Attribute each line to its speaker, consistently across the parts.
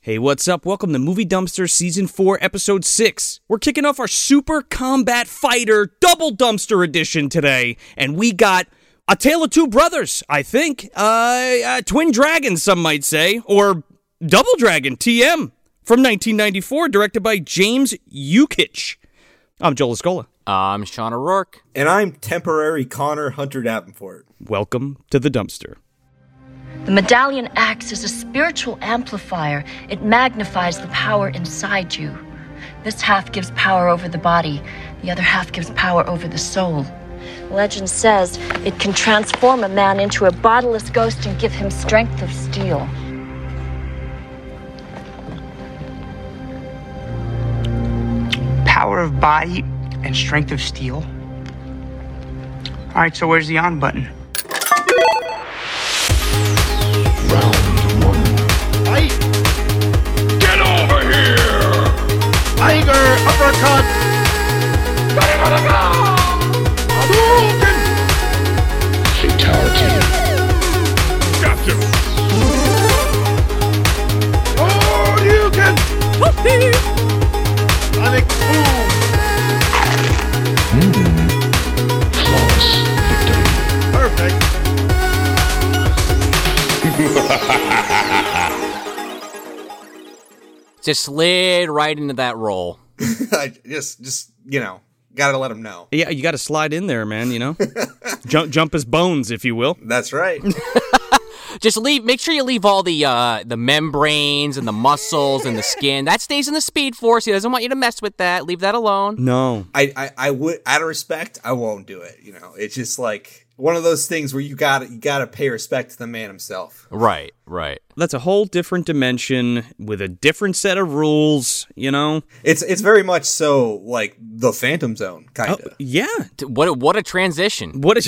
Speaker 1: Hey, what's up? Welcome to Movie Dumpster Season 4, Episode 6. We're kicking off our Super Combat Fighter Double Dumpster Edition today, and we got A Tale of Two Brothers, I think. Uh, uh, Twin Dragons, some might say, or Double Dragon, TM, from 1994, directed by James Yukich. I'm Joel Escola.
Speaker 2: I'm Sean O'Rourke.
Speaker 3: And I'm temporary Connor Hunter Davenport.
Speaker 1: Welcome to the dumpster.
Speaker 4: The medallion acts as a spiritual amplifier. It magnifies the power inside you. This half gives power over the body, the other half gives power over the soul. Legend says it can transform a man into a bodiless ghost and give him strength of steel.
Speaker 5: power of body and strength of steel. All right, so where's the on button?
Speaker 6: Fight! Get over here! Tiger uppercut! Ready for the go! Hadouken! Fatality. Got you! Oh, you can! Sonic boom!
Speaker 7: Hmm. Flawless victory.
Speaker 6: Perfect!
Speaker 2: Just slid right into that role.
Speaker 3: I just, just you know, gotta let him know.
Speaker 1: Yeah, you got to slide in there, man, you know? jump, jump his bones, if you will.
Speaker 3: That's right.
Speaker 2: Just leave. Make sure you leave all the uh, the membranes and the muscles and the skin. That stays in the Speed Force. He doesn't want you to mess with that. Leave that alone.
Speaker 1: No.
Speaker 3: I, I, I would, out of respect, I won't do it. You know, it's just like one of those things where you gotta, you gotta pay respect to the man himself.
Speaker 2: Right. Right.
Speaker 1: that's a whole different dimension with a different set of rules, you know?
Speaker 3: It's, it's very much so like the Phantom Zone kind of.
Speaker 1: Yeah.
Speaker 2: T- What a, what a transition.
Speaker 1: What is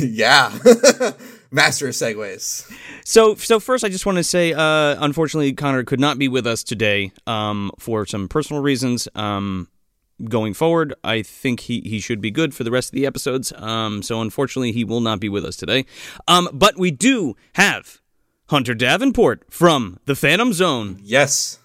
Speaker 3: yeah. Master of segues.
Speaker 1: so? So first, I just want to say, uh, unfortunately, Connor could not be with us today um, for some personal reasons. Um, going forward, I think he he should be good for the rest of the episodes. Um, so unfortunately, he will not be with us today. Um, but we do have Hunter Davenport from the Phantom Zone.
Speaker 3: Yes.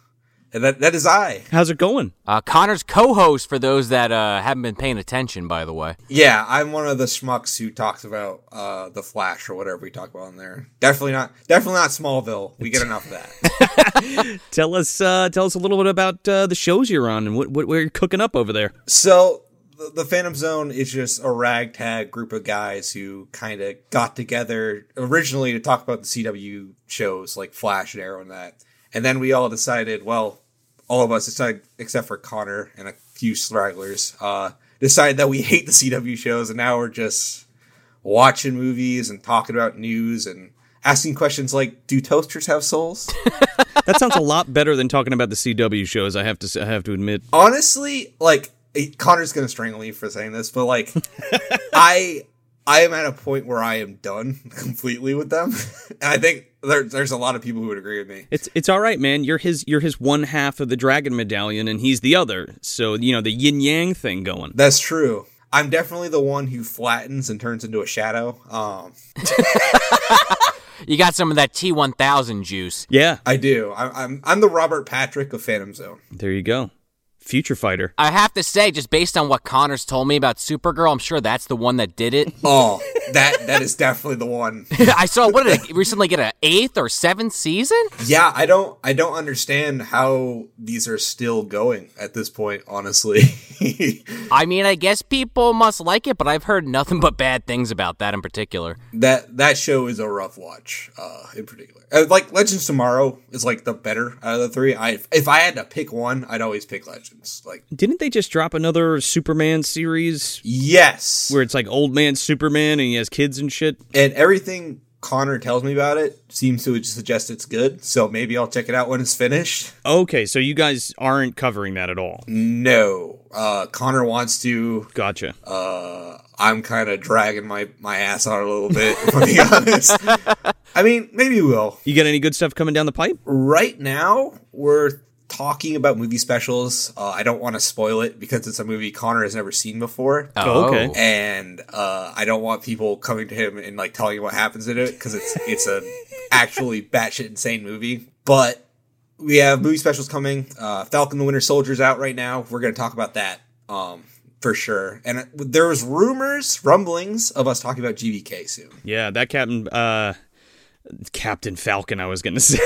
Speaker 3: And that, that is I.
Speaker 1: How's it going?
Speaker 2: Uh, Connor's co-host for those that uh, haven't been paying attention, by the way.
Speaker 3: Yeah, I'm one of the schmucks who talks about uh the Flash or whatever we talk about in there. Definitely not definitely not Smallville. We get enough of that.
Speaker 1: Tell us uh, tell us a little bit about uh, the shows you're on and what what we're cooking up over there.
Speaker 3: So the, the Phantom Zone is just a ragtag group of guys who kind of got together originally to talk about the CW shows like Flash and Arrow and that, and then we all decided, well, all of us decided except for Connor and a few stragglers, uh, decided that we hate the CW shows, and now we're just watching movies and talking about news and asking questions like, do toasters have souls?
Speaker 1: That sounds a lot better than talking about the CW shows. I have to s- I have to admit.
Speaker 3: honestly, like eh, Connor's gonna strangle me for saying this, but like I I am at a point where I am done completely with them, and I think there, there's a lot of people who would agree with me.
Speaker 1: It's it's all right, man. You're his you're his one half of the dragon medallion, and he's the other. So you know the yin yang thing going.
Speaker 3: That's true. I'm definitely the one who flattens and turns into a shadow. Um,
Speaker 2: You got some of that T1000 juice.
Speaker 1: Yeah,
Speaker 3: I do. I, I'm I'm the Robert Patrick of Phantom Zone.
Speaker 1: there you go. Future fighter.
Speaker 2: I have to say, just based on what Connor's told me about Supergirl, I'm sure that's the one that did it.
Speaker 3: Oh, that that is definitely the one.
Speaker 2: I saw what did it recently get an eighth or seventh season?
Speaker 3: Yeah, I don't I don't understand how these are still going at this point. Honestly,
Speaker 2: I mean, I guess people must like it, but I've heard nothing but bad things about that in particular.
Speaker 3: that that show is a rough watch uh in particular Uh, like legends tomorrow is like the better out of the three i if i had to pick one i'd always pick legends like
Speaker 1: Didn't they just drop another Superman series
Speaker 3: yes
Speaker 1: where it's like old man Superman and he has kids and shit?
Speaker 3: and everything connor tells me about it seems to suggest it's good so maybe i'll check it out when it's finished
Speaker 1: Okay, so you guys aren't covering that at all.
Speaker 3: no uh connor wants to
Speaker 1: Gotcha.
Speaker 3: uh i'm kind of dragging my my ass out a little bit if i'm being honest i mean maybe we will
Speaker 1: You got any good stuff coming down the pipe?
Speaker 3: right now we're talking about movie specials. Uh, I don't want to spoil it because it's a movie Connor has never seen before.
Speaker 1: Oh, okay.
Speaker 3: And uh, I don't want people coming to him and like telling him what happens in it because it's it's a actually batshit insane movie. But we have movie specials coming. Uh, Falcon the Winter Soldier's out right now. We're going to talk about that um, for sure. And uh, there was rumors, rumblings of us talking about GBK soon.
Speaker 1: Yeah, that Captain uh, Captain Falcon. I was gonna say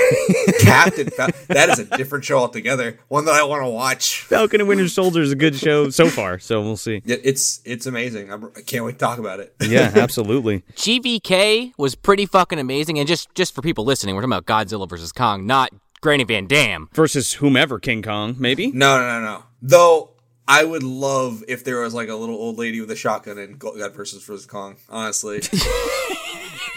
Speaker 3: Captain Fal- that is a different show altogether. One that I want to watch.
Speaker 1: Falcon and Winter Soldier is a good show so far. So we'll see.
Speaker 3: It- It's it's amazing. I'm, I can't wait to talk about it.
Speaker 1: Yeah, absolutely.
Speaker 2: GVK was pretty fucking amazing. And just just for people listening, we're talking about Godzilla versus Kong, not Granny Van Dam.
Speaker 1: Versus whomever King Kong, maybe.
Speaker 3: No, no, no, no. Though I would love if there was like a little old lady with a shotgun in Go- God versus versus Kong. Honestly,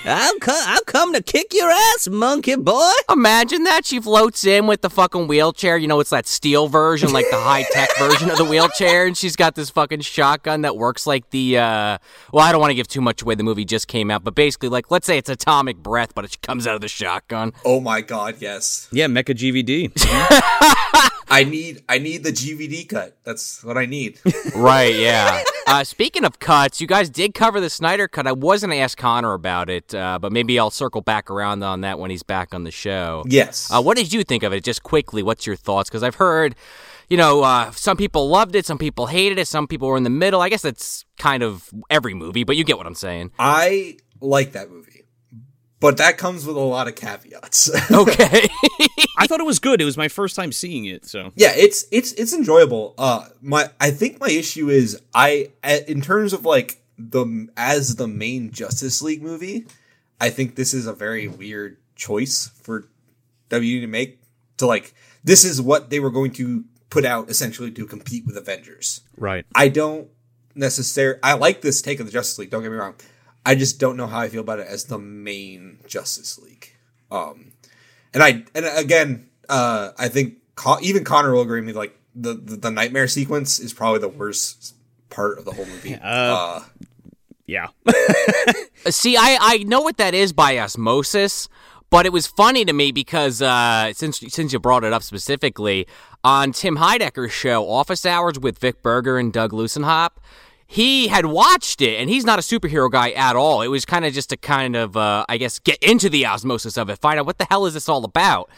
Speaker 1: I'm co- I'm come to kick your ass, monkey boy.
Speaker 2: Imagine that she floats in with the fucking wheelchair. You know, it's that steel version, like the high tech version of the wheelchair, and she's got this fucking shotgun that works like the. uh Well, I don't want to give too much away. The movie just came out, but basically, like, let's say it's atomic breath, but it comes out of the shotgun.
Speaker 3: oh my god, yes.
Speaker 1: Yeah, Mecha GVD.
Speaker 3: I need I need the GVD cut. That's what I need.
Speaker 2: Right, yeah. Uh, speaking of cuts, you guys did cover the Snyder cut. I was going to ask Connor about it, uh, but maybe I'll circle back around on that when he's back on the show.
Speaker 3: Yes.
Speaker 2: Uh, what did you think of it? Just quickly, what's your thoughts? Because I've heard, you know, uh, some people loved it, some people hated it, some people were in the middle. I guess that's kind of every movie, but you get what I'm saying.
Speaker 3: I like that movie, but that comes with a lot of caveats.
Speaker 2: Okay.
Speaker 1: I thought it was good. It was my first time seeing it, so
Speaker 3: yeah, it's it's it's enjoyable. Uh, my I think my issue is I a- in terms of like the as the main Justice League movie, I think this is a very weird choice for W to make to like this is what they were going to put out essentially to compete with Avengers.
Speaker 1: right.
Speaker 3: I don't necessarily. I like this take of the Justice League. Don't get me wrong. I just don't know how I feel about it as the main Justice League. Um, and I and again, uh, I think Con- even Connor will agree with me. Like the, the the nightmare sequence is probably the worst part of the whole movie. Uh,
Speaker 1: Yeah,
Speaker 2: See, I, I know what that is by osmosis, but it was funny to me because uh, since since you brought it up specifically on Tim Heidecker's show, Office Hours with Vic Berger and Doug Lucenhop, he had watched it, and he's not a superhero guy at all. It was kind of just to kind of uh, I guess get into the osmosis of it, find out what the hell is this all about.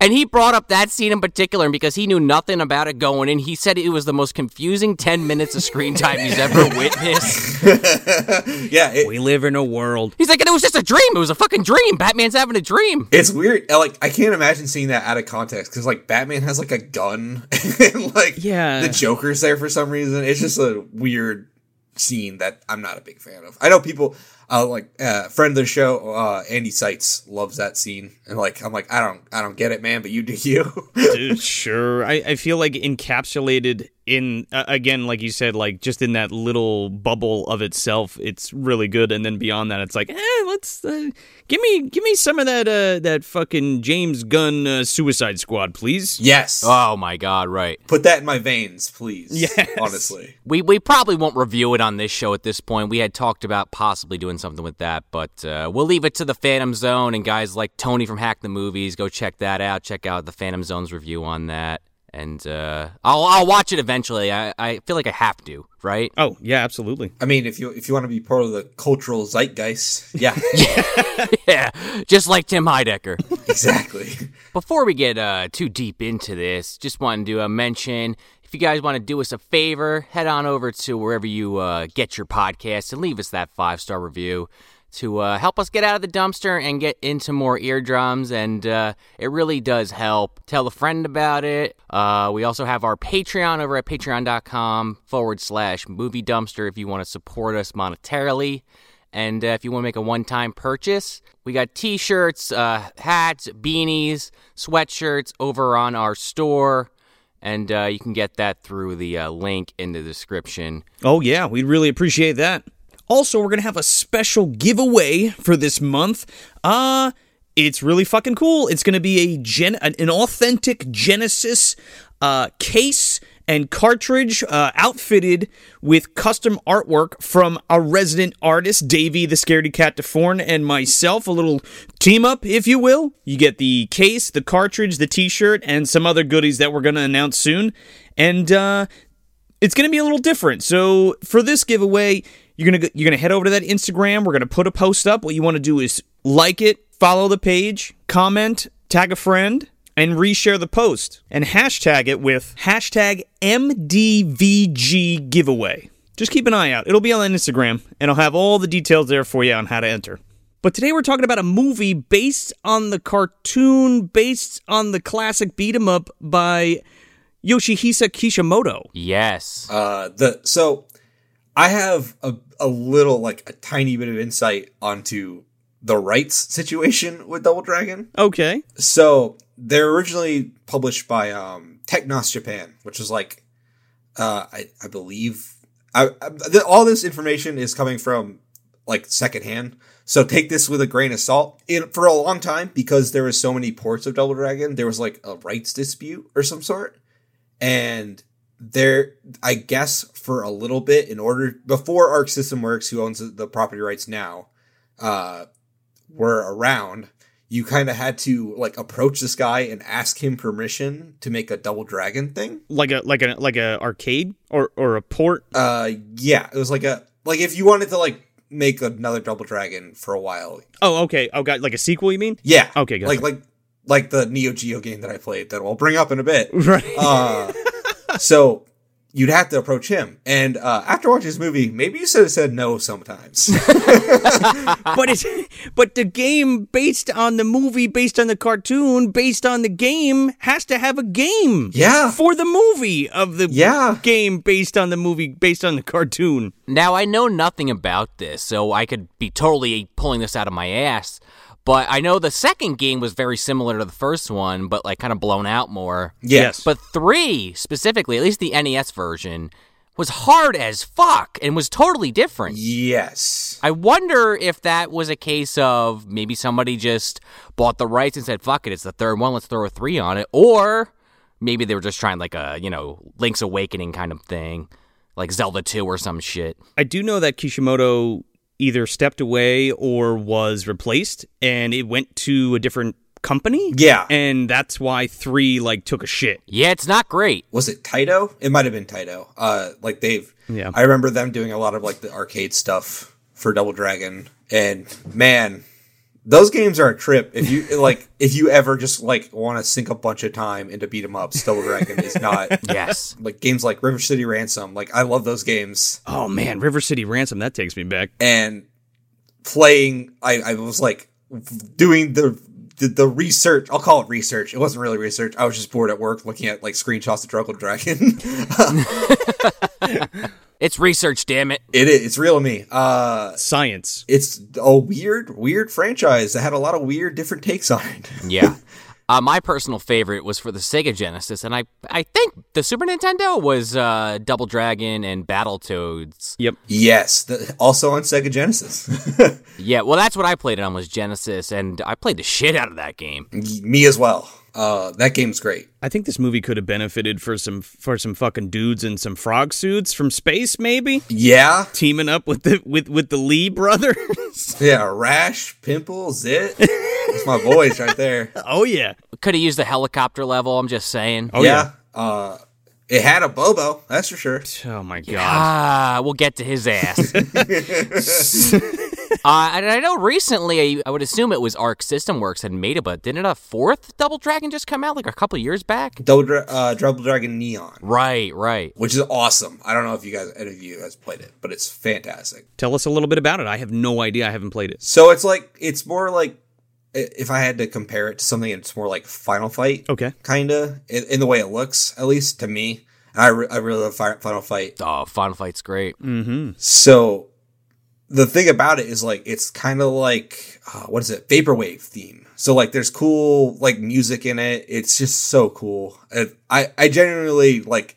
Speaker 2: And he brought up that scene in particular, and because he knew nothing about it going in, he said it was the most confusing ten minutes of screen time he's ever witnessed.
Speaker 3: yeah, it-
Speaker 1: we live in a world.
Speaker 2: He's like, and it was just a dream. It was a fucking dream. Batman's having a dream.
Speaker 3: it's weird. Uh, Like I can't imagine seeing that out of context because like Batman has like a gun, and, like
Speaker 1: Yeah.
Speaker 3: the Joker's there for some reason. It's just a weird scene that I'm not a big fan of. I know people uh, like uh, friend of the show uh, Andy Seitz loves that scene, and like I'm like I don't I don't get it, man. But you do you.
Speaker 1: Dude, sure. I, I feel like encapsulated in uh, again, like you said, like just in that little bubble of itself. It's really good, and then beyond that, it's like, eh, let's uh, give me give me some of that uh, that fucking James Gunn uh, Suicide Squad, please.
Speaker 3: yes,
Speaker 2: Oh my god, right.
Speaker 3: put that in my veins, please.
Speaker 1: Yes.
Speaker 3: honestly.
Speaker 2: We we probably won't review it on this show at this point. We had talked about possibly doing something with that, but uh, we'll leave it to the Phantom Zone and guys like Tony from Hack the Movies. Go check that out. Check out the Phantom Zone's review on that, and uh, I'll I'll watch it eventually. I, I feel like I have to, right?
Speaker 1: Oh yeah, absolutely.
Speaker 3: I mean, if you if you want to be part of the cultural zeitgeist, yeah,
Speaker 2: yeah, just like Tim Heidecker.
Speaker 3: exactly.
Speaker 2: Before we get uh, too deep into this, just wanted to uh, mention if you guys want to do us a favor, head on over to wherever you uh, get your podcast and leave us that five star review to uh, help us get out of the dumpster and get into more eardrums. And uh, it really does help. Tell a friend about it. Uh, we also have our Patreon over at patreon.com forward slash movie dumpster if you want to support us monetarily. And uh, if you want to make a one time purchase, we got t shirts, uh, hats, beanies, sweatshirts over on our store. And uh, you can get that through the uh, link in the description.
Speaker 1: Oh, yeah, we'd really appreciate that. Also, we're going to have a special giveaway for this month. Uh, it's really fucking cool. It's going to be a gen- an, an authentic Genesis uh, case and cartridge uh, outfitted with custom artwork from a resident artist, Davey the Scaredy Cat DeForn, and myself. A little team up, if you will. You get the case, the cartridge, the t shirt, and some other goodies that we're going to announce soon. And uh, it's going to be a little different. So for this giveaway, you're going to you're going to head over to that Instagram. We're going to put a post up. What you want to do is like it, follow the page, comment, tag a friend, and reshare the post and hashtag it with hashtag MDVG giveaway. Just keep an eye out. It'll be on Instagram, and I'll have all the details there for you on how to enter. But today we're talking about a movie based on the cartoon, based on the classic beat 'em up by Yoshihisa Kishimoto.
Speaker 2: Yes.
Speaker 3: Uh, the so I have a, a little like a tiny bit of insight onto the rights situation with Double Dragon.
Speaker 1: Okay.
Speaker 3: So they're originally published by um, Technos Japan, which is like uh, I, I believe I, I, th- all this information is coming from like secondhand. So take this with a grain of salt. It, for a long time, because there was so many ports of Double Dragon, there was like a rights dispute or some sort, and there I guess for a little bit in order before Arc System Works, who owns the property rights now, uh, were around, you kind of had to like approach this guy and ask him permission to make a double dragon thing.
Speaker 1: Like a like a like a arcade or or a port.
Speaker 3: Uh, yeah, it was like a like if you wanted to like make another double dragon for a while,
Speaker 1: Oh, okay. Oh, got like a sequel. You mean?
Speaker 3: yeah,
Speaker 1: Okay, gotcha.
Speaker 3: like like like the Neo Geo game that I played that I'll bring up in a bit.
Speaker 1: Right.
Speaker 3: Uh, so you'd have to approach him, and uh, after watching this movie, maybe you should have said no sometimes. Ah.
Speaker 1: but it's but the game based on the movie, based on the cartoon, based on the game has to have a game.
Speaker 3: Yeah.
Speaker 1: For the movie of the
Speaker 3: Yeah.
Speaker 1: game based on the movie based on the cartoon.
Speaker 2: Now, I know nothing about this, so I could be totally pulling this out of my ass. But I know the second game was very similar to the first one, but like kind of blown out more.
Speaker 3: Yes.
Speaker 2: But three, specifically, at least the NES version, was hard as fuck and was totally different.
Speaker 3: yes.
Speaker 2: I wonder if that was a case of maybe somebody just bought the rights and said, fuck it, it's the third one, let's throw a three on it. Or maybe they were just trying like a, you know, Link's Awakening kind of thing, like Zelda 2 or some shit.
Speaker 1: I do know that Kishimoto either stepped away or was replaced and it went to a different company.
Speaker 3: Yeah.
Speaker 1: And that's why 3 like took a shit.
Speaker 2: Yeah, it's not great.
Speaker 3: was it Taito? It might have been Taito. Uh, like they've.
Speaker 1: Yeah.
Speaker 3: I remember them doing a lot of like the arcade stuff for Double Dragon, and man, those games are a trip. If you like, if you ever just like want to sink a bunch of time into beat 'em ups, Double Dragon is not.
Speaker 2: Yes.
Speaker 3: Like games like River City Ransom, like I love those games,
Speaker 1: Oh man, River City Ransom that takes me back.
Speaker 3: and playing, I, I was like doing the. The, the research, I'll call it research. It wasn't really research. I was just bored at work looking at like screenshots of Double Dragon.
Speaker 2: It's research, damn it.
Speaker 3: it is, it's real to me. Uh,
Speaker 1: Science.
Speaker 3: it's a weird, weird franchise that had a lot of weird, different takes on it.
Speaker 2: Yeah. Uh, my personal favorite was for the Sega Genesis, and I I think the Super Nintendo was uh, Double Dragon and Battletoads.
Speaker 1: Yep.
Speaker 3: yes, the, also on Sega Genesis.
Speaker 2: Yeah, well, that's what I played it on was Genesis, and I played the shit out of that game.
Speaker 3: me as well. Uh, that game's great.
Speaker 1: I think this movie could have benefited for some for some fucking dudes in some frog suits from space, maybe
Speaker 3: Yeah,
Speaker 1: teaming up with the with with the Lee brothers.
Speaker 3: yeah. Rash, pimple, zit. That's my voice right there.
Speaker 1: oh yeah,
Speaker 2: Could have used the helicopter level. I'm just saying.
Speaker 1: oh
Speaker 3: yeah. Uh, it had a Bobo, that's for sure.
Speaker 1: yeah. Oh my god.
Speaker 2: Ah, we'll get to his ass. uh, and I know recently, I would assume it was Arc System Works had made it, but didn't a fourth Double Dragon just come out like a couple years back?
Speaker 3: Double, Dra- uh, Double Dragon Neon,
Speaker 2: Right, right.
Speaker 3: which is awesome. I don't know if you guys, any of you guys played it, but it's fantastic.
Speaker 1: Tell us a little bit about it. I have no idea. I haven't played it.
Speaker 3: So it's like it's more like i- if I had to compare it to something, it's more like Final Fight.
Speaker 1: Okay.
Speaker 3: kinda in, in the way it looks, at least to me. I, re- I really love Fi- Final Fight.
Speaker 2: Oh, Final Fight's great.
Speaker 3: So the thing about it is like it's kind of like uh, what is it vaporwave theme. So like there's cool like music in it. It's just so cool. And I I genuinely like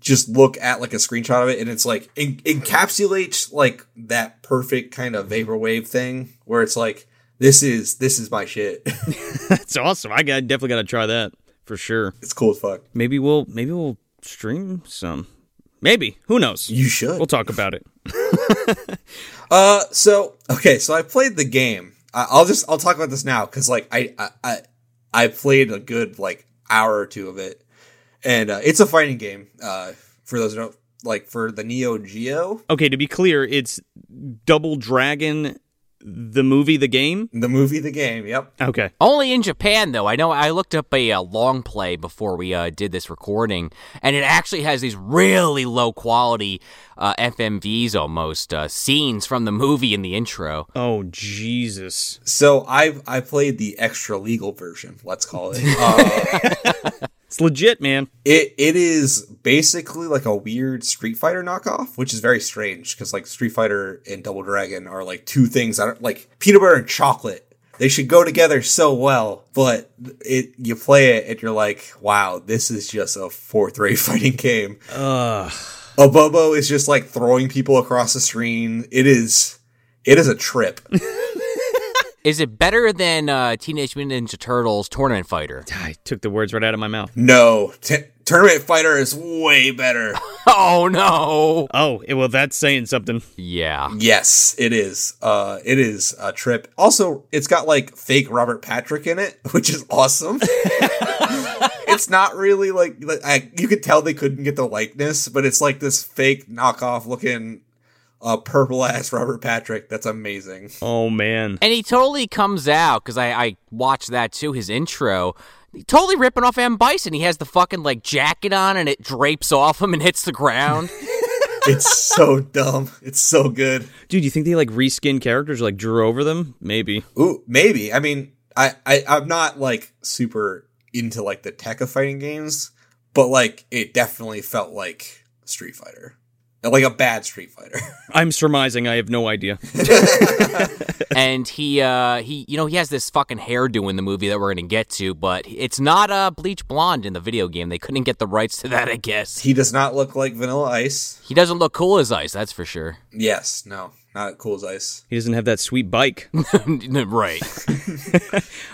Speaker 3: just look at like a screenshot of it and it's like en- encapsulates like that perfect kind of vaporwave thing where it's like this is this is my shit.
Speaker 1: That's awesome. I got definitely got to try that for sure.
Speaker 3: it's cool as fuck.
Speaker 1: Maybe we'll maybe we'll stream some. Maybe who knows?
Speaker 3: You should.
Speaker 1: We'll talk about it.
Speaker 3: Uh, so okay, so I played the game. I, I'll just I'll talk about this now because like I, I I I played a good like hour or two of it, and uh, it's a fighting game. Uh, for those who don't like for the Neo Geo,
Speaker 1: Okay, to be clear, it's Double Dragon, the movie, the game.
Speaker 3: The movie, the game. Yep.
Speaker 1: Okay.
Speaker 2: Only in Japan, though. I know I looked up a, uh long play before we uh, did this recording, and it actually has these really low quality uh, FMVs almost uh, scenes from the movie in the intro.
Speaker 1: Oh Jesus!
Speaker 3: So I've I played the extra legal version. Let's call it. Uh,
Speaker 1: It's legit, man.
Speaker 3: it it is basically like a weird Street Fighter knockoff, which is very strange because like Street Fighter and Double Dragon are like two things that are like peanut butter and chocolate. They should go together so well, but it you play it and you're like, wow, this is just a fourth rate fighting game. Abobo is just like throwing people across the screen. It is it is a trip.
Speaker 2: Is it better than uh, Teenage Mutant Ninja Turtles Tournament Fighter?
Speaker 1: I took the words right out of my mouth.
Speaker 3: no, t- Tournament Fighter is way better.
Speaker 2: Oh no!
Speaker 1: Oh, eh, well, that's saying something.
Speaker 2: Yeah.
Speaker 3: Yes, it is. Uh, it is a trip. Also, it's got like fake Robert Patrick in it, which is awesome. it's not really like like, I, you could tell they couldn't get the likeness, but it's like this fake knockoff looking uh, purple ass Robert Patrick. That's amazing.
Speaker 1: Oh man.
Speaker 2: And he totally comes out because I, I watched that too. His intro, totally ripping off M Bison. He has the fucking like jacket on, and it drapes off him and hits the ground.
Speaker 3: It's so dumb. It's so good.
Speaker 1: Dude, you think they like reskinned characters, like drew over them? Maybe.
Speaker 3: Ooh, maybe. I mean, I, I I'm not like super into like the tech of fighting games, but like it definitely felt like Street Fighter, like a bad Street Fighter.
Speaker 1: I'm surmising. I have no idea.
Speaker 2: and he uh he you know he has this fucking hairdo in the movie that we're gonna get to but it's not uh bleach blonde in the video game they couldn't get the rights to that i guess
Speaker 3: he does not look like Vanilla Ice.
Speaker 2: he doesn't look cool as ice that's for sure
Speaker 3: Yes, no, not cool as ice.
Speaker 1: He doesn't have that sweet bike. I
Speaker 2: right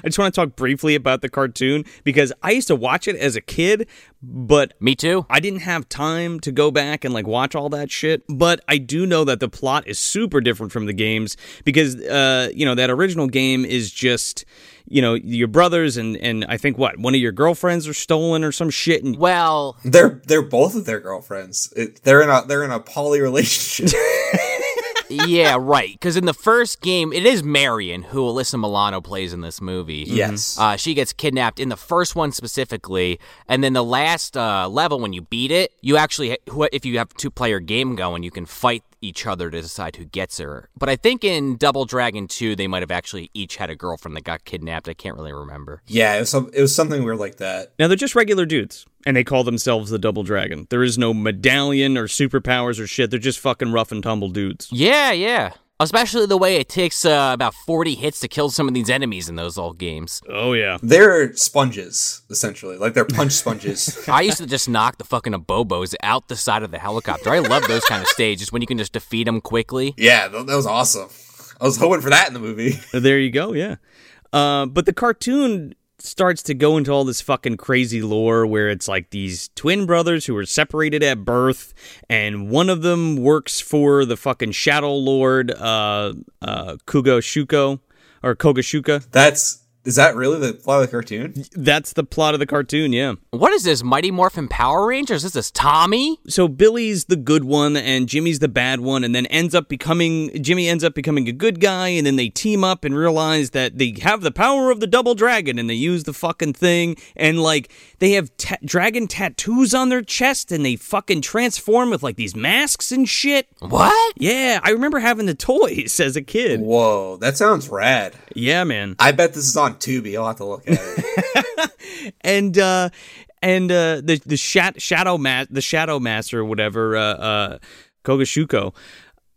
Speaker 1: just want to talk briefly about the cartoon because I used to watch it as a kid, but
Speaker 2: me too
Speaker 1: I didn't have time to go back and like watch all that shit, but I do know that the plot is super different from the games because uh you know that original game is just you know your brothers and and I think what one of your girlfriends are stolen or some shit and
Speaker 2: well
Speaker 3: They're they're both of their girlfriends. It, they're in a they're in a poly relationship.
Speaker 2: yeah right because in the first game it is marion who alyssa milano plays in this movie
Speaker 3: yes,
Speaker 2: Uh, she gets kidnapped in the first one specifically, and then the last uh, level when you beat it, you actually who- if you have two player game going, you can fight each other to decide who gets her. But I think in Double Dragon Two, they might have actually each had a girlfriend that got kidnapped. I can't really remember.
Speaker 3: yeah. It was some, it was something weird like that.
Speaker 1: now they're just regular dudes and they call themselves the Double Dragon. There is no medallion or superpowers or shit. They're just fucking rough and tumble dudes.
Speaker 2: Yeah, yeah. Especially the way it takes uh, about forty hits to kill some of these enemies in those old games.
Speaker 1: Oh yeah.
Speaker 3: They're sponges essentially, like they're punch sponges.
Speaker 2: I used to just knock the fucking abobos out the side of the helicopter. I love those kind of stages when you can just defeat them quickly.
Speaker 3: yeah, th- that was awesome. I was hoping for that in the movie.
Speaker 1: There you go. Yeah. Uh, but the cartoon starts to go into all this fucking crazy lore where it's like these twin brothers who are separated at birth and one of them works for the fucking shadow lord uh uh kugo shuko or kogashuka
Speaker 3: That's is that really the plot of the cartoon?
Speaker 1: that's the plot of the cartoon yeah
Speaker 2: What is this, Mighty Morphin Power Rangers? Is this Tommy?
Speaker 1: so Billy's the good one and Jimmy's the bad one, and then ends up becoming Jimmy ends up becoming a good guy, and then they team up and realize that they have the power of the double dragon, and they use the fucking thing, and like they have ta- dragon tattoos on their chest, and they fucking transform with like these masks and shit.
Speaker 2: What?
Speaker 1: Yeah, I remember having the toys as a kid.
Speaker 3: Whoa, that sounds rad.
Speaker 1: Yeah, man.
Speaker 3: I bet this is on Tubi. I'll have to look at it.
Speaker 1: and uh and uh the the shat, shadow ma- the shadow master or whatever uh uh kogashuko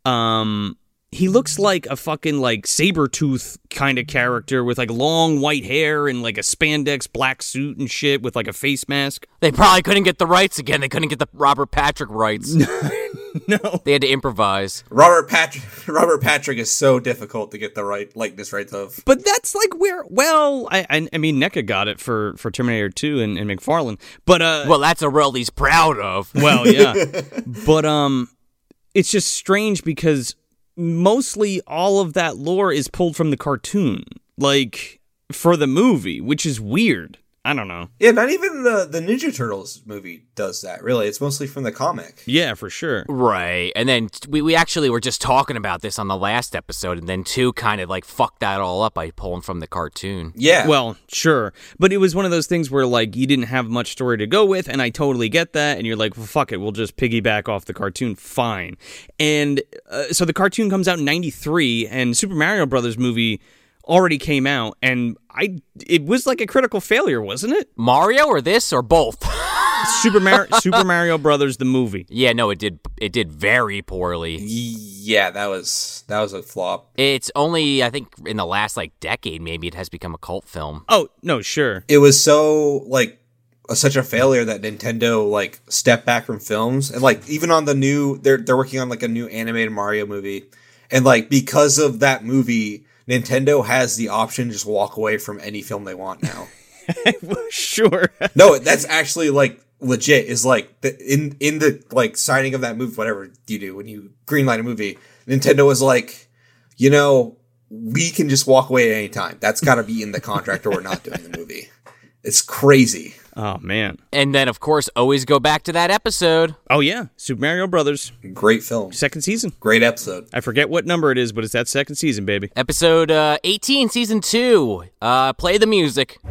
Speaker 1: um he looks like a fucking like saber tooth kind of character with like long white hair and like a spandex black suit and shit with like a face mask
Speaker 2: They probably couldn't get the rights again. They couldn't get the Robert Patrick rights.
Speaker 1: no
Speaker 2: they had to improvise.
Speaker 3: Robert Patrick. Robert Patrick is so difficult to get the right likeness right of.
Speaker 1: but that's like where well i i, I mean NECA got it for for terminator 2 and, and mcfarlane but uh
Speaker 2: Well, that's a role he's proud of.
Speaker 1: Well, yeah. but um it's just strange because mostly all of that lore is pulled from the cartoon, like for the movie, which is weird. I don't know.
Speaker 3: Yeah, not even the the Ninja Turtles movie does that. Really, it's mostly from the comic.
Speaker 1: Yeah, for sure.
Speaker 2: Right. And then t- we, we actually were just talking about this on the last episode, and then two kind of like fucked that all up by pulling from the cartoon.
Speaker 3: Yeah.
Speaker 1: Well, sure. But it was one of those things where, like, you didn't have much story to go with, and I totally get that. And you're like, well, fuck it, we'll just piggyback off the cartoon. Fine. And uh, so the cartoon comes out in 93, and Super Mario Brothers movie already came out, and I it was like a critical failure, wasn't it?
Speaker 2: Mario or this or both?
Speaker 1: Super Mario Super Mario Brothers the movie.
Speaker 2: yeah, no, it did it did very poorly.
Speaker 3: yeah, that was that was a flop.
Speaker 2: It's only I think in the last like decade maybe it has become a cult film.
Speaker 1: Oh, no, sure.
Speaker 3: It was so like such a failure that Nintendo like stepped back from films and like even on the new they're they're working on like a new animated Mario movie and like because of that movie Nintendo has the option to just walk away from any film they want now.
Speaker 1: sure.
Speaker 3: No, that's actually like legit. Is like the, in in the like signing of that move, whatever you do when you greenlight a movie, Nintendo was like, you know, we can just walk away at any time. That's got to be in the contract, or we're not doing the movie. It's crazy.
Speaker 1: oh man.
Speaker 2: And then of course always go back to that episode.
Speaker 1: Oh yeah, Super Mario Brothers
Speaker 3: Great film.
Speaker 1: second season.
Speaker 3: Great episode.
Speaker 1: I forget what number it is, but it's that second season, baby.
Speaker 2: Episode uh, 18, season 2. Uh, play the music.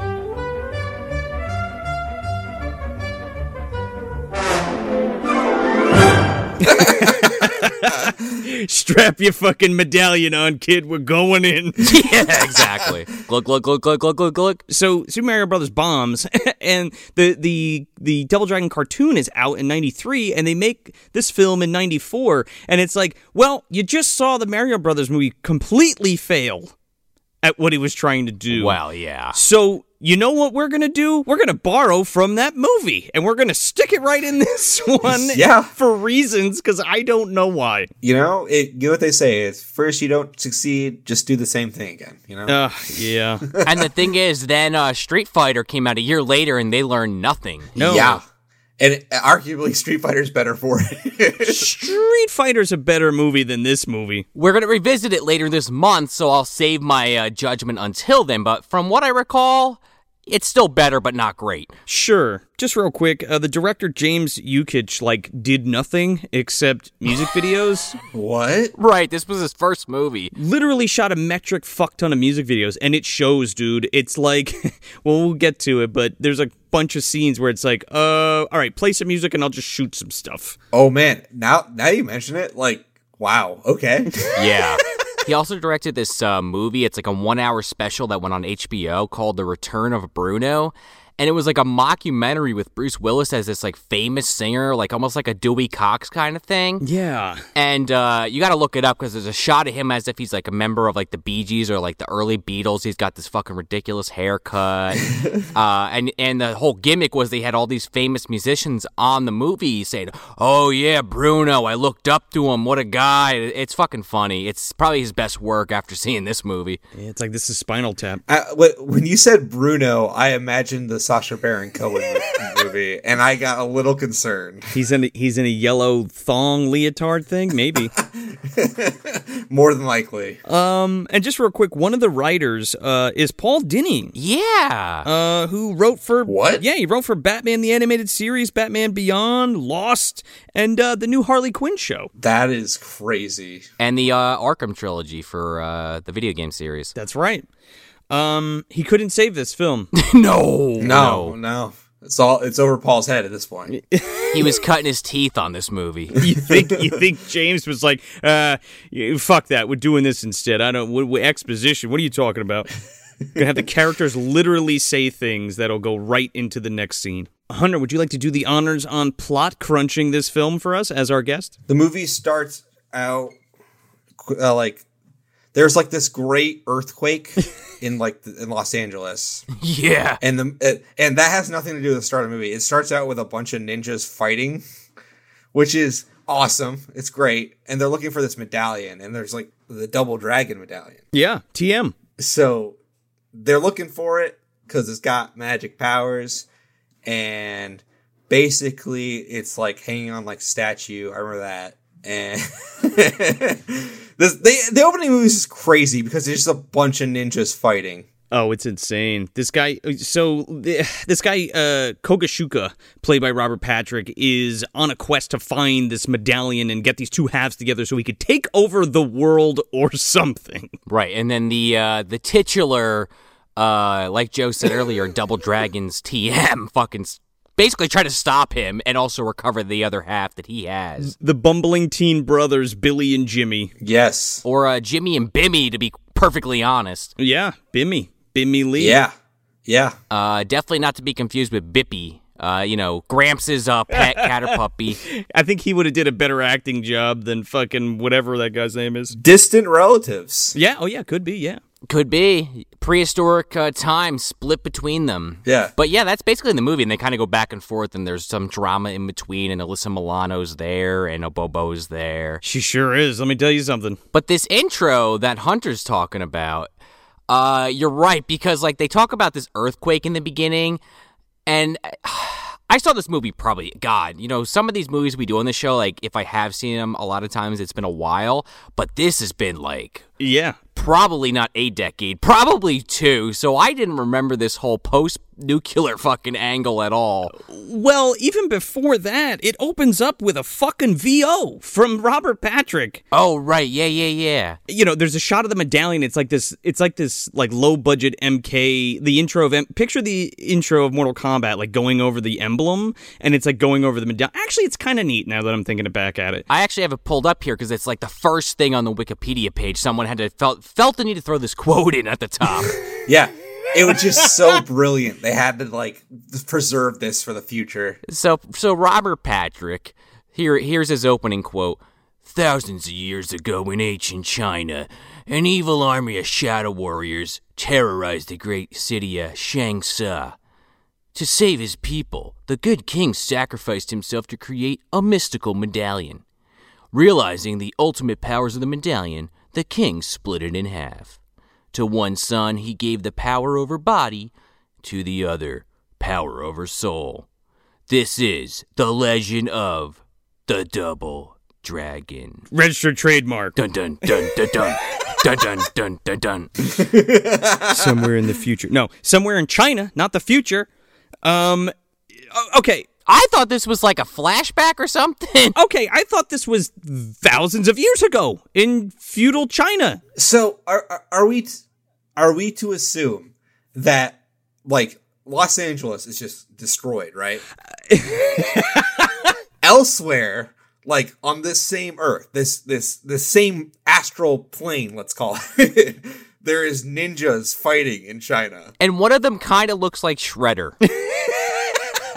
Speaker 1: Strap your fucking medallion on, kid. We're going in.
Speaker 2: yeah, exactly. Glug, glug, glug, glug, glug, glug, glug.
Speaker 1: so Super Mario Brothers bombs, and the the the Double Dragon cartoon is out in '93, and they make this film in '94, and it's like, well, you just saw the Mario Brothers movie completely fail at what he was trying to do.
Speaker 2: Well, yeah.
Speaker 1: So you know what we're gonna do? We're gonna borrow from that movie, and we're gonna stick it right in this one.
Speaker 3: Yeah.
Speaker 1: for reasons because I don't know why.
Speaker 3: You know, it. You know what they say is first you don't succeed, just do the same thing again. You know.
Speaker 1: Uh, yeah.
Speaker 2: And the thing is, then uh, Street Fighter came out a year later and they learned nothing.
Speaker 1: No.
Speaker 3: Yeah. And it- arguably, Street Fighter's better for it.
Speaker 1: Street Fighter's a better movie than this movie.
Speaker 2: We're going to revisit it later this month, so I'll save my uh, judgment until then. But from what I recall, it's still better, but not great.
Speaker 1: Sure. Just real quick, uh, the director James Yukich like did nothing except music videos.
Speaker 3: what?
Speaker 2: Right, this was his first movie.
Speaker 1: Literally shot a metric fuck ton of music videos, and it shows, dude. It's like, well, we'll get to it, but there's a bunch of scenes where it's like, uh, all right, play some music, and I'll just shoot some stuff.
Speaker 3: Oh man! Now, now you mention it, like, wow. Okay.
Speaker 2: Yeah. He also directed this uh, movie. It's like a one hour special that went on HBO called The Return of Bruno. And it was like a mockumentary with Bruce Willis as this like famous singer, like almost like a Dewey Cox kind of thing.
Speaker 1: Yeah.
Speaker 2: And uh, you got to look it up because there's a shot of him as if he's like a member of like the Bee Gees or like the early Beatles. He's got this fucking ridiculous haircut, uh, and and the whole gimmick was they had all these famous musicians on the movie saying, "Oh yeah, Bruno, I looked up to him. What a guy!" It's fucking funny. It's probably his best work after seeing this movie.
Speaker 1: It's like this is Spinal Tap.
Speaker 3: I, Uh, wh- when you said Bruno, I imagined the Sasha Baron Cohen movie, and I got a little concerned.
Speaker 1: He's in he's in a yellow thong leotard thing, maybe.
Speaker 3: More than likely,
Speaker 1: um, and just real quick, one of the writers uh, is Paul Dini.
Speaker 2: Yeah,
Speaker 1: uh, who wrote for
Speaker 3: What?
Speaker 1: Yeah, he wrote for Batman the animated series, Batman Beyond, Lost, and uh, the new Harley Quinn show.
Speaker 3: that is crazy.
Speaker 2: and the uh, Arkham trilogy for uh, the video game series.
Speaker 1: That's right. Um, he couldn't save this film.
Speaker 2: no,
Speaker 3: No, no, it's all it's over Paul's head at this point.
Speaker 2: he was cutting his teeth on this movie.
Speaker 1: you think you think James was like, uh, y- fuck that, we're doing this instead. I don't what, what exposition. What are you talking about? Gonna have the characters literally say things that'll go right into the next scene. Hunter, would you like to do the honors on plot crunching this film for us as our guest?
Speaker 3: The movie starts out qu- uh, like there's like this great earthquake in like the, in Los Angeles,
Speaker 2: yeah.
Speaker 3: and the uh, and that has nothing to do with the start of the movie. It starts out with a bunch of ninjas fighting, which is awesome. It's great, and they're looking for this medallion, and there's like the double dragon medallion.
Speaker 1: Yeah, TM.
Speaker 3: So they're looking for it because it's got magic powers, and basically it's like hanging on like a statue. I remember that. And this, they, the opening movie is just crazy because it's just a bunch of ninjas fighting.
Speaker 1: Oh, it's insane. This guy, so th- this guy, uh, Kogashuka, played by Robert Patrick, is on a quest to find this medallion and get these two halves together so he could take over the world or something.
Speaker 2: Right, and then the uh, the titular, uh, like Joe said earlier, Double Dragons TM fucking s- basically try to stop him and also recover the other half that he has,
Speaker 1: The bumbling teen brothers, Billy and Jimmy.
Speaker 3: Yes.
Speaker 2: or uh, Jimmy and Bimmy, to be perfectly honest.
Speaker 1: Yeah, Bimmy. Bimmy Lee.
Speaker 3: Yeah. Yeah.
Speaker 2: Uh, definitely not to be confused with Bippy. Uh, you know, Gramps' uh, pet caterpuppy.
Speaker 1: I think he would have did a better acting job than fucking whatever that guy's name is.
Speaker 3: Distant relatives.
Speaker 1: Yeah, oh yeah, could be, yeah.
Speaker 2: Could be prehistoric uh, time split between them.
Speaker 3: Yeah.
Speaker 2: But yeah, that's basically the movie, and they kind of go back and forth, and there's some drama in between, and Alyssa Milano's there, and Obobo's there.
Speaker 1: She sure is. Let me tell you something.
Speaker 2: But this intro that Hunter's talking about, uh, you're right because like they talk about this earthquake in the beginning, and uh, I saw this movie probably God, you know, some of these movies we do on the show, like if I have seen them, a lot of times it's been a while, but this has been like
Speaker 1: Yeah.
Speaker 2: probably not a decade, probably two. So I didn't remember this whole post nuclear fucking angle at all.
Speaker 1: Well, even before that, it opens up with a fucking VO from Robert Patrick.
Speaker 2: Oh right, yeah, yeah, yeah.
Speaker 1: You know, there's a shot of the medallion. It's like this. It's like this, like low budget MK. The intro of M- picture the intro of Mortal Kombat, like going over the emblem, and it's like going over the medallion. Actually, it's kind of neat now that I'm thinking it back at it.
Speaker 2: I actually have it pulled up here because it's like the first thing on the Wikipedia page. Someone had to felt felt the need to throw this quote in at the top.
Speaker 3: Yeah. It was just so brilliant. They had to like preserve this for the future.
Speaker 2: so so Robert Patrick here here's his opening quote. Thousands of years ago in ancient China, an evil army of shadow warriors terrorized the great city of Shangsa. To save his people, the good king sacrificed himself to create a mystical medallion. Realizing the ultimate powers of the medallion, the king split it in half. To one son, he gave the power over body, to the other, power over soul. This is the legend of the double dragon.
Speaker 1: Registered trademark.
Speaker 2: Dun dun dun dun dun. Dun dun dun dun dun.
Speaker 1: somewhere in the future. No, somewhere in China, not the future. Um, o- okay,
Speaker 2: I thought this was like a flashback or something.
Speaker 1: okay. I thought this was thousands of years ago in feudal China.
Speaker 3: So are are, are we t- are we to assume that like Los Angeles is just destroyed, right? Elsewhere, like on this same Earth, this this this same astral plane, let's call it, there is ninjas fighting in China.
Speaker 2: And one of them kind of looks like Shredder.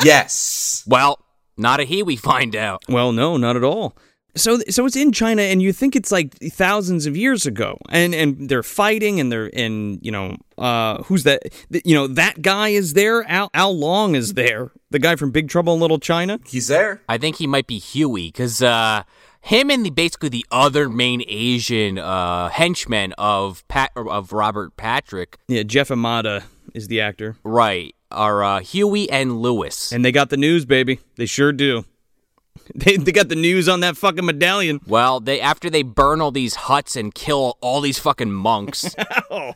Speaker 3: Yes,
Speaker 2: Well, not a he we find out.
Speaker 1: Well, no, not at all. So, so it's in China, and you think it's like thousands of years ago, and and they're fighting, and they're and you know, uh, who's that? th- You know, that guy is there. Al Al Long is there. The guy from Big Trouble in Little China.
Speaker 3: he's there.
Speaker 2: I think he might be Huey, because uh, him and the basically the other main Asian uh, henchmen of Pat of Robert Patrick,
Speaker 1: Yeah, Jeff Amada is the actor,
Speaker 2: right, are uh, Huey and Lewis.
Speaker 1: and they got the news, baby. They sure do. They they got the news on that fucking medallion.
Speaker 2: Well, they after they burn all these huts and kill all these fucking monks.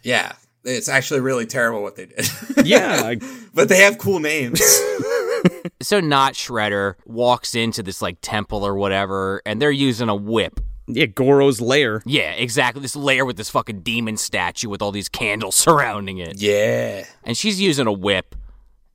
Speaker 3: Yeah, it's actually really terrible what they did.
Speaker 1: Yeah, like,
Speaker 3: but they have cool names.
Speaker 2: so not Shredder walks into this like temple or whatever and they're using a whip.
Speaker 1: yeah, Goro's lair.
Speaker 2: Yeah, exactly. This lair with this fucking demon statue with all these candles surrounding it.
Speaker 3: yeah,
Speaker 2: And she's using a whip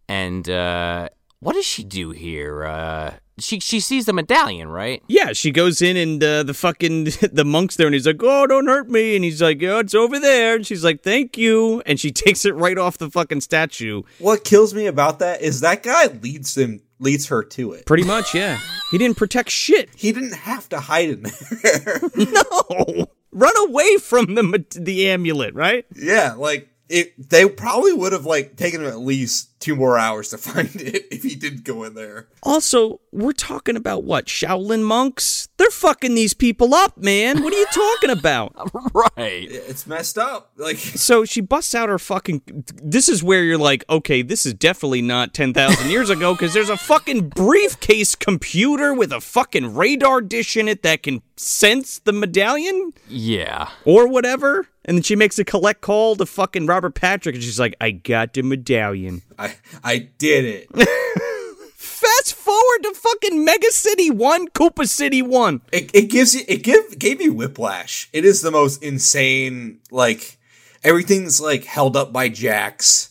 Speaker 2: and uh what does she do here? Uh she she sees the medallion, right?
Speaker 1: Yeah, she goes in and uh, the fucking the monk's there, and he's like, "Oh, don't hurt me," and he's like, "Oh, it's over there," and she's like, "Thank you," and she takes it right off the fucking statue.
Speaker 3: what kills me about that is that guy leads him leads her to it.
Speaker 1: Pretty much, yeah. he didn't protect shit.
Speaker 3: He didn't have to hide in there.
Speaker 1: No, run away from the ma- the amulet, right?
Speaker 3: yeah, like it. They probably would have like taken him at least two more hours to find it if he didn't go in there.
Speaker 1: Also, we're talking about what Shaolin monks? They're fucking these people up, man. What are you talking about?
Speaker 2: Right.
Speaker 3: It's messed up. Like
Speaker 1: So she busts out her fucking. This is where you're like, okay, this is definitely not 10,000 years ago because there's a fucking briefcase computer with a fucking radar dish in it that can cents the medallion
Speaker 2: Yeah.
Speaker 1: or whatever. And then she makes a collect call to fucking Robert Patrick, and she's like, "I got the medallion."
Speaker 3: I I did it.
Speaker 1: Fast forward to fucking Mega City One, Koopa City One.
Speaker 3: it. It gives you it give gave me whiplash. It is the most insane. Like everything's like held up by jacks.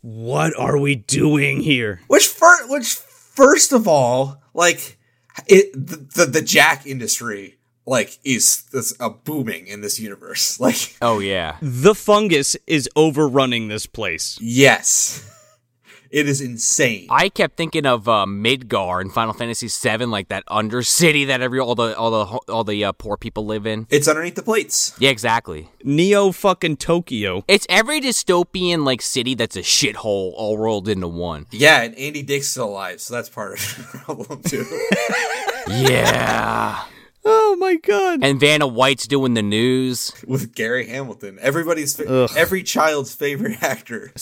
Speaker 1: What are we doing here?
Speaker 3: Which first, which first of all, like it, the, the the jack industry like is this a booming in this universe. Like
Speaker 2: Oh yeah.
Speaker 1: The fungus is overrunning this place.
Speaker 3: yes, it is insane.
Speaker 2: I kept thinking of uh, Midgar in Final Fantasy VII, like that undercity that every all the all the ho- all the uh, poor people live in.
Speaker 3: it's underneath the plates.
Speaker 2: Yeah, exactly.
Speaker 1: Neo fucking Tokyo.
Speaker 2: It's every dystopian like city that's a shithole all rolled into one.
Speaker 3: Yeah, and Andy Dick's still alive, so that's part of the problem too.
Speaker 2: Yeah.
Speaker 1: Oh my god.
Speaker 2: and Vanna White's doing the news.
Speaker 3: With Gary Hamilton, everybody's fa- every child's favorite actor,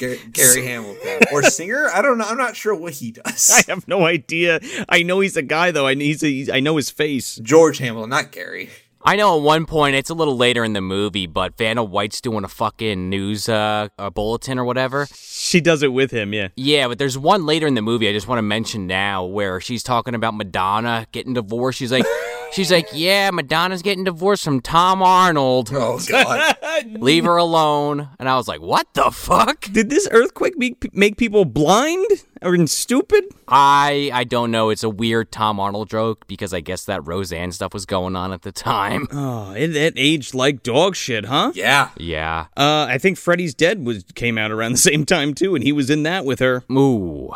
Speaker 3: Gar- Gary Hamilton or singer. I don't know. I'm not sure what he
Speaker 1: I
Speaker 3: does.
Speaker 1: have no idea. I know he's a guy though. I he's a, he's, I know his face.
Speaker 3: George Hamilton, not Gary.
Speaker 2: I know at one point it's a little later in the movie, but Vanna White's doing a fucking news uh, a bulletin or whatever.
Speaker 1: She does it with him, yeah.
Speaker 2: Yeah, but there's one later in the movie I just want to mention now where she's talking about Madonna getting divorced. She's like, she's like, yeah, Madonna's getting divorced from Tom Arnold.
Speaker 3: Oh God.
Speaker 2: Leave her alone. And I was like, what the fuck?
Speaker 1: Did this earthquake make, make people blind or stupid?
Speaker 2: I I don't know. It's a weird Tom Arnold joke because I guess that Roseanne stuff was going on at the time.
Speaker 1: Oh, it, it aged like dog shit, huh?
Speaker 3: yeah.
Speaker 2: Yeah.
Speaker 1: Uh, I think Freddy's Dead was came out around the same time too, and he was in that with her.
Speaker 2: Ooh.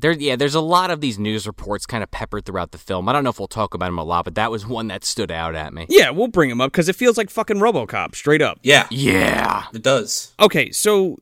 Speaker 2: There, yeah, there's a lot of these news reports kind of peppered throughout the film. I don't know if we'll talk about them a lot, but that was one that stood out at me.
Speaker 1: Yeah, we'll bring him up because it feels like fucking RoboCop, straight up.
Speaker 3: Yeah.
Speaker 2: Yeah.
Speaker 3: It does.
Speaker 1: Okay, so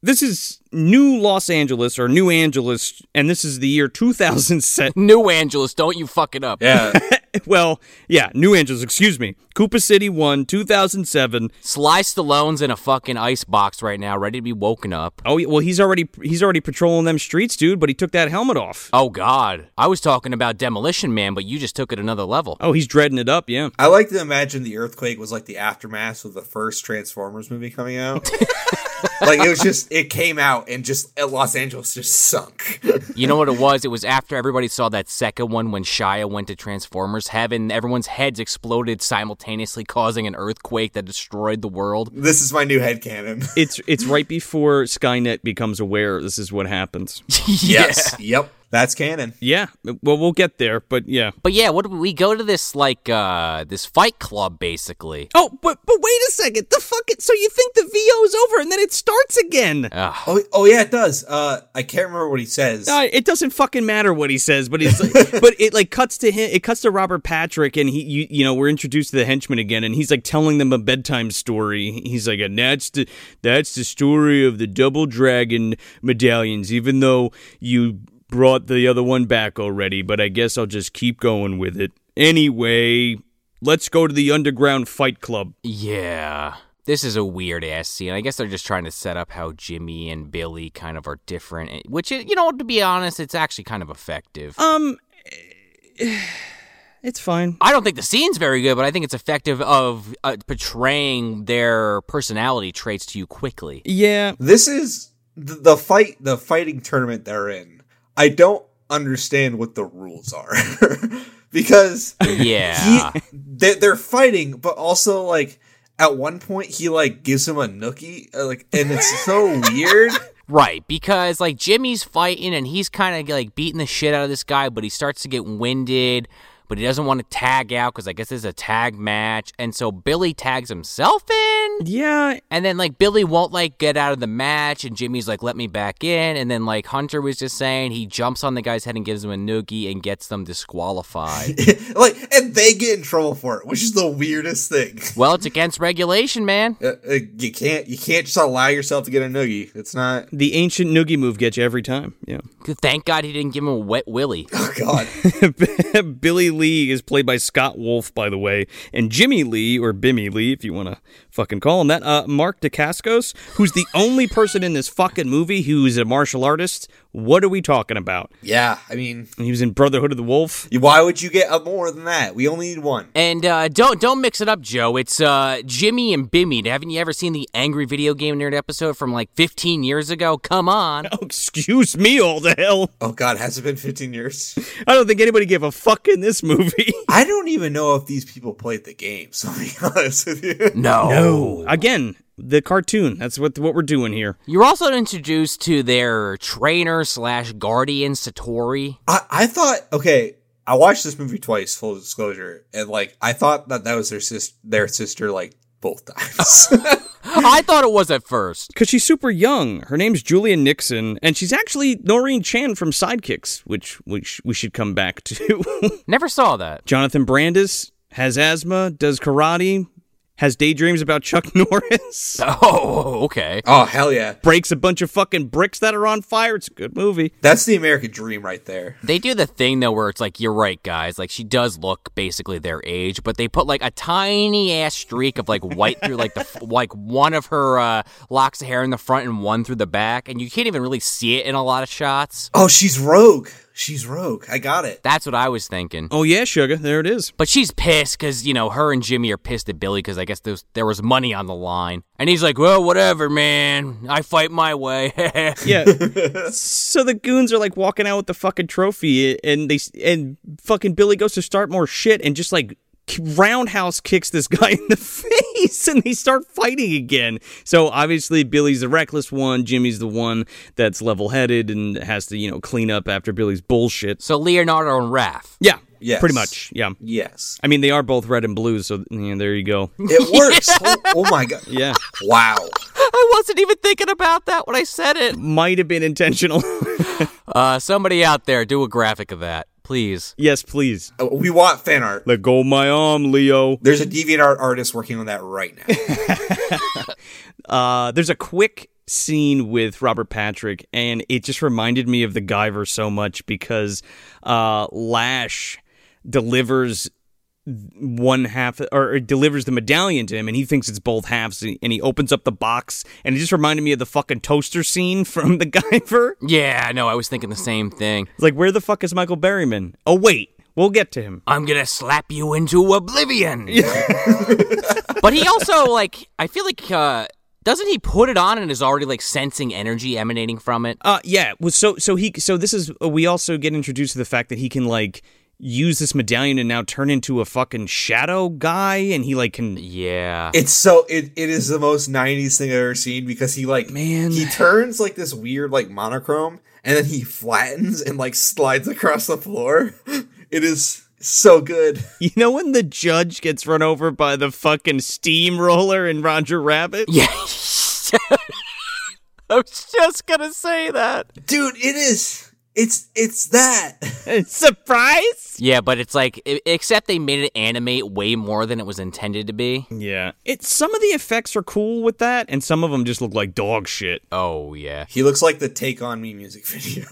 Speaker 1: this is New Los Angeles or New Angeles, and this is the year 2007.
Speaker 2: New Angeles, don't you fuck it up.
Speaker 3: Yeah.
Speaker 1: well, yeah, New Angeles, excuse me. Koopa City 1, 2007.
Speaker 2: Sly Stallone's in a fucking ice box right now, ready to be woken up.
Speaker 1: Oh, yeah, well, he's already he's already patrolling them streets, dude, but he took that helmet off.
Speaker 2: Oh God, I was talking about Demolition Man, but you just took it another level.
Speaker 1: Oh, he's dreading it up, yeah.
Speaker 3: I like to imagine the earthquake was like the aftermath of the first Transformers movie coming out. like it was just it came out and just uh, Los Angeles just sunk.
Speaker 2: You know what it was? It was after everybody saw that second one when Shia went to Transformers Heaven. Everyone's heads exploded simultaneously, causing an earthquake that destroyed the world.
Speaker 3: this is my new headcanon.
Speaker 1: It's it's right before Skynet becomes aware this is what happens.
Speaker 3: yes. Yep. That's canon.
Speaker 1: Yeah. Well, we'll get there, but yeah.
Speaker 2: But yeah, what we go to this like uh this fight club basically.
Speaker 1: Oh, but but wait a second. The fuck it. So you think the VO is over and then it starts again.
Speaker 3: Oh, oh yeah, it does. Uh I can't remember what he says.
Speaker 1: Uh, it doesn't fucking matter what he says, but he's like, but it like cuts to him. It cuts to Robert Patrick, and he you, you know we're introduced to the henchman again, and he's like telling them a bedtime story. He's like, and that's the that's the story of the double dragon medallions. Even though you brought the other one back already, but I guess I'll just keep going with it anyway. Let's go to the underground fight club.
Speaker 2: Yeah. This is a weird ass scene. I guess they're just trying to set up how Jimmy and Billy kind of are different, eh, which is, you know, to be honest, it's actually kind of effective.
Speaker 1: Um, it's fine.
Speaker 2: I don't think the scene's very good, but I think it's effective of uh, portraying their personality traits to you quickly.
Speaker 1: Yeah,
Speaker 3: This is the, the fight the fighting tournament they're in. I don't understand what the rules are. because
Speaker 2: Yeah.
Speaker 3: he, they, they're fighting, but also like at one point he like gives him a nookie, uh, like, and it's so weird.
Speaker 2: right, because like Jimmy's fighting and he's kind of like beating the shit out of this guy, but he starts to get winded, but he doesn't want to tag out because I guess this is a tag match. And so Billy tags himself in.
Speaker 1: yeah.
Speaker 2: And then like Billy won't like get out of the match, and Jimmy's like, "Let me back in." And then like Hunter was just saying, he jumps on the guy's head and gives him a noogie and gets them disqualified.
Speaker 3: like, and they get in trouble for it, which is the weirdest thing.
Speaker 2: well, it's against regulation, man.
Speaker 3: Uh, uh, you can't, you can't just allow yourself to get a noogie. It's not.
Speaker 1: The ancient noogie move gets you every time. Yeah.
Speaker 2: Thank God he didn't give him a wet willy.
Speaker 3: Oh God,
Speaker 1: Billy Lee is played by Scott Wolf, by the way, and Jimmy Lee or Bimmy Lee, if you want to fucking call him that. Uh, Mark DeCascos, who's the only person in this fucking movie who's a martial artist. What are we talking about?
Speaker 3: Yeah, I mean,
Speaker 1: He was in Brotherhood of the Wolf.
Speaker 3: why would you get a more than that? We only need one.
Speaker 2: And uh, don't don't mix it up, Joe. It's uh, Jimmy and Bimmy. Haven't you ever seen the Angry Video Game Nerd episode from like 15 years ago? Come on.
Speaker 1: Oh, excuse me, all the hell.
Speaker 3: Oh God, has it been 15 years?
Speaker 1: I don't think anybody gave a fuck in this movie.
Speaker 3: I don't even know if these people played the game. So I'll be honest with you.
Speaker 2: No.
Speaker 1: Again, the cartoon. That's what what we're doing here.
Speaker 2: You're also introduced to their trainer slash guardian Satori.
Speaker 3: I, I thought okay. I watched this movie twice, full disclosure, and like I thought that that was their sister, their sister, like both times.
Speaker 2: I thought it was at first.
Speaker 1: Because she's super young. Her name's Julian Nixon, and she's actually Noreen Chan from Sidekicks, which, which we should come back to.
Speaker 2: Never saw that.
Speaker 1: Jonathan Brandis has asthma, does karate, has daydreams about Chuck Norris,
Speaker 2: Oh, okay.
Speaker 3: oh hell yeah,
Speaker 1: breaks a bunch of fucking bricks that are on fire. It's a good movie.
Speaker 3: that's the American dream right there.
Speaker 2: They do the thing though where it's like, you're right, guys. Like she does look basically their age, but they put like a tiny ass streak of like white through like the f- like one of her uh, locks of hair in the front and one through the back, and you can't even really see it in a lot of shots.
Speaker 3: Oh, she's rogue. She's rogue. I got it.
Speaker 2: That's what I was thinking.
Speaker 1: Oh yeah, sugar. There it is.
Speaker 2: But she's pissed because you know her and Jimmy are pissed at Billy because I guess there was, there was money on the line, and he's like, "Well, whatever, man. I fight my way."
Speaker 1: Yeah. so the goons are like walking out with the fucking trophy, and they and fucking Billy goes to start more shit, and just like roundhouse kicks this guy in the face, and they start fighting again. So obviously Billy's the reckless one, Jimmy's the one that's level headed and has to you know clean up after Billy's bullshit.
Speaker 2: so Leonardo and Raph.
Speaker 1: Yeah.
Speaker 3: Yes.
Speaker 1: Pretty much. Yeah.
Speaker 3: Yes,
Speaker 1: I mean, they are both red and blue, so you know, there you go.
Speaker 3: it works. Oh, oh my god.
Speaker 1: Yeah.
Speaker 3: Wow.
Speaker 2: I wasn't even thinking about that when I said it.
Speaker 1: Might have been intentional.
Speaker 2: Uh, somebody out there, do a graphic of that, please.
Speaker 1: yes, please.
Speaker 3: Uh, We want fan art.
Speaker 1: Let go of my arm, Leo.
Speaker 3: There's a DeviantArt artist working on that right now.
Speaker 1: Uh, there's a quick scene with Robert Patrick, and it just reminded me of the Guyver so much because uh, Lash delivers one half or, or delivers the medallion to him and he thinks it's both halves and he opens up the box and it just reminded me of the fucking toaster scene from the Guyver
Speaker 2: Yeah, I know. I was thinking the same thing.
Speaker 1: It's like, where the fuck is Michael Berryman? Oh, wait, we'll get to him.
Speaker 2: I'm gonna slap you into oblivion. but he also like, I feel like. Uh, doesn't he put it on and is already like sensing energy emanating from it?
Speaker 1: Uh, yeah. Well, so so he so this is uh, we also get introduced to the fact that he can like use this medallion and now turn into a fucking shadow guy, and he like can
Speaker 2: Yeah.
Speaker 3: It's so it, it is the most '90s thing I've ever seen because he like
Speaker 1: Man.
Speaker 3: he turns like this weird like monochrome and then he flattens and like slides across the floor. It is so good.
Speaker 1: you know when the judge gets run over by the fucking steamroller and Roger Rabbit.
Speaker 2: Yeah. I was just gonna say that.
Speaker 3: Dude, it is it's it's that.
Speaker 1: Surprise.
Speaker 2: Yeah, but it's like, i- except they made it animate way more than it was intended to be.
Speaker 1: Yeah. It's some of the effects are cool with that, and some of them just look like dog shit.
Speaker 2: Oh yeah.
Speaker 3: He looks like the Take On Me music video.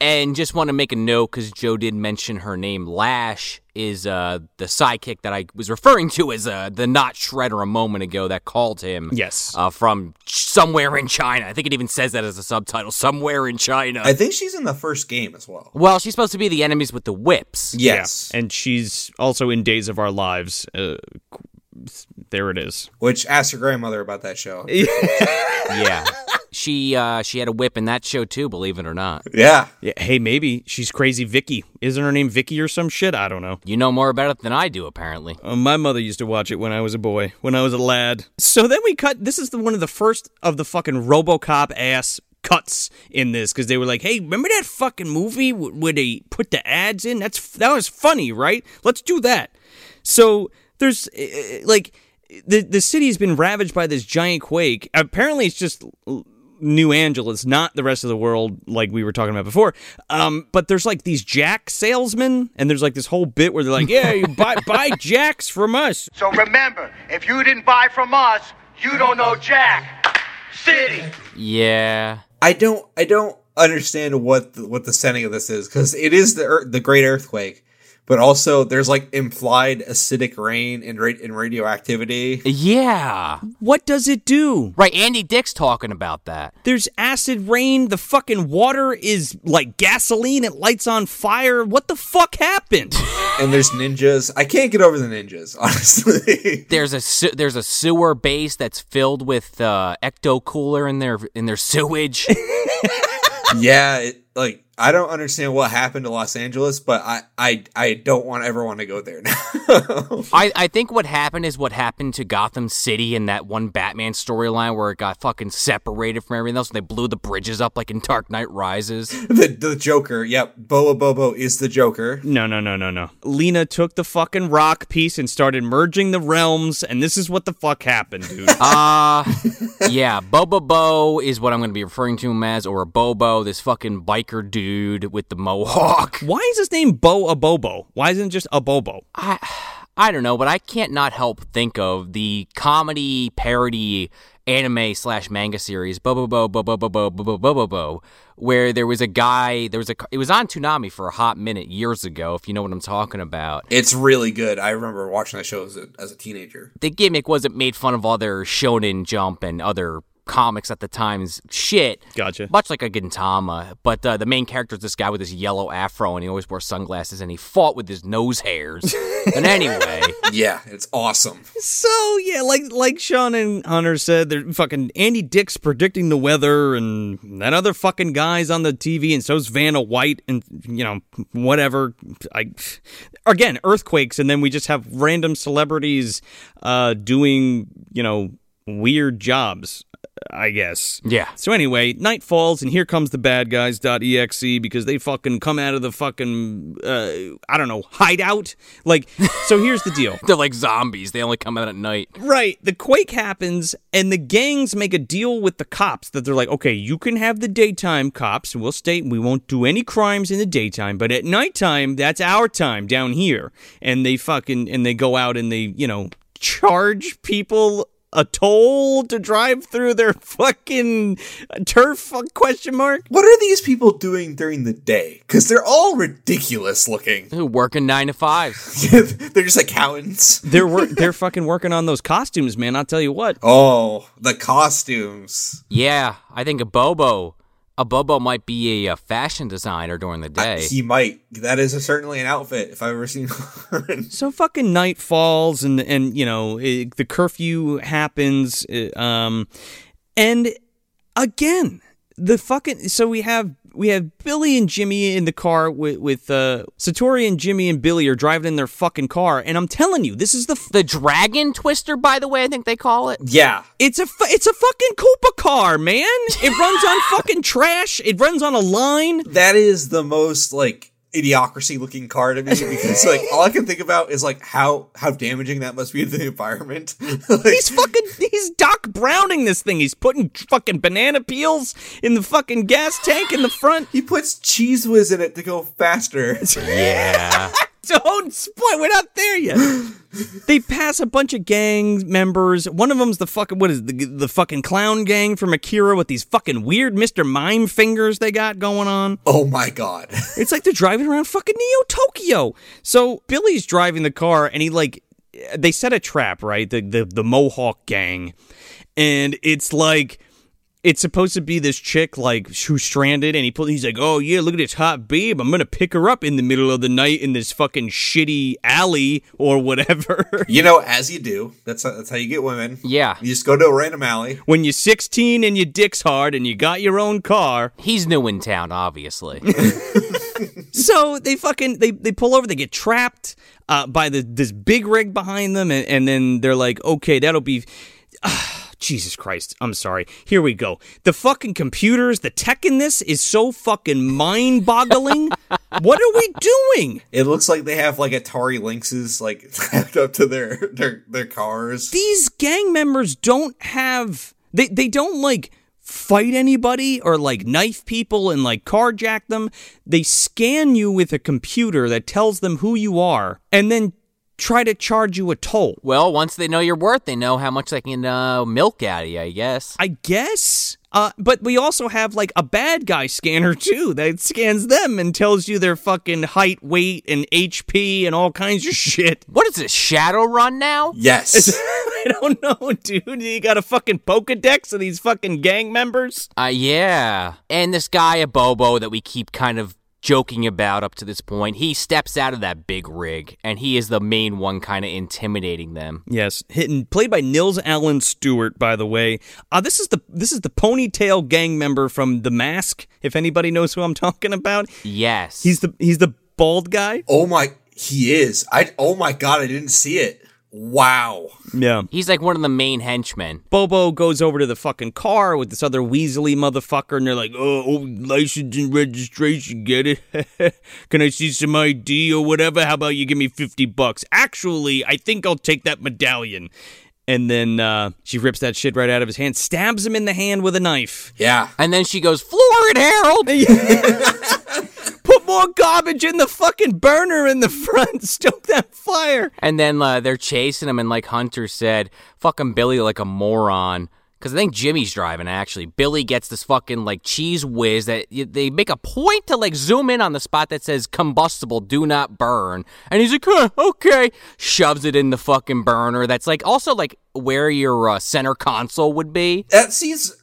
Speaker 2: And just want to make a note because Joe did mention her name. Lash is uh the sidekick that I was referring to as uh the not shredder a moment ago that called him.
Speaker 1: Yes.
Speaker 2: Uh, from ch- somewhere in China. I think it even says that as a subtitle. Somewhere in China.
Speaker 3: I think she's in the first game as well.
Speaker 2: well, she's supposed to be the enemies with the whips.
Speaker 3: Yes.
Speaker 1: Yeah. And she's also in Days of Our Lives. Uh, there it is.
Speaker 3: Which ask your grandmother about that show.
Speaker 2: Yeah. she uh she had a whip in that show too, believe it or not.
Speaker 3: Yeah.
Speaker 1: Yeah, hey, maybe she's crazy Vicky. Isn't her name Vicky or some shit? I don't know.
Speaker 2: You know more about it than I do, apparently.
Speaker 1: Uh, my mother used to watch it when I was a boy, when I was a lad. So then we cut. This is the, one of the first of the fucking RoboCop ass cuts in this because they were like, "Hey, remember that fucking movie w- where they put the ads in? That's f- that was funny, right? Let's do that." So there's uh, uh, like the the city has been ravaged by this giant quake. Apparently, it's just New Angeles, not the rest of the world, like we were talking about before. Um, but there's like these Jack salesmen, and there's like this whole bit where they're like, "Yeah, you buy buy Jacks from us."
Speaker 5: So remember, if you didn't buy from us, you don't know Jack. City.
Speaker 2: Yeah.
Speaker 3: I don't I don't understand what the, what the setting of this is because it is the ear the great earthquake, but also there's like implied acidic rain and, ra- and radioactivity.
Speaker 2: Yeah.
Speaker 1: What does it do?
Speaker 2: Right. Andy Dick's talking about that.
Speaker 1: There's acid rain. The fucking water is like gasoline. It lights on fire. What the fuck happened?
Speaker 3: And there's ninjas. I can't get over the ninjas, honestly.
Speaker 2: There's a se- there's a sewer base that's filled with uh, ecto cooler in their in their sewage.
Speaker 3: yeah, it, like I don't understand what happened to Los Angeles, but I I, I don't want ever want to go there now.
Speaker 2: I, I think what happened is what happened to Gotham City in that one Batman storyline where it got fucking separated from everything else and they blew the bridges up like in Dark Knight Rises.
Speaker 3: the the Joker, yep, Boa Bobo is the Joker.
Speaker 1: No, no, no, no, no. Lena took the fucking rock piece and started merging the realms, and this is what the fuck happened, dude.
Speaker 2: Uh yeah, Boba Bo is what I'm gonna be referring to him as, or Bobo, this fucking biker dude with the mohawk.
Speaker 1: Why is his name Bo a Bobo? Why isn't it just a Bobo?
Speaker 2: I I don't know, but I can't not help think of the comedy parody anime slash manga series Bo Bo Bo Bo Bo Bo Bo Bo Bo Bo Bo Bo, where there was a guy. There was a. It was on Toonami for a hot minute years ago, if you know what I'm talking about.
Speaker 3: It's really good. I remember watching that show as a, as a teenager.
Speaker 2: The gimmick was it made fun of other Shonen Jump and other comics at the time's shit.
Speaker 1: Gotcha.
Speaker 2: Much like a Gintama, but uh, the main character is this guy with this yellow afro, and he always wore sunglasses, and he fought with his nose hairs. and anyway.
Speaker 3: Yeah, it's awesome.
Speaker 1: So yeah, like like Sean and Hunter said, they're fucking Andy Dick's predicting the weather, and that other fucking guy's on the TV, and so's Vanna White, and you know whatever. I again earthquakes, and then we just have random celebrities uh, doing you know weird jobs. I guess.
Speaker 2: Yeah.
Speaker 1: So anyway, night falls, and here comes the bad guys. Exe because they fucking come out of the fucking uh, I don't know hideout. Like, so here's the deal.
Speaker 2: They're like zombies. They only come out at night.
Speaker 1: Right. The quake happens, and the gangs make a deal with the cops that they're like, okay, you can have the daytime cops, and we'll stay, we won't do any crimes in the daytime, but at nighttime, that's our time down here. And they fucking, and they go out and they, you know, charge people a toll to drive through their fucking turf uh, question mark
Speaker 3: What are these people doing during the day? Because they're all ridiculous looking.
Speaker 2: They're working nine to fives.
Speaker 3: they're just accountants.
Speaker 1: they're wor- they're fucking working on those costumes man i'll tell you what
Speaker 3: Oh, the costumes.
Speaker 2: Yeah, I think a Bobo, a Bobo might be a, uh fashion designer during the day.
Speaker 3: He might. That is certainly an outfit if I've ever seen one.
Speaker 1: So fucking night falls and and you know it, the curfew happens uh, um and again the fucking so we have we have Billy and Jimmy in the car with with uh Satori and Jimmy and Billy are driving in their fucking car and I'm telling you this is the f-
Speaker 2: the Dragon Twister, by the way, I think they call it.
Speaker 3: yeah.
Speaker 1: it's a fu- it's a fucking Koopa car man it runs on fucking trash it runs on a line
Speaker 3: That is the most like idiocracy looking car to me because like all I can think about is like how how damaging that must be to the environment. Like,
Speaker 1: He's fucking he's Doc Browning this thing. He's putting fucking banana peels in the fucking gas tank in the front.
Speaker 3: he puts cheese whiz in it to go faster.
Speaker 2: Yeah.
Speaker 1: Don't spoil. We're not there yet. they pass a bunch of gang members. One of them's the fucking what is it, the the fucking clown gang from Akira with these fucking weird Mr. Mime fingers they got going on.
Speaker 3: oh my god.
Speaker 1: It's like they're driving around fucking Neo Tokyo. So Billy's driving the car and he like they set a trap, right? The the the Mohawk gang. And it's like it's supposed to be this chick like who's stranded and he pull, he's like, "Oh yeah, look at this hot babe. I'm going to pick her up in the middle of the night in this fucking shitty alley or whatever."
Speaker 3: You know, as you do, that's that's how you get women.
Speaker 2: Yeah.
Speaker 3: You just go to a random alley.
Speaker 1: when you're 16 and your dick's hard and you got your own car,
Speaker 2: He's new in town, obviously.
Speaker 1: So they fucking they, they pull over. They get trapped uh, by the this big rig behind them, and, and then they're like, okay, that'll be. Jesus Christ, I'm sorry. Here we go. The fucking computers, the tech in this is so fucking mind boggling. what are we doing?
Speaker 3: It looks like they have like Atari Lynxes like tapped up to their their their cars.
Speaker 1: These gang members don't have they they don't like fight anybody or like knife people and like carjack them. They scan you with a computer that tells them who you are and then try to charge you a toll.
Speaker 2: well, once they know your worth, they know how much they can uh, milk out of you, I guess.
Speaker 1: I guess. Uh, but we also have like a bad guy scanner too that scans them and tells you their fucking height, weight, and HP and all kinds of shit.
Speaker 2: What is this, Shadow Run now?
Speaker 3: Yes.
Speaker 1: I don't know, dude. You got a fucking Pokedex of these fucking gang members?
Speaker 2: Uh, yeah. And this guy, a Bobo, that we keep kind of joking about up to this point, he steps out of that big rig, and he is the main one kind of intimidating them.
Speaker 1: Yes, hitting played by Nils Allen Stewart, by the way. Uh, this is the this is the ponytail gang member from The Mask. If anybody knows who I'm talking about,
Speaker 2: Yes.
Speaker 1: he's the he's the bald guy.
Speaker 3: oh my, he is. I. Oh my god, I didn't see it. Wow.
Speaker 1: Yeah.
Speaker 2: He's like one of the main henchmen.
Speaker 1: Bobo goes over to the fucking car with this other Weasley motherfucker, and they're like, "Oh, oh, license and registration, get it? Can I see some ID or whatever? How about you give me fifty bucks? Actually, I think I'll take that medallion." And then uh, she rips that shit right out of his hand, stabs him in the hand with a knife.
Speaker 3: Yeah.
Speaker 2: And then she goes, Florid Harold!
Speaker 1: Put more garbage in the fucking burner in the front. Stoke that fire.
Speaker 2: And then uh, they're chasing him, and like Hunter said, fucking Billy like a moron. Because I think Jimmy's driving, actually. Billy gets this fucking like cheese whiz that y- they make a point to like zoom in on the spot that says combustible, do not burn. And he's like, huh, okay. Shoves it in the fucking burner. That's like also like where your uh, center console would be.
Speaker 3: That seems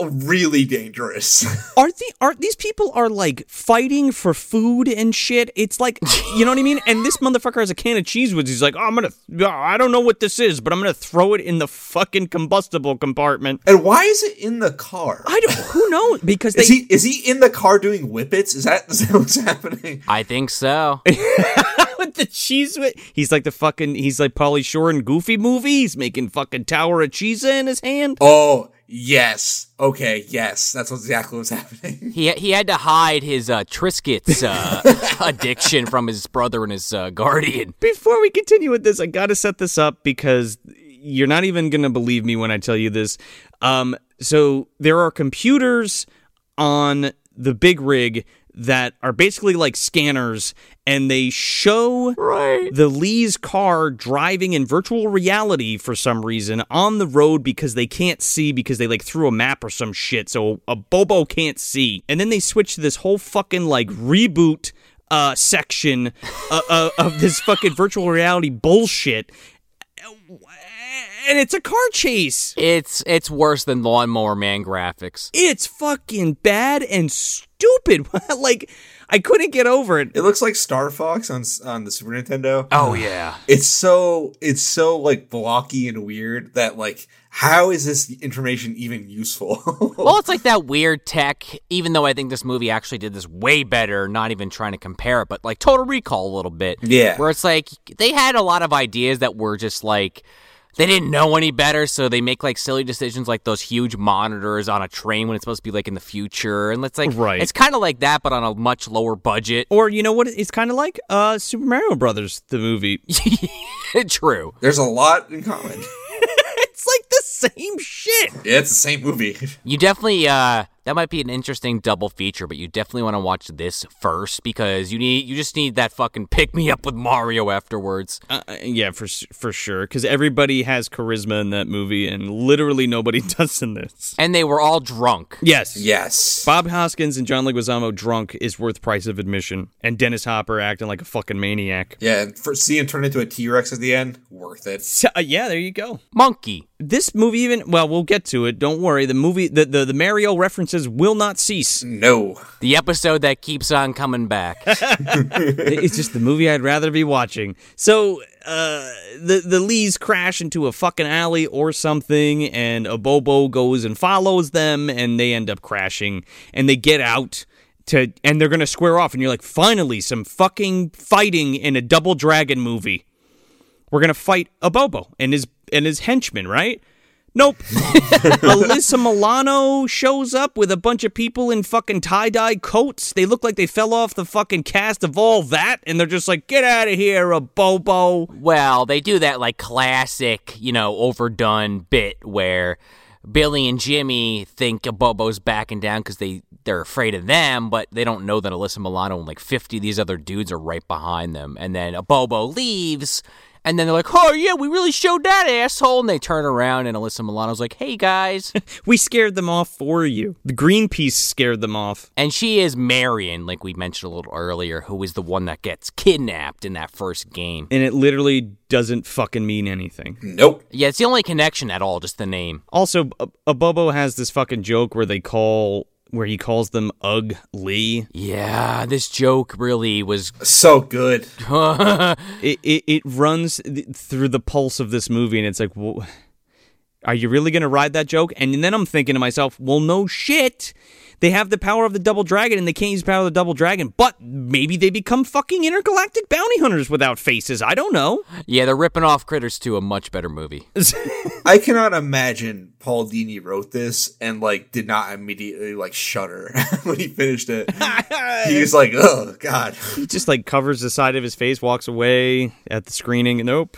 Speaker 3: really dangerous.
Speaker 1: Aren't the aren't these people are like fighting for food and shit? It's like you know what I mean. And this motherfucker has a can of cheese whiz. He's like, oh, I'm gonna, th- I don't know what this is, but I'm gonna throw it in the fucking combustible compartment.
Speaker 3: and why is it in the car?
Speaker 1: I don't. Who knows? Because they.
Speaker 3: Is he is he in the car doing whippets? Is that, is that what's happening?
Speaker 2: I think so.
Speaker 1: with the cheese whiz. He's like the fucking. He's like Polly Shore in Goofy movie. He's making fucking Tower of Cheese in his hand.
Speaker 3: Oh yes. Okay. Yes. That's what's exactly what's happening.
Speaker 2: He, he had to hide his uh, Triscuits uh, addiction from his brother and his uh, guardian.
Speaker 1: before we continue with this, I gotta set this up because you're not even gonna believe me when I tell you this. Um, so there are computers on the big rig that are basically like scanners, and they show the Lee's car driving in virtual reality for some reason on the road because they can't see because they like threw a map or some shit, so a Bobo can't see. And then they switch to this whole fucking like reboot uh, section uh, uh, of this fucking virtual reality bullshit, and it's a car chase.
Speaker 2: It's it's worse than Lawnmower Man graphics.
Speaker 1: It's fucking bad and stupid. like I couldn't get over it.
Speaker 3: It looks like Star Fox on s- on the Super Nintendo.
Speaker 2: Oh yeah.
Speaker 3: It's so it's so like blocky and weird that like how is this information even useful?
Speaker 2: Well, it's like that weird tech. Even though I think this movie actually did this way better, not even trying to compare it, but like Total Recall a little bit.
Speaker 3: Yeah.
Speaker 2: Where it's like they had a lot of ideas that were just like they didn't know any better, so they make like silly decisions, like those huge monitors on a train when it's supposed to be like in the future, and it's like
Speaker 1: Right.
Speaker 2: it's kind of like that, but on a much lower budget.
Speaker 1: Or you know what? It's kind of like uh, Super Mario Brothers, the movie.
Speaker 2: True.
Speaker 3: There's a lot in common.
Speaker 1: it's like the same shit.
Speaker 3: Yeah, it's the same movie.
Speaker 2: You definitely uh that might be an interesting double feature, but you definitely want to watch this first because you need you just need that fucking pick me up with Mario afterwards.
Speaker 1: Uh, yeah, for s- for sure. Because everybody has charisma in that movie, and literally nobody does in this.
Speaker 2: And they were all drunk.
Speaker 1: Yes.
Speaker 3: Yes.
Speaker 1: Bob Hoskins and John Leguizamo drunk is worth price of admission, and Dennis Hopper acting like a fucking maniac.
Speaker 3: Yeah, and for seeing him turn into a T Rex at the end, worth it.
Speaker 1: So, uh, yeah, there you go.
Speaker 2: Monkey.
Speaker 1: This movie, even well, we'll get to it. Don't worry. The movie, the the, the Mario references will not cease.
Speaker 3: No.
Speaker 2: The episode that keeps on coming back.
Speaker 1: it's just the movie I'd rather be watching. So uh, the the Lees crash into a fucking alley or something, and a Bobo goes and follows them, and they end up crashing, and they get out. To, and they're gonna square off, and you're like, finally, some fucking fighting in a double dragon movie. We're gonna fight a Bobo and his and his henchmen, right? Nope. Alyssa Milano shows up with a bunch of people in fucking tie dye coats. They look like they fell off the fucking cast of all that, and they're just like, get out of here, a Bobo.
Speaker 2: well, they do that like classic, you know, overdone bit where Billy and Jimmy think Bobo's backing down because they they're afraid of them, but they don't know that Alyssa Milano and like fifty of these other dudes are right behind them. And then Bobo leaves, And then they're like, oh, yeah, we really showed that asshole. And they turn around, and Alyssa Milano's like, hey, guys.
Speaker 1: We scared them off for you. The Greenpeace scared them off.
Speaker 2: and she is Marion, like we mentioned a little earlier, who is the one that gets kidnapped in that first game.
Speaker 1: And it literally doesn't fucking mean anything.
Speaker 3: Nope.
Speaker 2: Yeah, it's the only connection at all, just the name.
Speaker 1: Also, Abobo has this fucking joke where they call where he calls them Ug Lee.
Speaker 2: Yeah, this joke really was.
Speaker 3: So good.
Speaker 1: It, it it runs th- through the pulse of this movie, and it's like, well, are you really gonna ride that joke? And then I'm thinking to myself, well, no shit. They have the power of the double dragon, and they can't use the power of the double dragon. But maybe they become fucking intergalactic bounty hunters without faces. I don't know.
Speaker 2: Yeah, they're ripping off Critters 2, a much better movie.
Speaker 3: I cannot imagine Paul Dini wrote this and like did not immediately like shudder when he finished it. he was like, "Oh God,
Speaker 1: He just like covers the side of his face, walks away at the screening. Nope,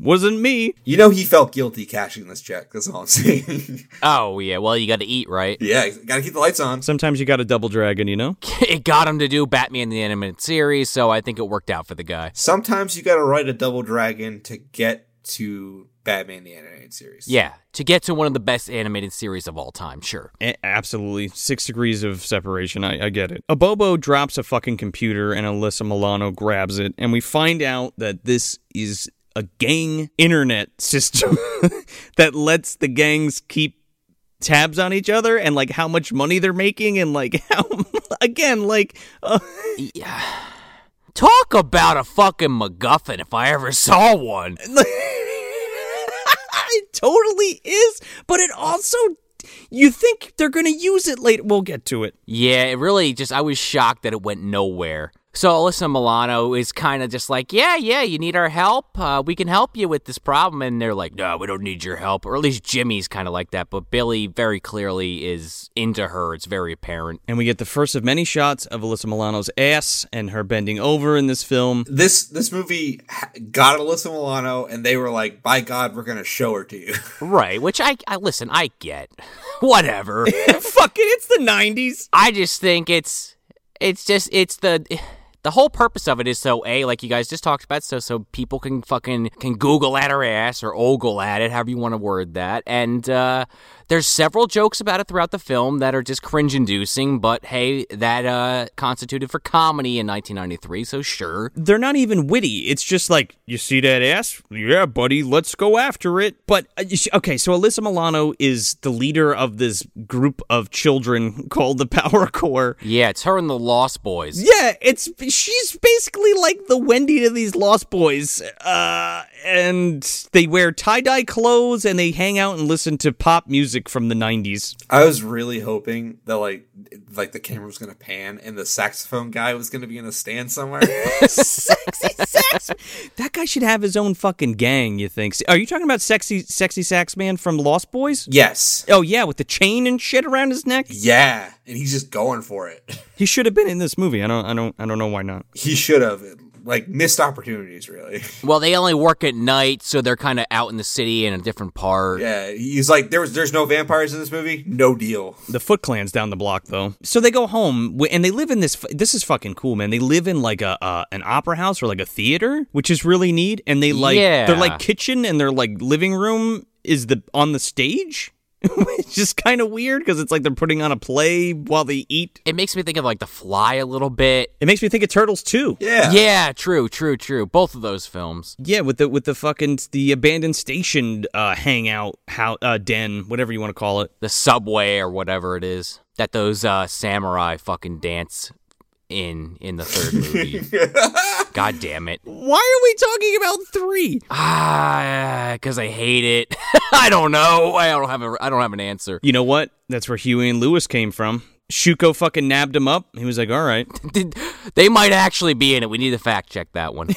Speaker 1: wasn't me.
Speaker 3: you know he felt guilty cashing this check." That's all I'm saying.
Speaker 2: Oh, yeah, well, you got to eat, right?
Speaker 3: yeah, gotta keep the lights on.
Speaker 1: Sometimes you got a double dragon, you know.
Speaker 2: It got him to do Batman the Animated Series, so I think it worked out for the guy.
Speaker 3: Sometimes you gotta write a double dragon to get to Batman the Animated Series.
Speaker 2: Yeah, to get to one of the best animated series of all time, sure.
Speaker 1: A- absolutely. Six degrees of separation. I, I get it. A Bobo drops a fucking computer and Alyssa Milano grabs it, and we find out that this is a gang internet system that lets the gangs keep tabs on each other and like how much money they're making and like how again like uh,
Speaker 2: Talk about a fucking MacGuffin if I ever saw one.
Speaker 1: it totally is but it also you think they're gonna use it later we'll get to it
Speaker 2: Yeah, it really just, I was shocked that it went nowhere. So Alyssa Milano is kind of just like, yeah, yeah, you need our help. Uh, we can help you with this problem. And they're like, no, we don't need your help. Or at least Jimmy's kind of like that. But Billy very clearly is into her. It's very apparent.
Speaker 1: and we get the first of many shots of Alyssa Milano's ass and her bending over in this film.
Speaker 3: This this movie ha- got Alyssa Milano, and they were like, "By God, we're gonna show her to you."
Speaker 2: Right, which I, I listen, I get. Whatever.
Speaker 1: Fuck it, it's the 90s.
Speaker 2: I just think it's it's just it's the the whole purpose of it is so a like you guys just talked about so so people can fucking can Google at her ass or ogle at it however you want to word that and uh, there's several jokes about it throughout the film that are just cringe inducing but hey that uh, constituted for comedy in 1993 so sure
Speaker 1: They're not even witty. It's just like, you see that ass? Yeah, buddy, let's go after it. But, uh, you sh- okay, so Alyssa Milano is the leader of this group of children called the Power Corps.
Speaker 2: yeah it's her and the Lost Boys
Speaker 1: Yeah, it's she's basically like the Wendy to these Lost Boys, uh, and they wear tie dye clothes and they hang out and listen to pop music from the '90s.
Speaker 3: I was really hoping that like like the camera was gonna pan and the saxophone guy was gonna be in a stand somewhere.
Speaker 1: sexy sax. That guy should have his own fucking gang. You think? Are you talking about sexy, sexy sax man from Lost Boys?
Speaker 3: yes.
Speaker 1: Oh yeah, with the chain and shit around his neck.
Speaker 3: Yeah, and he's just going for it.
Speaker 1: He should have been in this movie. I don't, I don't, I don't know why not.
Speaker 3: He should have like missed opportunities really.
Speaker 2: well they only work at night so they're kind of out in the city in a different part
Speaker 3: Yeah, he's like there was there's no vampires in this movie. No deal.
Speaker 1: The Foot Clan's down the block though. So they go home wi- and they live in this. f- This is fucking cool, man. They live in like a uh, an opera house or like a theater, which is really neat. And they like
Speaker 2: Yeah.
Speaker 1: they're like kitchen and their like living room is the on the stage. Which is kind of weird because it's like they're putting on a play while they eat.
Speaker 2: it makes me think of like The Fly a little bit
Speaker 1: It makes me think of Turtles too.
Speaker 3: Yeah.
Speaker 2: Yeah, true, true, true. Both of those films.
Speaker 1: Yeah, with the with the fucking the abandoned station uh, hangout how uh, den, whatever you want to call it.
Speaker 2: The subway or whatever it is that those uh, samurai fucking dance in in the third movie. God damn it.
Speaker 1: Why are we talking about three?
Speaker 2: Ah, cuz I hate it. I don't know. I don't have a I don't have an answer.
Speaker 1: You know what? That's where Huey and Lewis came from. Shuko fucking nabbed him up. He was like, "All right,
Speaker 2: Did- they might actually be in it. We need to fact check that one.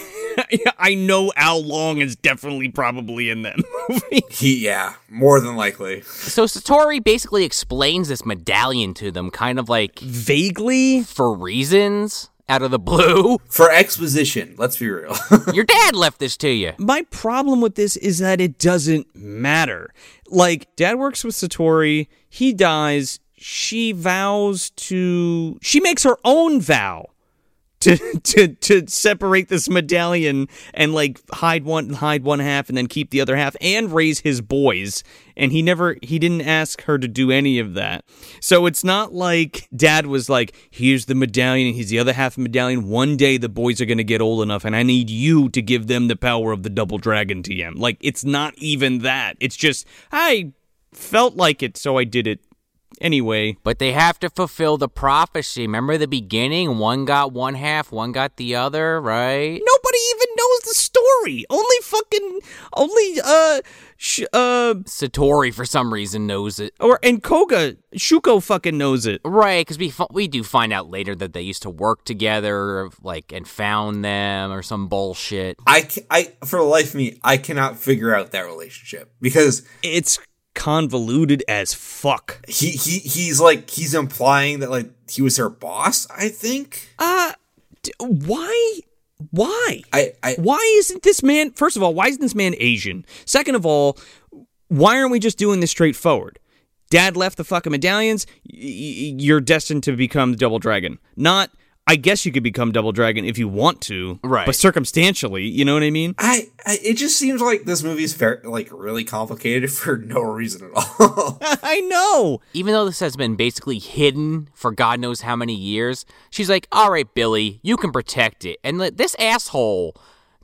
Speaker 1: I know Al Long is definitely probably in that movie."
Speaker 3: He yeah, more than likely.
Speaker 2: so Satori basically explains this medallion to them kind of like
Speaker 1: Vaguely,
Speaker 2: for reasons out of the blue.
Speaker 3: For exposition, let's be real.
Speaker 2: Your dad left this to you.
Speaker 1: my problem with this is that it doesn't matter. Like, dad works with Satori, he dies, she vows to. She makes her own vow to, to to separate this medallion and like hide one hide one half and then keep the other half and raise his boys and he never he didn't ask her to do any of that so it's not like dad was like here's the medallion here's the other half of the medallion one day the boys are going to get old enough and i need you to give them the power of the double dragon tm like it's not even that it's just i felt like it so i did it anyway
Speaker 2: But they have to fulfill the prophecy. Remember the beginning? One got one half, one got the other, right?
Speaker 1: nobody even knows the story. Only fucking only uh sh- uh
Speaker 2: Satori, for some reason, knows it.
Speaker 1: or and Koga Shuko fucking knows it.
Speaker 2: Right, because we fi- we do find out later that they used to work together, like and found them or some bullshit.
Speaker 3: I, ca- I, for the life of me, I cannot figure out that relationship because
Speaker 1: It's convoluted as fuck.
Speaker 3: he, he, he's like, he's implying that like he was her boss, I think.
Speaker 1: D- why? Why?
Speaker 3: I, I,
Speaker 1: why isn't this man? First of all, why isn't this man Asian? Second of all, why aren't we just doing this straightforward? Dad left the fucking medallions. Y- y- you're destined to become Double Dragon. Not. I guess you could become Double Dragon if you want to,
Speaker 2: Right.
Speaker 1: But circumstantially, you know what I mean.
Speaker 3: I, I, it just seems like this movie's very, like really complicated for no reason at all.
Speaker 1: I know.
Speaker 2: Even though this has been basically hidden for God knows how many years, she's like, "All right, Billy, you can protect it." And like, this asshole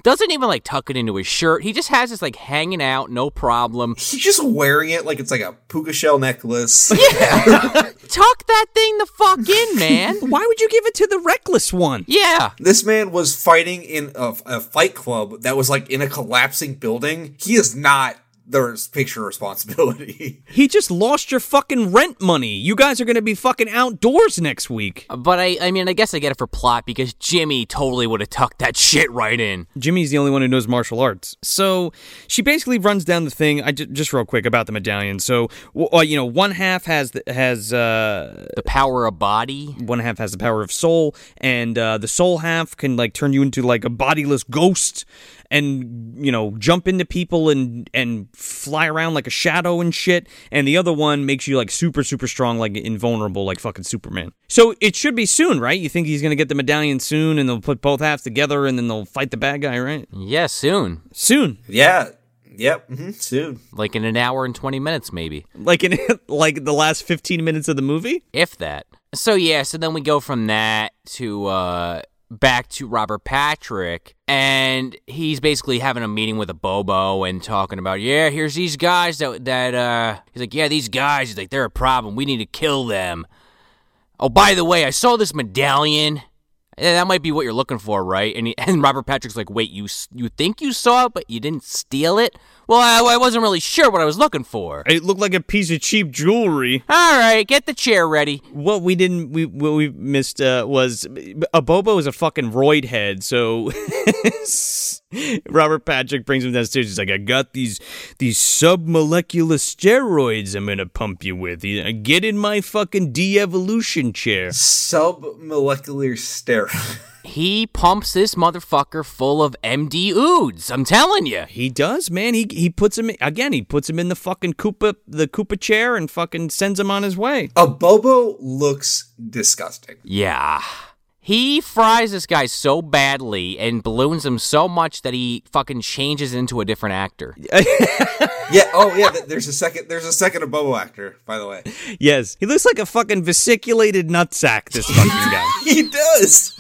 Speaker 2: doesn't even like tuck it into his shirt. He just has this like hanging out, no problem.
Speaker 3: he's just wearing it like it's like a puka shell necklace.
Speaker 2: Tuck that thing the fuck in, man.
Speaker 1: Why would you give it to the reckless one?
Speaker 2: yeah.
Speaker 3: This man was fighting in a, a fight club that was like in a collapsing building. He is not their picture responsibility.
Speaker 1: He just lost your fucking rent money. You guys are going to be fucking outdoors next week.
Speaker 2: But I, I mean, I guess I get it for plot because Jimmy totally would have tucked that shit right in.
Speaker 1: Jimmy's the only one who knows martial arts. So she basically runs down the thing. I ju- just real quick about the medallion. So w- uh, you know, one half has the, has uh,
Speaker 2: The power of body.
Speaker 1: one half has the power of soul, and uh, the soul half can like turn you into like a bodiless ghost, and you know jump into people and and fly around like a shadow and shit. And the other one makes you like super super strong, like invulnerable, like fucking Superman. So it should be soon, right? You think he's gonna get the medallion soon, and they'll put both halves together, and then they'll fight the bad guy, right?
Speaker 2: Yeah, soon.
Speaker 1: Soon,
Speaker 3: yeah. Yep. hmm soon.
Speaker 2: Like in an hour and 20 minutes, maybe,
Speaker 1: like in like the last fifteen minutes of the movie.
Speaker 2: if that. So, yeah, so then we go from that to uh, back to Robert Patrick. And he's basically having a meeting with a Bobo and talking about, yeah, here's these guys that, that uh, he's like, yeah, these guys, he's like, they're a problem. We need to kill them. Oh, by the way, I saw this medallion. Yeah, that might be what you're looking for, right? And he, and Robert Patrick's like, wait, you s- you think you saw it, but you didn't steal it? Well, I, I wasn't really sure what I was looking for.
Speaker 1: It looked like a piece of cheap jewelry.
Speaker 2: All right, get the chair ready.
Speaker 1: What we didn't, we what we missed uh, was a Bobo is a fucking roid head. So Robert Patrick brings him downstairs. He's like, "I got these these submolecular steroids. I'm gonna pump you with. He- Get in my fucking de-evolution chair."
Speaker 3: Submolecular steroid.
Speaker 2: He pumps this motherfucker full of MD oods. I'm telling you.
Speaker 1: He does, man. He he puts him again. He puts him in the fucking Koopa the Koopa chair and fucking sends him on his way.
Speaker 3: a Bobo looks disgusting.
Speaker 2: Yeah. He fries this guy so badly and balloons him so much that he fucking changes into a different actor.
Speaker 3: Yeah. Oh, yeah. th- There's a second. There's a second of Bobo actor, by the way.
Speaker 1: Yes, he looks like a fucking vesiculated nutsack. This fucking guy.
Speaker 3: He does.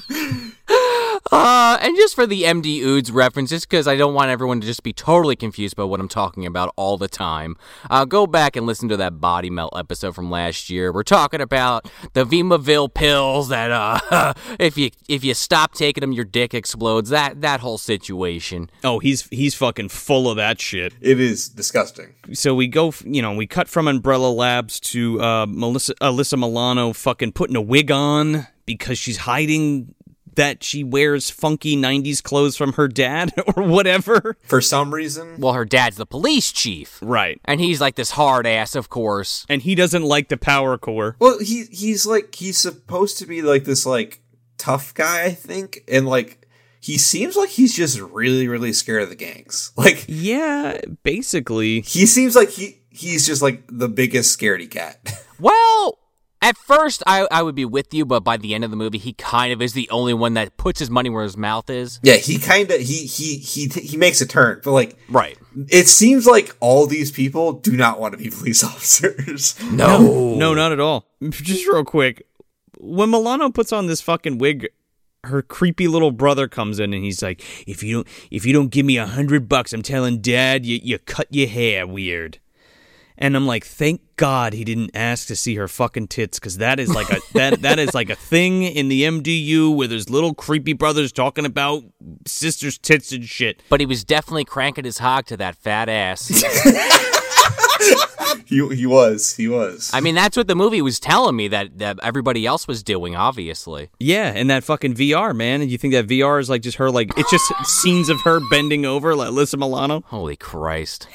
Speaker 2: Uh, and just for the MD Oods reference, just because I don't want everyone to just be totally confused by what I'm talking about all the time, uh, go back and listen to that body melt episode from last year. We're talking about the Vimaville pills that uh, if you if you stop taking them, your dick explodes. That that whole situation.
Speaker 1: Oh, he's he's fucking full of that shit.
Speaker 3: It is disgusting.
Speaker 1: So we go, f- you know, we cut from Umbrella Labs to uh, Melissa Alyssa Milano fucking putting a wig on because she's hiding that she wears funky '90s clothes from her dad or whatever.
Speaker 3: For some reason,
Speaker 2: Well, her dad's the police chief,
Speaker 1: Right.
Speaker 2: and he's like this hard ass, of course.
Speaker 1: And he doesn't like the power core.
Speaker 3: well, he he's like he's supposed to be like this like tough guy, I think, and like he seems like he's just really really scared of the gangs. Like
Speaker 1: Yeah, basically.
Speaker 3: he seems like he he's just like the biggest scaredy cat.
Speaker 2: Well, At first, I, I would be with you, but by the end of the movie, he kind of is the only one that puts his money where his mouth is.
Speaker 3: Yeah, he kind of he he he he makes a turn, but like
Speaker 2: Right.
Speaker 3: it seems like all these people do not want to be police officers.
Speaker 2: No.
Speaker 1: No, not at all. Just real quick, when Milano puts on this fucking wig, her creepy little brother comes in and he's like, "If you don't, if you don't give me a hundred bucks, I'm telling Dad you you cut your hair weird." And I'm like, thank God he didn't ask to see her fucking tits, because that is like a that that is like a thing in the MDU where there's little creepy brothers talking about sisters' tits and shit.
Speaker 2: But he was definitely cranking his hog to that fat ass.
Speaker 3: He he was he was.
Speaker 2: I mean, that's what the movie was telling me that, that everybody else was doing, obviously.
Speaker 1: Yeah, and that fucking VR, man. And you think that VR is like just her like it's just scenes of her bending over like Alyssa Milano?
Speaker 2: Holy Christ.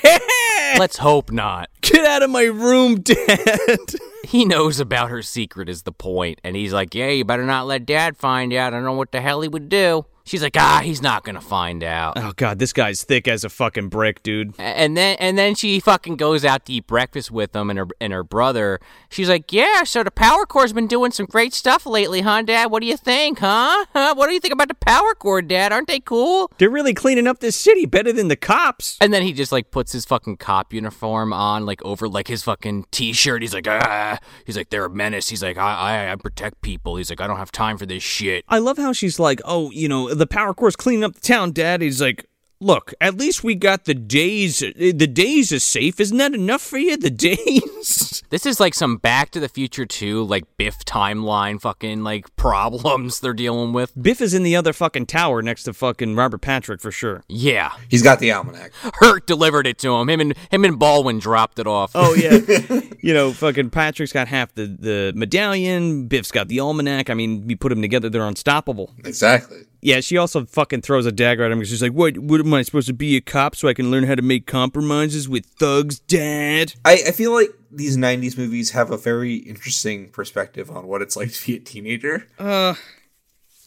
Speaker 2: Let's hope not.
Speaker 1: Get out of my room, Dad.
Speaker 2: He knows about her secret, is the point, And he's like, Yeah, you better not let dad find out. I don't know what the hell he would do. She's like, Ah, he's not going to find out.
Speaker 1: oh god, this guy's thick as a fucking brick, dude.
Speaker 2: And then and then she fucking goes out to eat breakfast with him and her and her brother. She's like, "Yeah, so the Power Core's been doing some great stuff lately, huh, Dad? What do you think, huh? huh? What do you think about the Power Core, Dad? Aren't they cool?"
Speaker 1: They're really cleaning up this city better than the cops.
Speaker 2: And then he just like puts his fucking cop uniform on, like over like his fucking t-shirt. He's like, ah. He's like, they're a menace. He's like, I, I, I protect people. He's like, I don't have time for this shit.
Speaker 1: I love how she's like, "Oh, you know, the power core's cleaning up the town, Dad." He's like, "Look, at least we got the days. The days is safe. Isn't that enough for you? The days."
Speaker 2: This is like some Back to the Future 2, like Biff timeline fucking like problems they're dealing with.
Speaker 1: Biff is in the other fucking tower next to fucking Robert Patrick for sure.
Speaker 2: Yeah,
Speaker 3: He's got the almanac.
Speaker 2: Hurt delivered it to him. Him and him and Baldwin dropped it off.
Speaker 1: Oh yeah, you know, fucking Patrick's got half the the medallion. Biff's got the almanac. I mean, you put them together, they're unstoppable.
Speaker 3: Exactly.
Speaker 1: Yeah, she also fucking throws a dagger at him because she's like, "What? What am I supposed to be a cop so I can learn how to make compromises with thugs, Dad?"
Speaker 3: I, I feel like these 90s movies have a very interesting perspective on what it's like to be a teenager.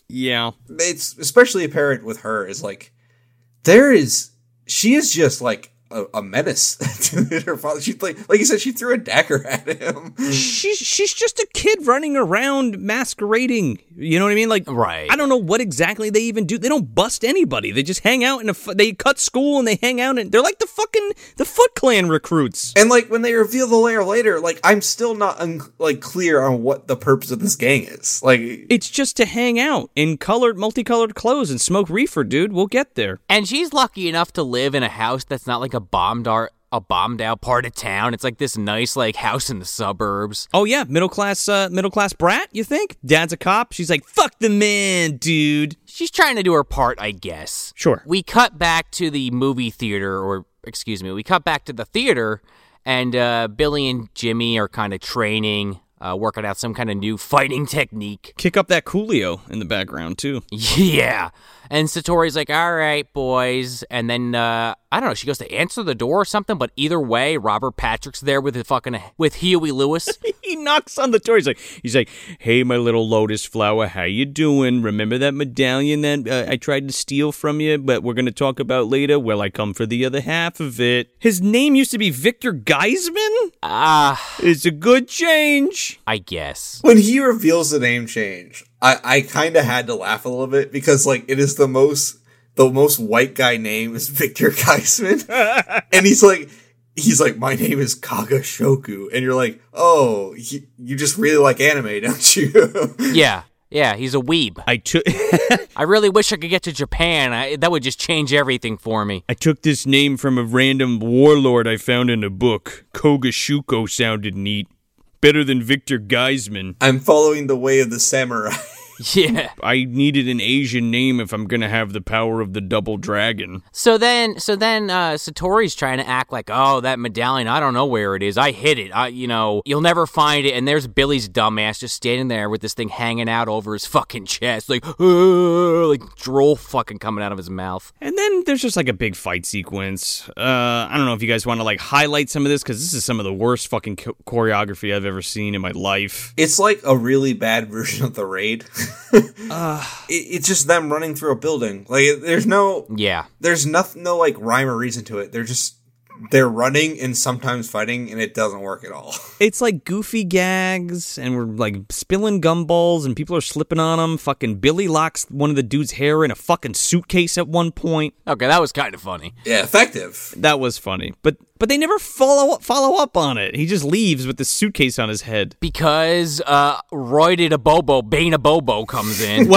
Speaker 1: Yeah,
Speaker 3: It's especially apparent with her is like there is she is just like a, a menace to her father. She like like you said she threw a dagger at him.
Speaker 1: she's she's just a kid running around masquerading. You know what I mean? Like,
Speaker 2: Right.
Speaker 1: I don't know what exactly they even do. They don't bust anybody. They just hang out and they cut school and they hang out and they're like the fucking the Foot Clan recruits.
Speaker 3: And like when they reveal the layer later, like I'm still not un- like clear on what the purpose of this gang is. Like
Speaker 1: It's just to hang out in colored, multicolored clothes and smoke reefer, dude. We'll get there.
Speaker 2: And she's lucky enough to live in a house that's not like a bombed art a bombed out part of town. It's like this nice like house in the suburbs.
Speaker 1: Oh yeah, middle class, uh, middle class brat. You think dad's a cop? She's like, fuck the man, dude.
Speaker 2: She's trying to do her part, I guess.
Speaker 1: Sure.
Speaker 2: We cut back to the movie theater, or excuse me, we cut back to the theater, and uh, Billy and Jimmy are kind of training, uh, working out some kind of new fighting technique.
Speaker 1: Kick up that Coolio in the background too.
Speaker 2: Yeah. And Satori's like, all right, boys. And then, uh, I don't know, she goes to answer the door or something, but either way, Robert Patrick's there with the fucking, with Huey Lewis.
Speaker 1: He knocks on the door. He's like, he's like, hey, my little lotus flower, how you doing? Remember that medallion that uh, I tried to steal from you, but we're gonna talk about later. Well, I come for the other half of it. His name used to be Victor Geisman.
Speaker 2: Ah,
Speaker 1: It's a good change.
Speaker 2: I guess.
Speaker 3: when he reveals the name change, I I kind of had to laugh a little bit because like it is the most the most white guy name is Victor Geisman, and he's like he's like my name is Kaga Shoku, and you're like oh he, you just really like anime, don't you?
Speaker 2: Yeah. Yeah, he's a weeb.
Speaker 1: I took.
Speaker 2: I really wish I could get to Japan. I, that would just change everything for me.
Speaker 1: I took this name from a random warlord I found in a book. Kogashuko sounded neat. Better than Victor Geisman.
Speaker 3: I'm following the way of the samurai.
Speaker 2: Yeah.
Speaker 1: I needed an Asian name if I'm gonna have the power of the double dragon.
Speaker 2: So then, so then, uh, Satori's trying to act like, oh, that medallion, I don't know where it is. I hid it. I, you know, you'll never find it. And there's Billy's dumbass just standing there with this thing hanging out over his fucking chest, like, "Ugh," like drool fucking coming out of his mouth.
Speaker 1: And then there's just like a big fight sequence. Uh, I don't know if you guys want to like highlight some of this because this is some of the worst fucking cho- choreography I've ever seen in my life.
Speaker 3: It's like a really bad version of the raid. It- it's just them running through a building. Like there's no
Speaker 2: Yeah.
Speaker 3: there's nothing no like rhyme or reason to it. They're just they're running and sometimes fighting, and it doesn't work at all.
Speaker 1: It's like goofy gags, and we're like spilling gumballs, and people are slipping on them. Fucking Billy locks one of the dude's hair in a fucking suitcase at one point.
Speaker 2: Okay, that was kind of funny.
Speaker 3: yeah, effective.
Speaker 1: That was funny, but but they never follow up, follow up on it. He just leaves with the suitcase on his head.
Speaker 2: Because uh, roided a Bobo, Bane a Bobo comes in.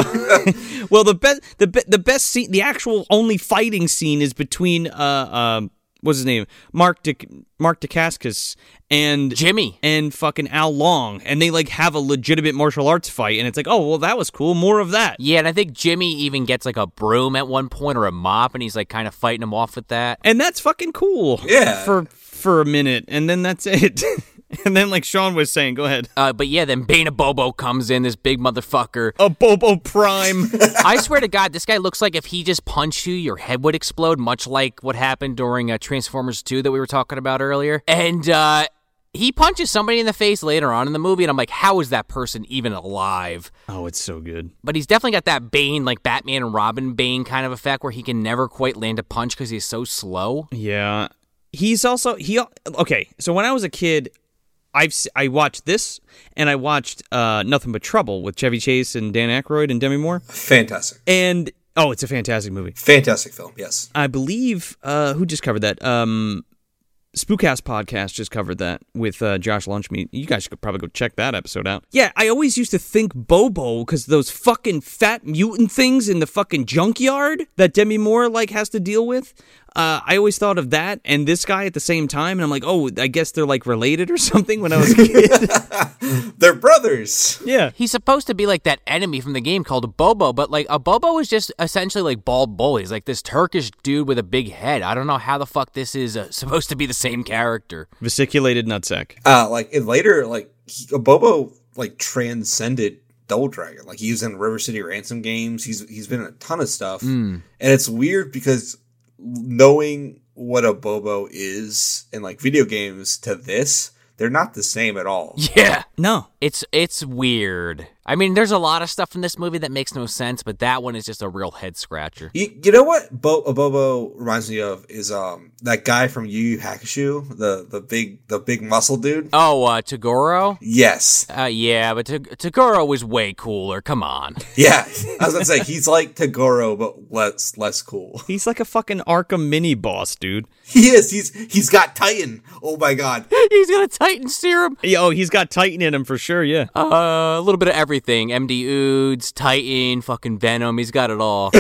Speaker 1: Well, the best the be- the best scene, the actual only fighting scene is between uh um what's his name Mark Dic- Mark Dacascus and
Speaker 2: Jimmy.
Speaker 1: and fucking Al Long, and they like have a legitimate martial arts fight, and it's like, oh well, that was cool. More of that.
Speaker 2: Yeah, and I think Jimmy even gets like a broom at one point or a mop, and he's like kind of fighting him off with that.
Speaker 1: and that's fucking cool.
Speaker 3: Yeah.
Speaker 1: For for a minute, and then that's it. and then, like Sean was saying, go ahead.
Speaker 2: Uh, but yeah, then Bane a Bobo comes in, this big motherfucker.
Speaker 1: A Bobo Prime.
Speaker 2: I swear to God, this guy looks like if he just punched you, your head would explode, much like what happened during uh, Transformers 2 that we were talking about earlier. And uh, he punches somebody in the face later on in the movie, and I'm like, how is that person even alive?
Speaker 1: oh, it's so good.
Speaker 2: But he's definitely got that Bane, like Batman and Robin Bane kind of effect where he can never quite land a punch because he's so slow.
Speaker 1: Yeah. He's also he okay. So when I was a kid, I've s- I watched this and I watched uh, Nothing But Trouble with Chevy Chase and Dan Aykroyd and Demi Moore.
Speaker 3: Fantastic.
Speaker 1: And oh, it's a fantastic movie.
Speaker 3: Fantastic film, yes.
Speaker 1: I believe uh, who just covered that. Um, Spookcast podcast just covered that with uh, Josh Lunchmeat. You guys should probably go check that episode out. Yeah, I always used to think Bobo because those fucking fat mutant things in the fucking junkyard that Demi Moore like has to deal with. Uh, I always thought of that and this guy at the same time, and I'm like, oh, I guess they're like related or something. When I was a kid,
Speaker 3: They're brothers.
Speaker 1: yeah,
Speaker 2: He's supposed to be like that enemy from the game called a Bobo, but like a Bobo is just essentially like bald bull. He's like this Turkish dude with a big head. I don't know how the fuck this is uh, supposed to be the same character.
Speaker 1: vesiculated nutsack.
Speaker 3: Uh like and later, like he, Bobo like transcended Double Dragon. Like he was in River City Ransom games. He's he's been in a ton of stuff.
Speaker 2: Hmm.
Speaker 3: And it's weird because knowing what a Bobo is in like video games to this, they're not the same at all.
Speaker 2: Yeah.
Speaker 1: No,
Speaker 2: It's it's weird. I mean, there's a lot of stuff in this movie that makes no sense, but that one is just a real head scratcher.
Speaker 3: You, you know what Bo- a Bobo reminds me of is um that guy from Yu Yu Hakusho, the the big the big muscle dude.
Speaker 2: Oh, uh, Tagoro?
Speaker 3: Yes.
Speaker 2: Uh, yeah, but Tag- Tagoro was way cooler. Come on.
Speaker 3: Yeah. I was gonna say he's like Tagoro but less less cool.
Speaker 1: he's like a fucking Arkham mini boss, dude.
Speaker 3: He is. He's he's got Titan. Oh my god.
Speaker 2: He's got a Titan serum.
Speaker 1: Yeah, Oh, he's got Titan in him for sure. Yeah.
Speaker 2: Uh, a little bit of everything. MD Oods, Titan, fucking Venom. He's got it all.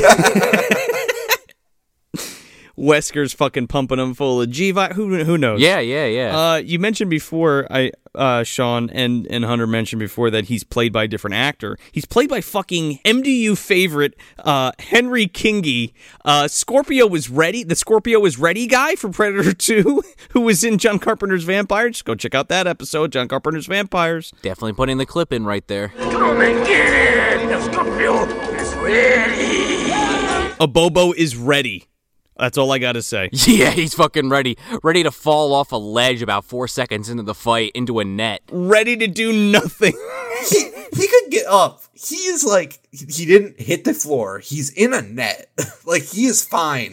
Speaker 1: Wesker's fucking pumping him full of G vi Who who knows?
Speaker 2: yeah, yeah, yeah.
Speaker 1: Uh, you mentioned before, I uh, Sean and and Hunter mentioned before that he's played by a different actor. He's played by fucking MDU favorite uh, Henry Kingy. Uh, Scorpio was ready. The Scorpio was ready guy from Predator Two, who was in John Carpenter's Vampires. Just go check out that episode, John Carpenter's Vampires.
Speaker 2: Definitely putting the clip in right there.
Speaker 6: Come and get it! The Scorpio is ready!
Speaker 1: A Bobo is ready. That's all I gotta say.
Speaker 2: Yeah, he's fucking ready. Ready to fall off a ledge about four seconds into the fight into a net.
Speaker 1: Ready to do nothing.
Speaker 3: He he could get up. He is like he- he didn't hit the floor. He's in a net. like he is fine.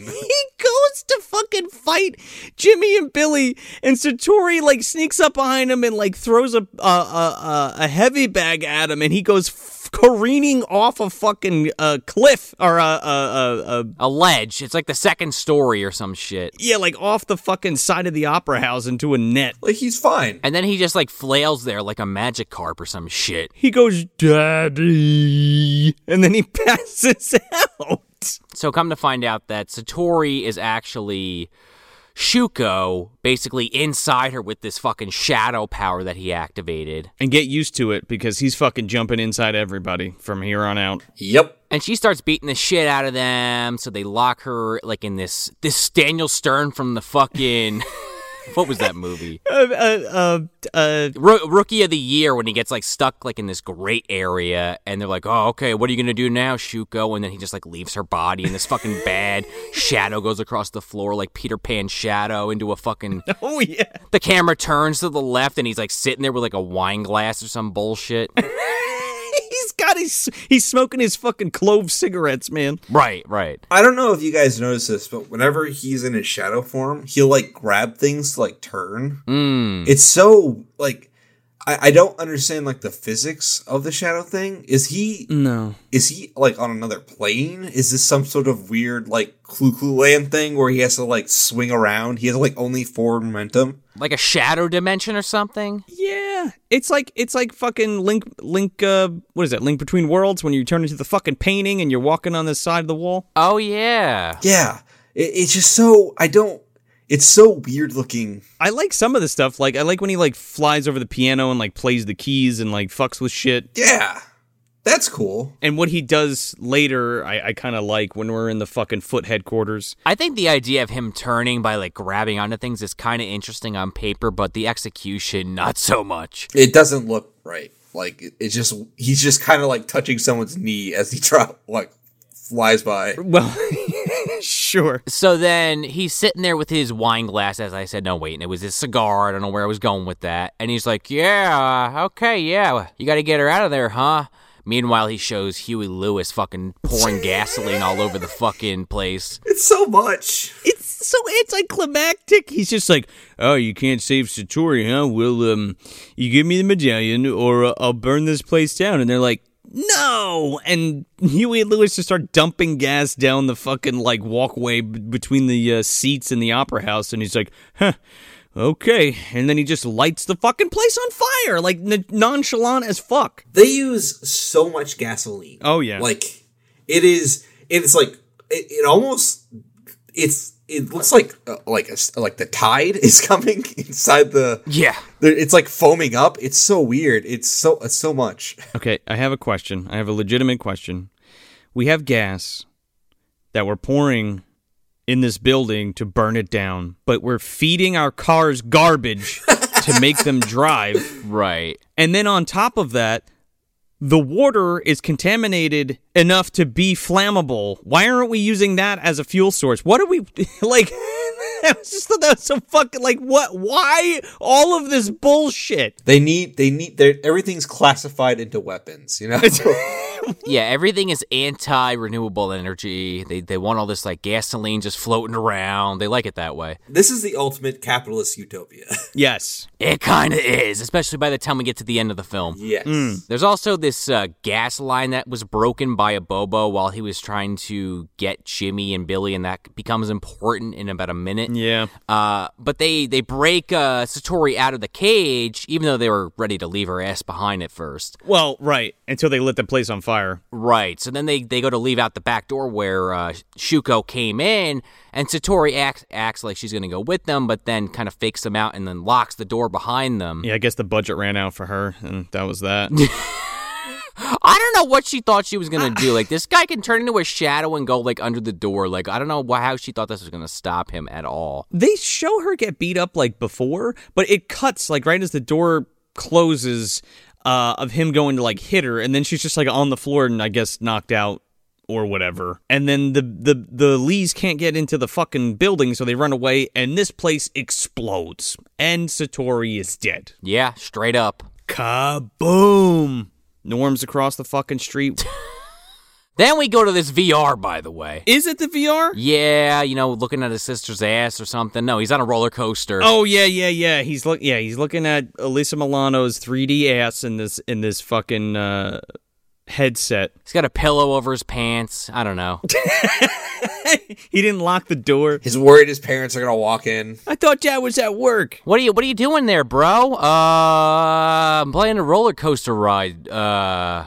Speaker 1: he goes to fucking fight Jimmy and Billy, and Satori like sneaks up behind him and like throws a a a, a heavy bag at him, and he goes f- careening off a fucking uh, cliff or uh, a, a, a, a
Speaker 2: A ledge. It's like the second story or some shit.
Speaker 1: yeah, like off the fucking side of the opera house into a net.
Speaker 3: Like he's fine.
Speaker 2: And then he just like flails there like a magic carp or some shit.
Speaker 1: He goes, Daddy, and then he passes out.
Speaker 2: So come to find out that Satori is actually Shuko basically inside her with this fucking shadow power that he activated.
Speaker 1: And get used to it because he's fucking jumping inside everybody from here on out.
Speaker 3: Yep.
Speaker 2: And she starts beating the shit out of them, so they lock her like in this this Daniel Stern from the fucking what was that movie?
Speaker 1: Uh, uh, uh, uh,
Speaker 2: Ro- Rookie of the Year when he gets like stuck like in this great area and they're like, "Oh, okay, what are you going to do now, Shuko?" and then he just like leaves her body in this fucking bad shadow goes across the floor like Peter Pan shadow into a fucking
Speaker 1: oh yeah.
Speaker 2: the camera turns to the left and he's like sitting there with like a wine glass or some bullshit.
Speaker 1: He's got he's he's smoking his fucking clove cigarettes, man.
Speaker 2: Right, right.
Speaker 3: I don't know if you guys notice this, but whenever he's in his shadow form, he'll like grab things to like turn.
Speaker 2: Mm.
Speaker 3: It's so like I, I don't understand like the physics of the shadow thing. Is he
Speaker 1: No.
Speaker 3: is he like on another plane? Is this some sort of weird like Clue Clue Land thing where he has to like swing around? He has like only forward momentum.
Speaker 2: Like a shadow dimension or something?
Speaker 1: Yeah, it's like it's like fucking link link. Uh, what is that? Link between worlds when you turn into the fucking painting and you're walking on the side of the wall.
Speaker 2: Oh, yeah.
Speaker 3: Yeah, it, it's just so I don't. It's so weird looking.
Speaker 1: I like some of the stuff. Like I like when he like flies over the piano and like plays the keys and like fucks with shit.
Speaker 3: Yeah, that's cool.
Speaker 1: And what he does later, I, I kind of like when we're in the fucking foot headquarters.
Speaker 2: I think the idea of him turning by like grabbing onto things is kind of interesting on paper, but the execution, not so much.
Speaker 3: It doesn't look right. Like it, it's just he's just kind of like touching someone's knee as he drop like flies by.
Speaker 1: Well, sure.
Speaker 2: So then he's sitting there with his wine glass, as I said. No, wait, and it was his cigar. I don't know where I was going with that. And he's like, "Yeah, okay, yeah, you got to get her out of there, huh?" Meanwhile, he shows Huey Lewis fucking pouring gasoline all over the fucking place.
Speaker 3: It's so much.
Speaker 1: It's so anticlimactic. He's just like, "Oh, you can't save Satori, huh? Well, um, you give me the medallion, or uh, I'll burn this place down." And they're like, "No!" And Huey and Lewis just start dumping gas down the fucking like walkway b- between the uh, seats in the opera house, and he's like, "Huh." Okay, and then he just lights the fucking place on fire, like n- nonchalant as fuck.
Speaker 3: They use so much gasoline.
Speaker 1: Oh, yeah.
Speaker 3: Like it is. It's like it, it almost. It's. It looks like uh, like a s like the tide is coming inside the.
Speaker 2: Yeah,
Speaker 3: there- It's like foaming up. It's so weird. It's so it's so much.
Speaker 1: Okay, I have a question. I have a legitimate question. We have gas that we're pouring in this building to burn it down, but we're feeding our cars garbage to make them drive.
Speaker 2: right.
Speaker 1: And then on top of that, the water is contaminated enough to be flammable. Why aren't we using that as a fuel source? What are we like? I just thought that was so fucking like what? Why all of this bullshit?
Speaker 3: They need they need their everything's classified into weapons. You know.
Speaker 2: Yeah, everything is anti-renewable energy. They they want all this like gasoline just floating around. They like it that way.
Speaker 3: this is the ultimate capitalist utopia.
Speaker 1: Yes.
Speaker 2: It kind of is, especially by the time we get to the end of the film.
Speaker 3: yes.
Speaker 2: There's also this uh, gas line that was broken by a Bobo while he was trying to get Jimmy and Billy, and that becomes important in about a minute.
Speaker 1: Yeah.
Speaker 2: Uh, but they they break uh, Satori out of the cage, even though they were ready to leave her ass behind at first.
Speaker 1: Well, right. Until they lit the place on fire.
Speaker 2: Right. So then they, they go to leave out the back door where uh, Shuko came in, and Satori acts acts like she's gonna go with them, but then kind of fakes them out and then locks the door behind them.
Speaker 1: Yeah, I guess the budget ran out for her, and that was that.
Speaker 2: I don't know what she thought she was gonna do. Like this guy can turn into a shadow and go like under the door. Like I don't know wh- how she thought this was gonna stop him at all.
Speaker 1: they show her get beat up like before, but it cuts like right as the door closes uh, of him going to like hit her, and then she's just like on the floor and I guess knocked out or whatever. And then the the the Lees can't get into the fucking building, so they run away, and this place explodes, and Satori is dead.
Speaker 2: Yeah, straight up.
Speaker 1: Kaboom! Norms across the fucking street.
Speaker 2: Then we go to this VR, by the way.
Speaker 1: is it the VR?
Speaker 2: Yeah, you know, looking at his sister's ass or something. No, he's on a roller coaster.
Speaker 1: Oh yeah, yeah, yeah. He's look yeah, he's looking at Elisa Milano's 3D ass in this in this fucking uh headset.
Speaker 2: He's got a pillow over his pants. I don't know.
Speaker 1: He didn't lock the door.
Speaker 3: He's worried his parents are gonna walk in.
Speaker 1: I thought Dad was at work.
Speaker 2: What are you What are you doing there, bro? Uh, I'm playing a roller coaster ride. Uh,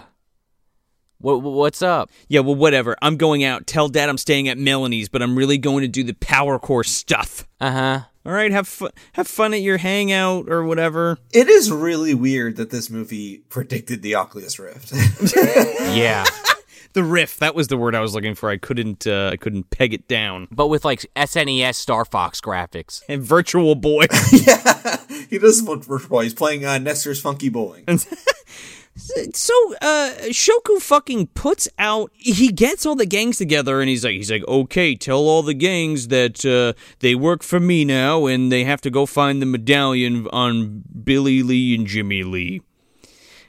Speaker 2: what What's up?
Speaker 1: Yeah, well whatever. I'm going out. Tell Dad I'm staying at Melanie's, but I'm really going to do the power core stuff.
Speaker 2: Uh huh.
Speaker 1: All right, have fun have fun at your hangout or whatever.
Speaker 3: It is really weird that this movie predicted the Oculus Rift.
Speaker 2: Yeah.
Speaker 1: The riff, that was the word I was looking for. I couldn't uh, I couldn't peg it down.
Speaker 2: but with like SNES Star Fox graphics.
Speaker 1: And virtual boy.
Speaker 3: he does look football. He's playing uh, Nestor's Funky Bowling.
Speaker 1: so uh Shoku fucking puts out he gets all the gangs together and he's like he's like okay tell all the gangs that uh they work for me now and they have to go find the medallion on Billy Lee and Jimmy Lee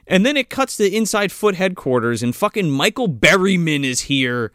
Speaker 1: And then it cuts to Inside Foot headquarters, and fucking Michael Berryman is here,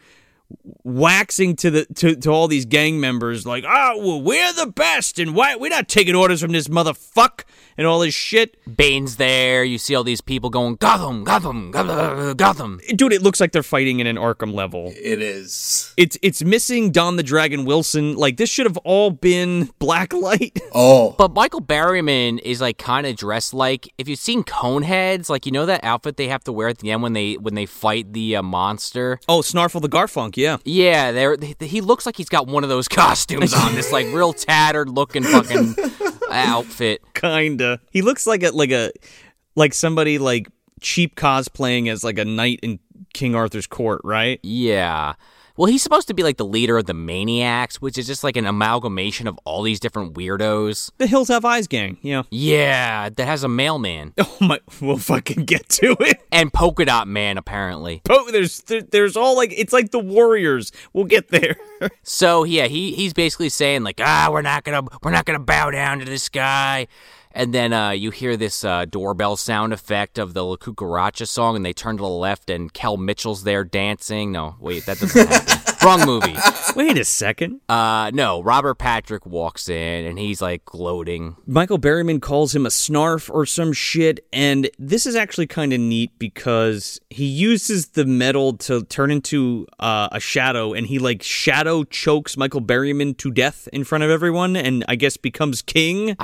Speaker 1: waxing to the to, to all these gang members, like, "Ah, well, we're the best, and why we're not taking orders from this motherfuck and all this shit."
Speaker 2: Bane's there. You see all these people going Gotham, Gotham, Gotham, Gotham.
Speaker 1: Dude, it looks like they're fighting in an Arkham level.
Speaker 3: It is.
Speaker 1: It's it's missing Don the Dragon Wilson. Like this should have all been Blacklight.
Speaker 3: Oh,
Speaker 2: But Michael Barryman is like kind of dressed like if you've seen Coneheads, like you know that outfit they have to wear at the end when they when they fight the uh, monster.
Speaker 1: Oh, Snarfle the Garfunk, yeah.
Speaker 2: Yeah, there they, he looks like he's got one of those costumes on. this like real tattered looking fucking outfit.
Speaker 1: Kinda. He looks like a like a like somebody like cheap cosplaying as like a knight in King Arthur's court, right?
Speaker 2: Yeah. Well, he's supposed to be like the leader of the Maniacs, which is just like an amalgamation of all these different weirdos.
Speaker 1: The Hills Have Eyes gang, yeah.
Speaker 2: Yeah, that has a mailman
Speaker 1: Oh my, we'll fucking get to it.
Speaker 2: and polka dot man apparently.
Speaker 1: Oh, there's there, there's all like it's like the Warriors. We'll get there.
Speaker 2: So yeah, he he's basically saying like, ah, we're not gonna we're not gonna bow down to this guy. And then uh, you hear this uh, doorbell sound effect of the La Cucaracha song, and they turn to the left, and Kel Mitchell's there dancing. No, wait, that doesn't happen. Wrong movie.
Speaker 1: Wait a second.
Speaker 2: Uh, no, Robert Patrick walks in, and he's like gloating.
Speaker 1: Michael Berryman calls him a snarf or some shit, and this is actually kind of neat because he uses the metal to turn into uh, a shadow, and he like shadow chokes Michael Berryman to death in front of everyone, and I guess becomes king.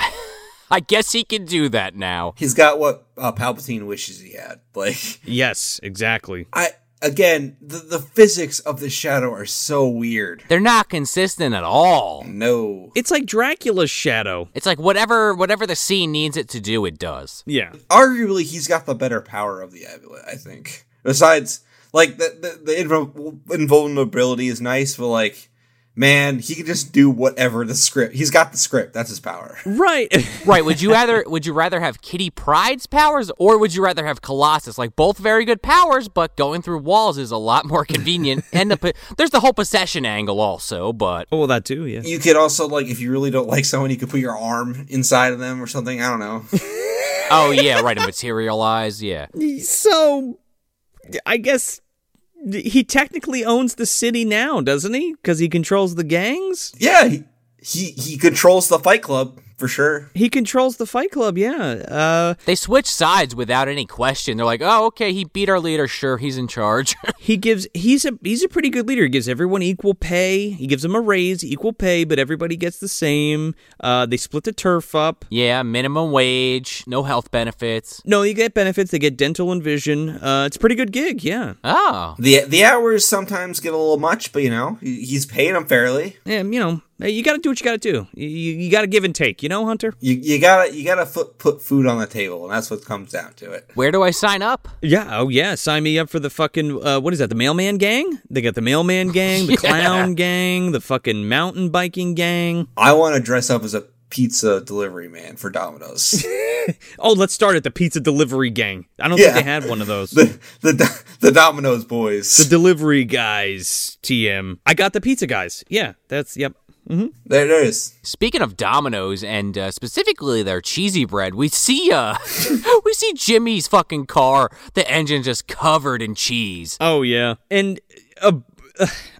Speaker 2: I guess he can do that now.
Speaker 3: he's got what uh, Palpatine wishes he had. Like
Speaker 1: yes, exactly.
Speaker 3: I again, the, the physics of the shadow are so weird.
Speaker 2: They're not consistent at all.
Speaker 3: No,
Speaker 1: It's like Dracula's shadow.
Speaker 2: It's like whatever whatever the scene needs it to do, it does.
Speaker 1: Yeah.
Speaker 3: arguably he's got the better power of the amulet. I think. Besides, like the the, the invul- invulnerability is nice, but like. Man, he can just do whatever the script. He's got the script. That's his power.
Speaker 1: Right.
Speaker 2: Right? Would you rather would you rather have Kitty Pride's powers or would you rather have Colossus? Like both very good powers, but going through walls is a lot more convenient. and the po- there's the whole possession angle also, but
Speaker 1: oh, well, that too, yeah.
Speaker 3: You could also like, if you really don't like someone, you could put your arm inside of them or something. I don't know.
Speaker 2: oh yeah, right, and materialize, yeah.
Speaker 1: So, I guess he technically owns the city now, doesn't he? Because he controls the gangs?
Speaker 3: yeah, he, he he controls the Fight Club for sure.
Speaker 1: He controls the fight club, yeah. Uh,
Speaker 2: They switch sides without any question. They're like, "Oh, okay, he beat our leader, sure, he's in charge."
Speaker 1: he gives he's a he's a pretty good leader. He gives everyone equal pay. He gives them a raise, equal pay, but everybody gets the same. Uh, they split the turf up.
Speaker 2: yeah, minimum wage, no health benefits.
Speaker 1: No, you get benefits. They get dental and vision. Uh, it's a pretty good gig, yeah.
Speaker 2: Oh.
Speaker 3: The the hours sometimes get a little much, but you know he, he's paying them fairly.
Speaker 1: And you know, hey, you got to do what you got to do. You, you, you got to give and take. You know, Hunter.
Speaker 3: You you gotta you gotta foot, put food on the table, and that's what comes down to it.
Speaker 2: Where do I sign up?
Speaker 1: Yeah. Oh yeah. Sign me up for the fucking uh, what is that? The mailman gang. They got the mailman gang, the clown gang, the fucking mountain biking gang.
Speaker 3: I want to dress up as a pizza delivery man for Domino's.
Speaker 1: Oh, let's start at the pizza delivery gang. I don't
Speaker 3: Yeah.
Speaker 1: think they had one of those.
Speaker 3: the the Do- the Domino's boys.
Speaker 1: the delivery guys tm i got the pizza guys yeah that's yep
Speaker 3: there it is.
Speaker 2: Speaking of Domino's and uh, specifically their cheesy bread, we see uh, we see Jimmy's fucking car, the engine just covered in cheese.
Speaker 1: oh yeah and a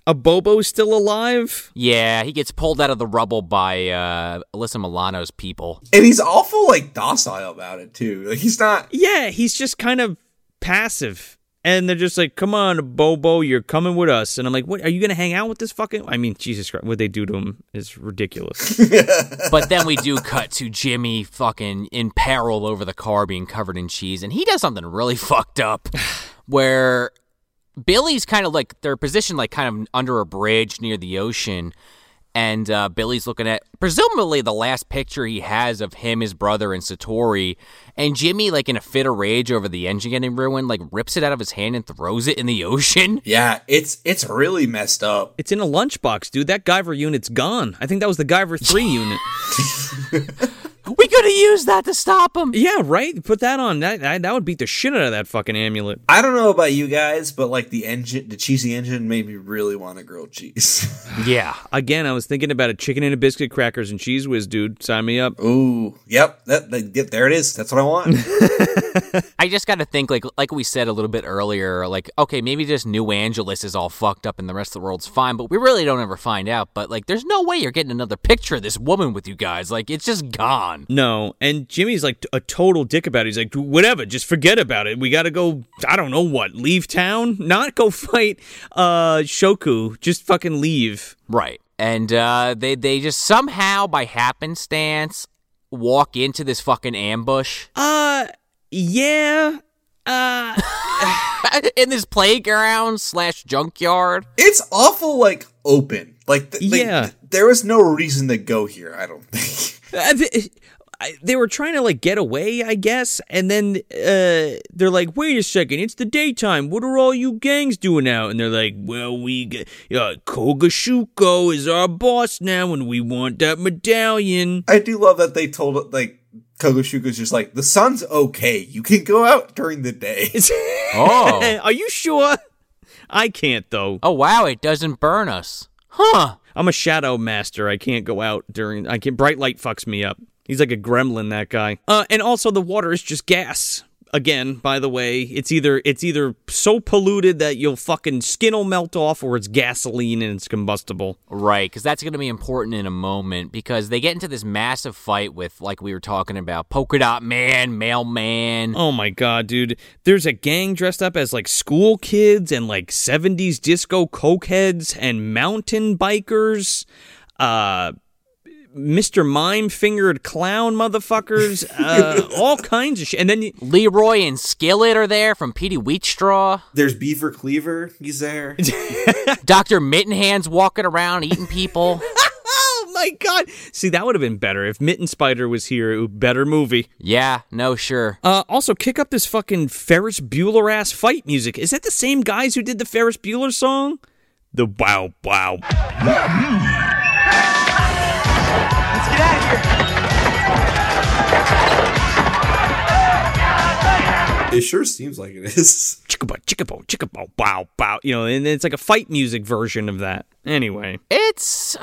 Speaker 1: a bobo's still alive
Speaker 2: Yeah, he gets pulled out of the rubble by uh, Alyssa Milano's people.
Speaker 3: And he's awful like docile about it too. Like he's not.
Speaker 1: yeah he's just kind of passive and they're just like come on bobo you're coming with us and i'm like what are you gonna hang out with this fucking i mean jesus christ what they do to him is ridiculous
Speaker 2: But then we do cut to Jimmy fucking in peril over the car being covered in cheese, and he does something really fucked up where Billy's kind of like they're positioned like kind of under a bridge near the ocean, and uh, Billy's looking at presumably the last picture he has of him, his brother, and Satori, and Jimmy like in a fit of rage over the engine getting ruined, like rips it out of his hand and throws it in the ocean.
Speaker 3: Yeah, it's it's really messed up.
Speaker 1: it's in a lunchbox dude that guyver unit's gone i think that was the guyver 3 unit
Speaker 2: We could could have used that to stop him.
Speaker 1: Yeah, right. Put that on. That that that would beat the shit out of that fucking amulet.
Speaker 3: I don't know about you guys, but like the engine, the cheesy engine made me really want a grilled cheese.
Speaker 2: Yeah.
Speaker 1: Again, I was thinking about a chicken and a biscuit, crackers and cheese whiz, dude. Sign me up.
Speaker 3: Ooh, yep, that, that yep, there it is. That's what I want.
Speaker 2: I just got to think, like like we said a little bit earlier, like okay, maybe just New Angeles is all fucked up and the rest of the world's fine, but we really don't ever find out. But like, there's no way you're getting another picture of this woman with you guys. Like, it's just gone.
Speaker 1: No, and Jimmy's like a total dick about it. He's like, whatever, just forget about it. We got to go. I don't know what. Leave town, not go fight uh Shoku. Just fucking leave.
Speaker 2: Right. And uh, they they just somehow by happenstance walk into this fucking ambush
Speaker 1: Uh, yeah. Uh,
Speaker 2: in this playground slash junkyard.
Speaker 3: it's awful, like open. Like, th- like,
Speaker 1: Yeah.
Speaker 3: th- there was no reason to go here. I don't think.
Speaker 1: I thi- eh, I- they were trying to like get away, I guess, and then uh, they're like, "Wait a second, it's the daytime. What are all you gangs doing out?" And they're like, "Well, we g uh, Kogashuko is our boss now, and we want that medallion."
Speaker 3: I do love that they told like Kogoshuko's just like the sun's okay. You can go out during the day.
Speaker 2: Oh.
Speaker 1: Eh, Are you sure? I can't though.
Speaker 2: oh wow! It doesn't burn us, huh?
Speaker 1: I'm a shadow master. I can't go out during. I can. Bright light fucks me up. He's like a gremlin, that guy. Uh, and also the water is just gas. Again, by the way, it's either it's either so polluted that you'll fucking skin'll melt off, or it's gasoline and it's combustible.
Speaker 2: Right, because that's going to be important in a moment because they get into this massive fight with, like we were talking about, Polka Dot Man, Mailman.
Speaker 1: Oh my god, dude! There's a gang dressed up as like school kids and like '70s disco cokeheads and mountain bikers. Uh. Mr. Mime fingered clown motherfuckers, uh, all kinds of shit. And then you-
Speaker 2: Leroy and Skillet are there from Petey Wheatstraw.
Speaker 3: There's Beaver Cleaver. He's there.
Speaker 2: Dr. Mittenhand's walking around eating people.
Speaker 1: Oh my god! See, that would have been better if Mitten Spider was here. It would be better movie.
Speaker 2: yeah, no, sure.
Speaker 1: Uh, also, kick up this fucking Ferris Bueller ass fight music. Is that the same guys who did the Ferris Bueller song? The wow wow.
Speaker 3: It sure seems like it is.
Speaker 1: Chickabow, chickabow, chickabow, bow, bow. You know, and it's like a fight music version of that. Anyway,
Speaker 2: It's,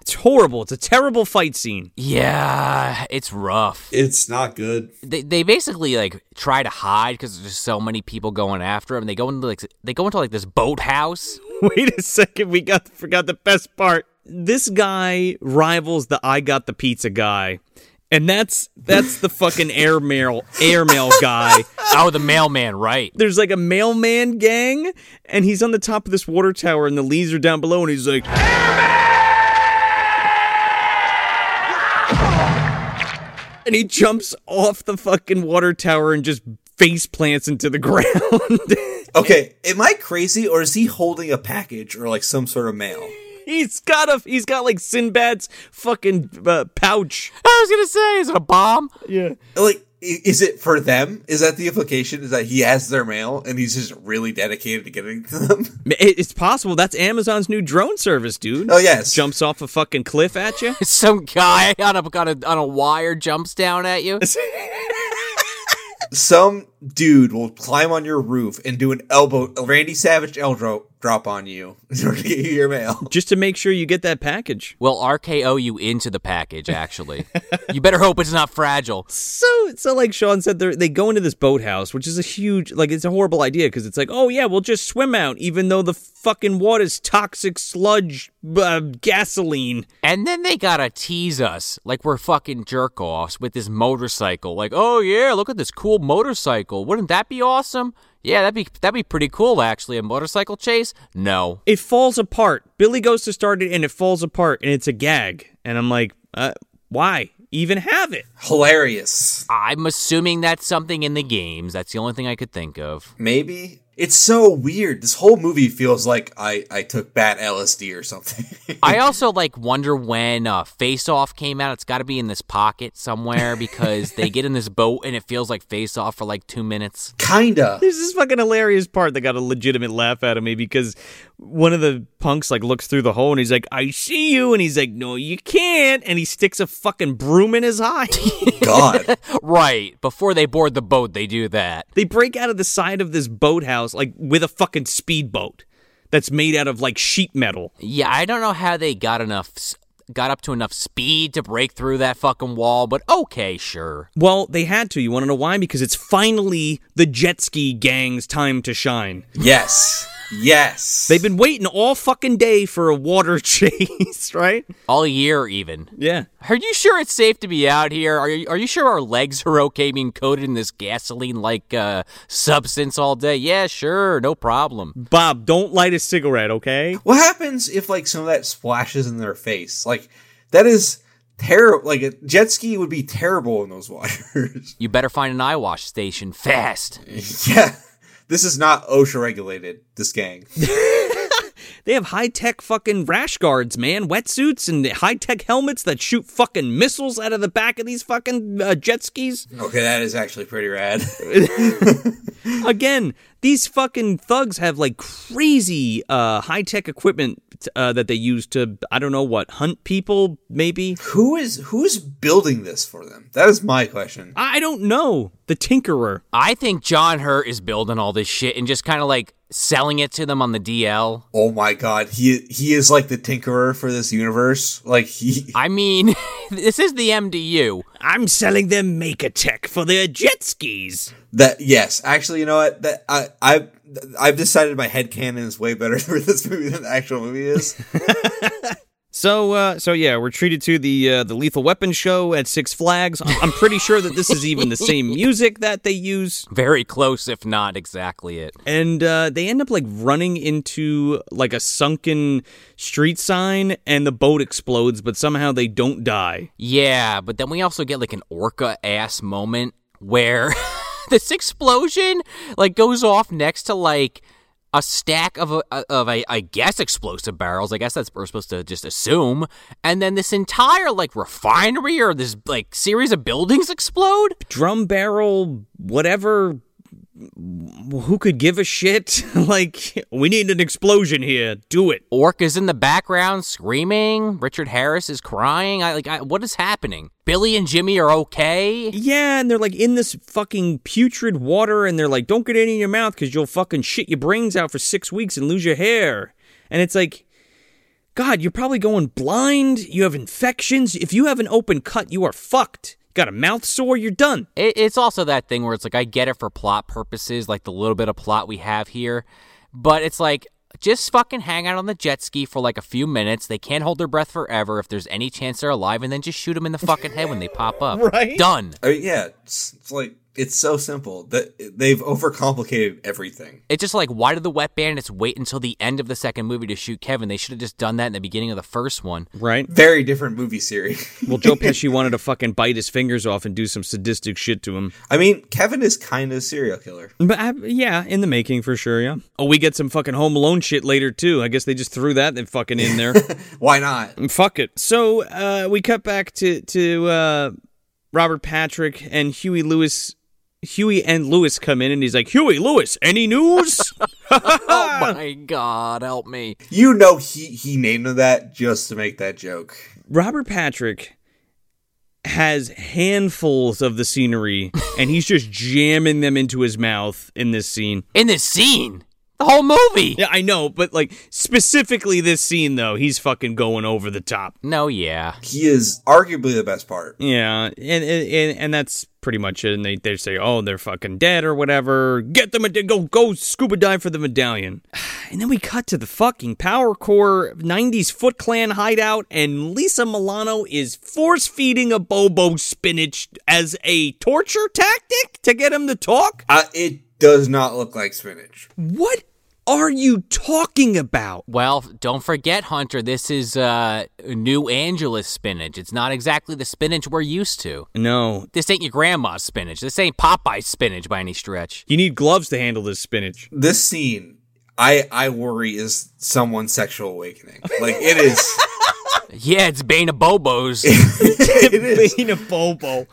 Speaker 1: it's horrible. It's a terrible fight scene.
Speaker 2: yeah, it's rough.
Speaker 8: It's not good.
Speaker 2: they, they basically like try to hide because there's just so many people going after them. They go into like they go into like this boathouse.
Speaker 1: Wait a second, we got forgot the best part. This guy rivals the I got the pizza guy. And that's that's the fucking airmail airmail guy.
Speaker 2: oh, the mailman, right?
Speaker 1: there's like a mailman gang, and he's on the top of this water tower, and the leads are down below, and he's like, and he jumps off the fucking water tower and just face plants into the ground.
Speaker 3: Okay, am I crazy or is he holding a package or like some sort of mail?
Speaker 1: he's got a he's got like Sinbad's fucking uh, pouch.
Speaker 2: I was gonna say, is it a bomb?
Speaker 3: Like, i- is it for them? Is that the implication? Is that he has their mail and he's just really dedicated to getting to them?
Speaker 1: It- it's possible that's Amazon's new drone service, dude.
Speaker 3: Oh yes,
Speaker 1: Jumps off a fucking cliff at you.
Speaker 2: Some guy on a on a on a wire jumps down at you.
Speaker 3: Some dude will climb on your roof and do an elbow, a Randy Savage elbow drop on you in order to get you your mail.
Speaker 1: just to make sure you get that package.
Speaker 2: Will RKO you into the package? Actually, you better hope it's not fragile.
Speaker 1: So, so like Sean said, they they go into this boathouse, which is a huge, like it's a horrible idea because it's like, oh yeah, we'll just swim out, even though the fucking water's toxic sludge, uh, gasoline.
Speaker 2: And then they gotta tease us like we're fucking jerk offs with this motorcycle. Like, oh yeah, look at this cool motorcycle. Wouldn't that be awesome? Yeah, that'd be that'd be pretty cool actually. A motorcycle chase? No.
Speaker 1: It falls apart. Billy goes to start it, and it falls apart, and it's a gag. And I'm like, uh, why even have it?
Speaker 3: Hilarious.
Speaker 2: I'm assuming that's something in the games. That's the only thing I could think of.
Speaker 3: Maybe It's so weird. This whole movie feels like I, I took bat LSD or something.
Speaker 2: I also like wonder when uh, Face Off came out. It's got to be in this pocket somewhere because they get in this boat and it feels like Face Off for like two minutes.
Speaker 3: Kinda.
Speaker 1: There's this fucking hilarious part that got a legitimate laugh out of me because one of the punks like looks through the hole and he's like, "I see you," and he's like, "No, you can't," and he sticks a fucking broom in his eye.
Speaker 3: God.
Speaker 2: Right before they board the boat, they do that.
Speaker 1: they break out of the side of this boathouse like with a fucking speedboat that's made out of like sheet metal.
Speaker 2: Yeah, I don't know how they got enough, s- got up to enough speed to break through that fucking wall, but okay, sure.
Speaker 1: Well, they had to. You want to know why? Because it's finally the jet ski gang's time to shine.
Speaker 3: Yes. Yes.
Speaker 1: They've been waiting all fucking day for a water chase, right?
Speaker 2: All year, even.
Speaker 1: Yeah.
Speaker 2: Are you sure it's safe to be out here? Are you, are you sure our legs are okay being coated in this gasoline like uh, substance all day? Yeah, sure, no problem.
Speaker 1: Bob, don't light a cigarette, okay?
Speaker 3: What happens if like some of that splashes in their face? Like that is terrible. Like a jet ski would be terrible in those waters.
Speaker 2: You better find an eye wash station fast.
Speaker 3: yeah. This is not OSHA regulated, this gang.
Speaker 1: They have high tech fucking rash guards, man, wetsuits and high tech helmets that shoot fucking missiles out of the back of these fucking uh, jet skis.
Speaker 3: Okay, that is actually pretty rad.
Speaker 1: Again, these fucking thugs have like crazy uh, high tech equipment uh, that they use to, I don't know what, hunt people, maybe?
Speaker 3: who is who's building this for them? That is my question.
Speaker 1: I I don't know. The Tinkerer.
Speaker 2: I think John Hurt is building all this shit and just kind of like selling it to them on the DL.
Speaker 3: Oh my god, he he is like the tinkerer for this universe. Like he
Speaker 2: I mean, this is the MDU.
Speaker 1: I'm selling them Maker Tech for their jet skis.
Speaker 3: that yes, actually, you know what? That I I I've decided my headcanon is way better for this movie than the actual movie is.
Speaker 1: So, uh, so yeah, we're treated to the uh, the Lethal Weapon show at Six Flags. I'm I'm pretty sure that this is even the same music that they use,
Speaker 2: Very close, if not exactly it.
Speaker 1: and uh, they end up like running into like a sunken street sign, and the boat explodes, but somehow they don't die.
Speaker 2: Yeah, but then we also get like an orca ass moment where this explosion like goes off next to like a stack of a, of a I guess explosive barrels. I guess that's what we're supposed to just assume. And then this entire like refinery or this like series of buildings explode.
Speaker 1: Drum barrel, whatever. Who could give a shit? like, we need an explosion here. Do it.
Speaker 2: Orca's in the background screaming. Richard Harris is crying. I like I, what is happening? Billy and Jimmy are okay.
Speaker 1: Yeah, and they're like in this fucking putrid water, and they're like, don't get it in your mouth because you'll fucking shit your brains out for six weeks and lose your hair. And it's like, God, you're probably going blind. You have infections. If you have an open cut, you are fucked. Got a mouth sore, you're done.
Speaker 2: It, it's also that thing where it's like I get it for plot purposes, like the little bit of plot we have here, but it's like just fucking hang out on the jet ski for like a few minutes. They can't hold their breath forever if there's any chance they're alive, and then just shoot them in the fucking head when they pop up.
Speaker 1: Right.
Speaker 2: Done.
Speaker 3: I mean, yeah, it's, it's like it's so simple that they've overcomplicated everything.
Speaker 2: It's just like why did the wet bandits wait until the end of the second movie to shoot Kevin? They should have just done that in the beginning of the first one.
Speaker 1: Right?
Speaker 3: Very different movie series.
Speaker 1: Well, Joe Pesci wanted to fucking bite his fingers off and do some sadistic shit to him.
Speaker 3: I mean, Kevin is kind of a serial killer.
Speaker 1: But I, yeah, in the making for sure, yeah. Oh, we get some fucking Home Alone shit later, too. I guess they just threw that fucking in there.
Speaker 3: Why not?
Speaker 1: Fuck it. So uh, we cut back to to uh, Robert Patrick and Huey Lewis. Huey and Lewis come in, and he's like, "Huey Lewis, any news?"
Speaker 2: Oh my god, help me.
Speaker 3: You know he he named him that just to make that joke.
Speaker 1: Robert Patrick has handfuls of the scenery, and he's just jamming them into his mouth in this scene.
Speaker 2: In this scene. The whole movie.
Speaker 1: Yeah, I know, but like specifically this scene though, he's fucking going over the top.
Speaker 2: No, yeah.
Speaker 3: He is arguably the best part.
Speaker 1: Yeah, and and and- and that's pretty much it. And they, they say, oh, they're fucking dead or whatever. Get them a go go scuba dive for the medallion. And then we cut to the fucking Power Core '90s Foot Clan hideout, and Lisa Milano is force feeding a Bobo spinach as a torture tactic to get him to talk.
Speaker 3: Uh, it does not look like spinach.
Speaker 1: What are you talking about?
Speaker 2: Well, don't forget, Hunter, this is uh, New Angeles spinach. It's not exactly the spinach we're used to.
Speaker 1: No.
Speaker 2: This ain't your grandma's spinach. This ain't Popeye's spinach by any stretch.
Speaker 1: You need gloves to handle this spinach.
Speaker 3: This scene, I I worry is someone's sexual awakening. Like it is.
Speaker 2: Yeah, it's Bane of Bobo's.
Speaker 3: it is.
Speaker 1: Being a bobo.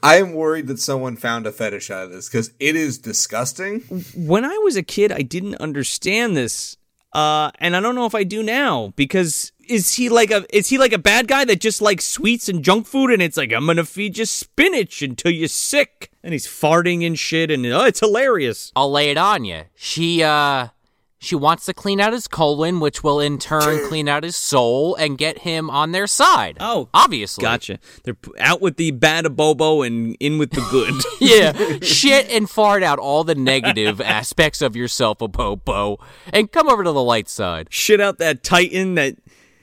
Speaker 3: I am worried that someone found a fetish out of this because it is disgusting.
Speaker 1: When I was a kid, I didn't understand this, uh, and I don't know if I do now because is he like a is he like a bad guy that just likes sweets and junk food and it's like I'm gonna feed you spinach until you're sick and he's farting and shit and oh, it's hilarious.
Speaker 2: I'll lay it on you. She uh she wants to clean out his colon, which will in turn clean out his soul and get him on their side.
Speaker 1: Oh,
Speaker 2: obviously.
Speaker 1: Gotcha. They're p- out with the bad a bobo and in with the good.
Speaker 2: Yeah, shit and fart out all the negative aspects of yourself, a bobo, and come over to the light side.
Speaker 1: shit out that Titan, that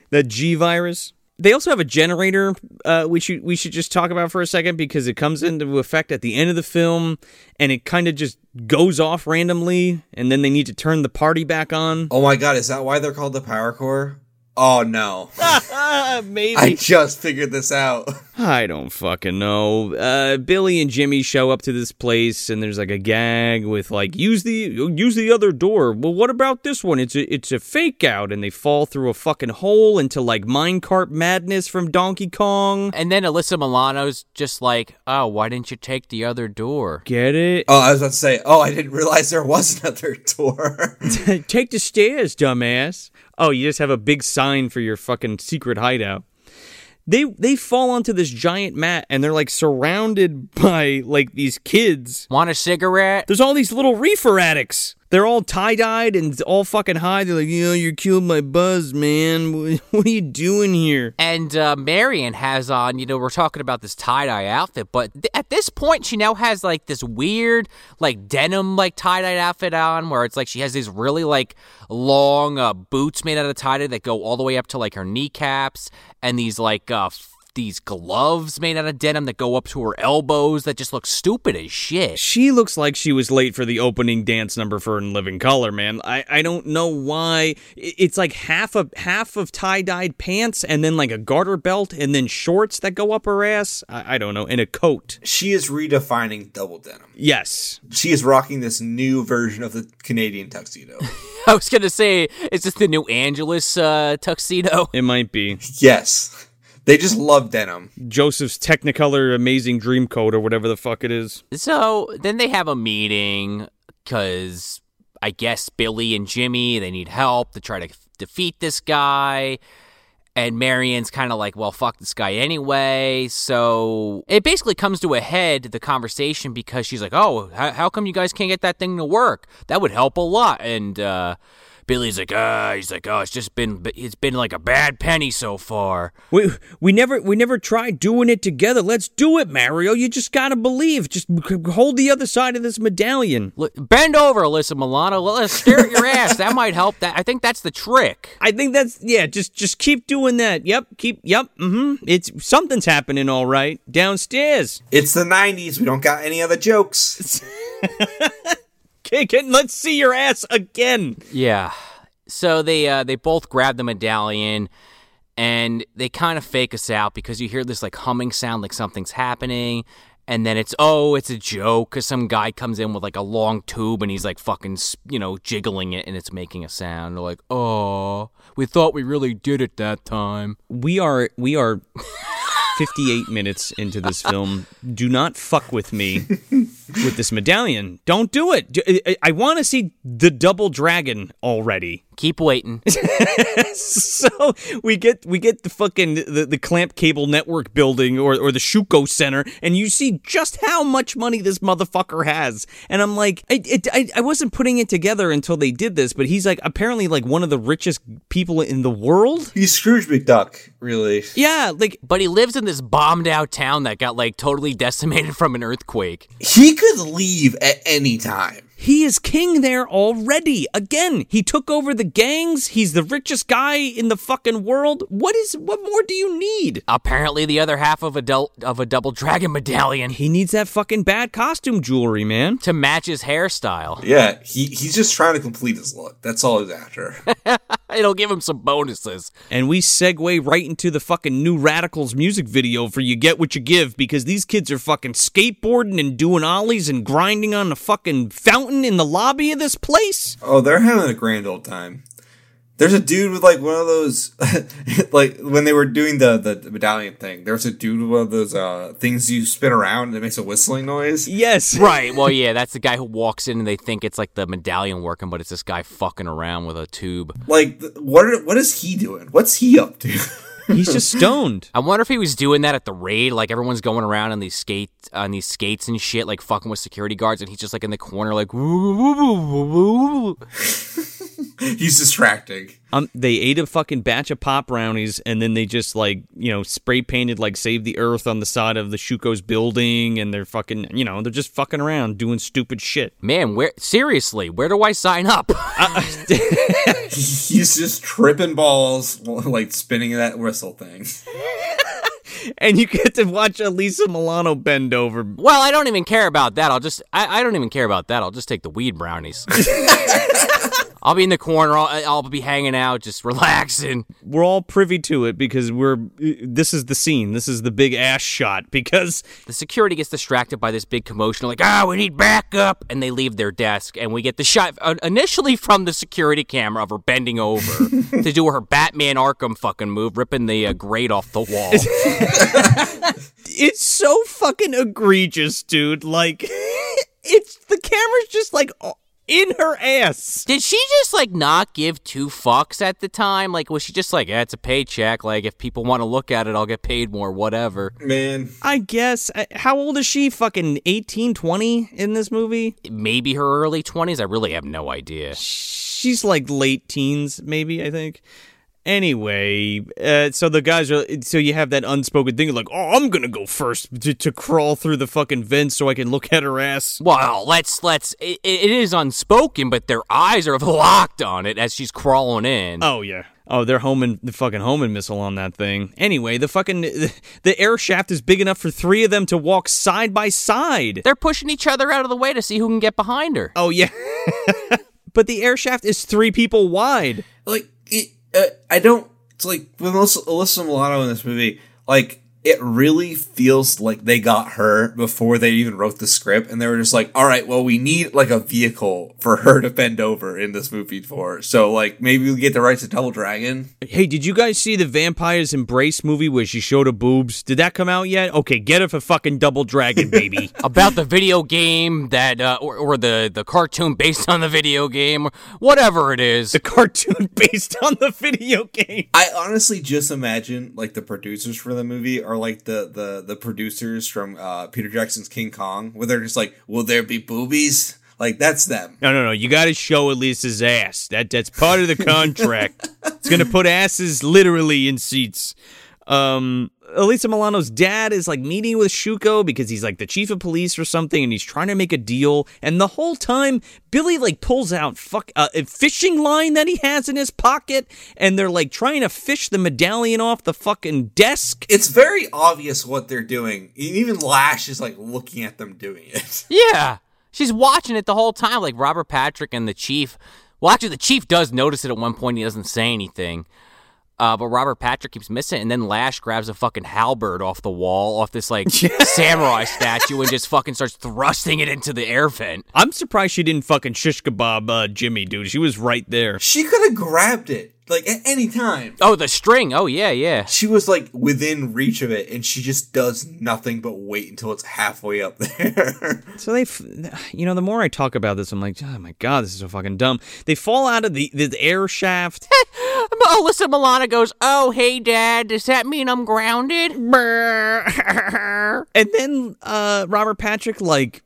Speaker 1: that G virus. They also have a generator, uh, which you, we should just talk about for a second because it comes into effect at the end of the film, and it kind of just goes off randomly, and then they need to turn the party back on.
Speaker 3: Oh my god, is that why they're called the Power Core? Oh no,
Speaker 1: Maybe
Speaker 3: I just figured this out.
Speaker 1: I don't fucking know. Uh, Billy and Jimmy show up to this place, and there's like a gag with like use the use the other door. Well, what about this one? It's a it's a fake out, and they fall through a fucking hole into like minecart madness from Donkey Kong.
Speaker 2: And then Alyssa Milano's just like, oh, why didn't you take the other door?
Speaker 1: Get it?
Speaker 3: Oh, I was about to say. Oh, I didn't realize there was another door.
Speaker 1: Take the stairs, dumbass. Oh, you just have a big sign for your fucking secret hideout. They they fall onto this giant mat, and they're like surrounded by like these kids.
Speaker 2: Want a cigarette?
Speaker 1: There's all these little reefer addicts. They're all tie dyed and all fucking high. They're like, yo, you killed my buzz, man. What are you doing here?
Speaker 2: And uh, Marion has on, you know, we're talking about this tie dye outfit, but th- at this point, she now has like this weird, like denim, like tie dye outfit on, where it's like she has these really like long uh, boots made out of tie dye that go all the way up to like her kneecaps, and these like uh, f- these gloves made out of denim that go up to her elbows that just look stupid as shit.
Speaker 1: She looks like she was late for the opening dance number for In Living Color, man. I, I don't know why. I- It's like half of half of tie dyed pants and then like a garter belt and then shorts that go up her ass. I, I don't know. And a coat.
Speaker 3: she is redefining double denim.
Speaker 1: Yes.
Speaker 3: She is rocking this new version of the Canadian tuxedo.
Speaker 2: I was gonna say, is this the New Angeles uh, tuxedo?
Speaker 1: It might be.
Speaker 3: yes, they just love denim.
Speaker 1: Joseph's Technicolor Amazing Dream Coat or whatever the fuck it is.
Speaker 2: So then they have a meeting because I guess Billy and Jimmy they need help to try to defeat this guy. And Marion's kind of like, well, fuck this guy anyway. So it basically comes to a head, the conversation, because she's like, oh, how, how come you guys can't get that thing to work? That would help a lot. And uh, Billy's like, ah, he's like, oh, it's just been, it's been like a bad penny so far.
Speaker 1: We we never we never tried doing it together. Let's do it, Mario. You just gotta believe. Just c- hold the other side of this medallion.
Speaker 2: Look, bend over, Alyssa Milano. Let's stare at your ass. That might help. That I think that's the trick.
Speaker 1: I think that's yeah. Just just keep doing that. Yep. Keep. Yep. Mm-hmm. It's something's happening. All right. Downstairs.
Speaker 3: It's the '90s. We don't got any other jokes.
Speaker 1: Kick it. and Let's see your ass again.
Speaker 2: Yeah. So they uh, they both grab the medallion and they kind of fake us out because you hear this like humming sound like something's happening and then it's oh it's a joke cuz some guy comes in with like a long tube and he's like fucking s- you know jiggling it and it's making a sound they're like oh we thought we really did it that time
Speaker 1: We are we are. 58 minutes into this film. Do not fuck with me with this medallion. Don't do it. Do- I- I- I want to see the double dragon already.
Speaker 2: keep waiting
Speaker 1: so we get we get the fucking the, the clamp cable network building or or the shuko center and you see just how much money this motherfucker has and i'm like I, it, I i wasn't putting it together until they did this but he's like apparently like one of the richest people in the world
Speaker 3: He's Scrooge McDuck, really.
Speaker 1: yeah like
Speaker 2: but he lives in this bombed out town that got like totally decimated from an earthquake
Speaker 3: He could leave at any time.
Speaker 1: He is king there already. Again, he took over the gangs. He's the richest guy in the fucking world. What is what more do you need?
Speaker 2: Apparently, the other half of a del- of a double dragon medallion
Speaker 1: He needs that fucking bad costume jewelry, man.
Speaker 2: to match his hairstyle.
Speaker 3: Yeah, he, he's just trying to complete his look. That's all he's after.
Speaker 2: It'll give him some bonuses.
Speaker 1: And we segue right into the fucking new Radicals music video for You Get What You Give because these kids are fucking skateboarding and doing ollies and grinding on the fucking fountain in the lobby of this place.
Speaker 3: Oh, they're having a grand old time. There's a dude with like one of those, like when they were doing the, the medallion thing. There's a dude with one of those uh, things you spin around and it makes a whistling noise.
Speaker 1: Yes.
Speaker 2: Right. Well, yeah, that's the guy who walks in and they think it's like the medallion working, but it's this guy fucking around with a tube.
Speaker 3: Like, th- what are, what is he doing? What's he up to?
Speaker 1: He's just stoned.
Speaker 2: I wonder if he was doing that at the raid, like everyone's going around on these skate on these skates and shit, like fucking with security guards, and he's just like in the corner, like woo woo woo woo woo. woo.
Speaker 3: he's distracting.
Speaker 1: Um, they ate a fucking batch of pop brownies and then they just like you know spray painted like save the earth on the side of the Shuko's building and they're fucking you know they're just fucking around doing stupid shit.
Speaker 2: Man, where seriously, where do I sign up?
Speaker 3: He's just tripping balls, like spinning that whistle thing.
Speaker 1: And you get to watch Elisa Milano bend over.
Speaker 2: well, I don't even care about that. I'll just I, I don't even care about that. I'll just take the weed brownies. I'll be in the corner. I'll, I'll be hanging out, just relaxing.
Speaker 1: We're all privy to it because we're this is the scene. This is the big ass shot because
Speaker 2: The security gets distracted by this big commotion, like, ah, we need backup. And they leave their desk, and we get the shot uh, initially from the security camera of her bending over to do her Batman Arkham fucking move, ripping the uh, grate off the wall.
Speaker 1: it's so fucking egregious, dude. Like it's the camera's just like in her ass.
Speaker 2: Did she just like not give two fucks at the time? Like, was she just like, eh, it's a paycheck? Like, if people want to look at it, I'll get paid more, whatever.
Speaker 3: Man,
Speaker 1: I guess I- how old is she? Fucking 18, 20 in this movie?
Speaker 2: Maybe her early 20s? I really have no idea.
Speaker 1: she's like late teens, maybe I think. Anyway, uh, so the guys are so you have that unspoken thing like, oh, I'm gonna go first to, to crawl through the fucking vent so I can look at her ass.
Speaker 2: Well, let's, let's, it, it is unspoken, but their eyes are locked on it as she's crawling in.
Speaker 1: Oh yeah. Oh, they're homing the fucking homing missile on that thing. Anyway, the fucking the air shaft is big enough for three of them to walk side by side.
Speaker 2: They're pushing each other out of the way to see who can get behind her.
Speaker 1: Oh yeah. but the air shaft is three people wide.
Speaker 3: like it, uh, I don't. It's like with Melissa, Alyssa Milano in this movie, like it really feels like they got her before they even wrote the script, and they were just like, "All right, well, we need like a vehicle for her to bend over in this movie for." So like maybe we get the rights to Double Dragon.
Speaker 1: Hey, did you guys see the Vampires Embrace movie where she showed her boobs? Did that come out yet? Okay, get her for fucking Double Dragon, baby.
Speaker 2: About the video game that, uh, or, or the, the cartoon based on the video game, whatever it is.
Speaker 1: the cartoon based on the video game.
Speaker 3: I honestly just imagine like the producers for the movie are like the the the producers from uh, Peter Jackson's King Kong, where they're just like, "Will there be boobies?" Like that's them.
Speaker 1: No, no, no. You got to show Elisa's ass. That that's part of the contract. it's gonna put asses literally in seats. Um, Elisa Milano's dad is like meeting with Shuko because he's like the chief of police or something, and he's trying to make a deal. And the whole time, Billy like pulls out fuck uh, a fishing line that he has in his pocket, and they're like trying to fish the medallion off the fucking desk.
Speaker 3: it's very obvious what they're doing. E- Even Lash is like looking at them doing it.
Speaker 2: Yeah. She's watching it the whole time, like Robert Patrick and the chief. Well, actually, the chief does notice it at one point. He doesn't say anything. Uh, but Robert Patrick keeps missing it, and then Lash grabs a fucking halberd off the wall, off this like samurai statue, and just fucking starts thrusting it into the air vent.
Speaker 1: I'm surprised she didn't fucking shish kebab uh, Jimmy, dude. She was right there.
Speaker 3: She could have grabbed it like at any time.
Speaker 2: Oh, the string. Oh, yeah, yeah.
Speaker 3: She was like within reach of it, and she just does nothing but wait until it's halfway up there.
Speaker 1: So they, f- you know, the more I talk about this, I'm like, oh my god, this is so fucking dumb. They fall out of the the air shaft.
Speaker 2: Alyssa Milano goes, Oh, hey, Dad, does that mean I'm grounded?
Speaker 1: And then uh, Robert Patrick like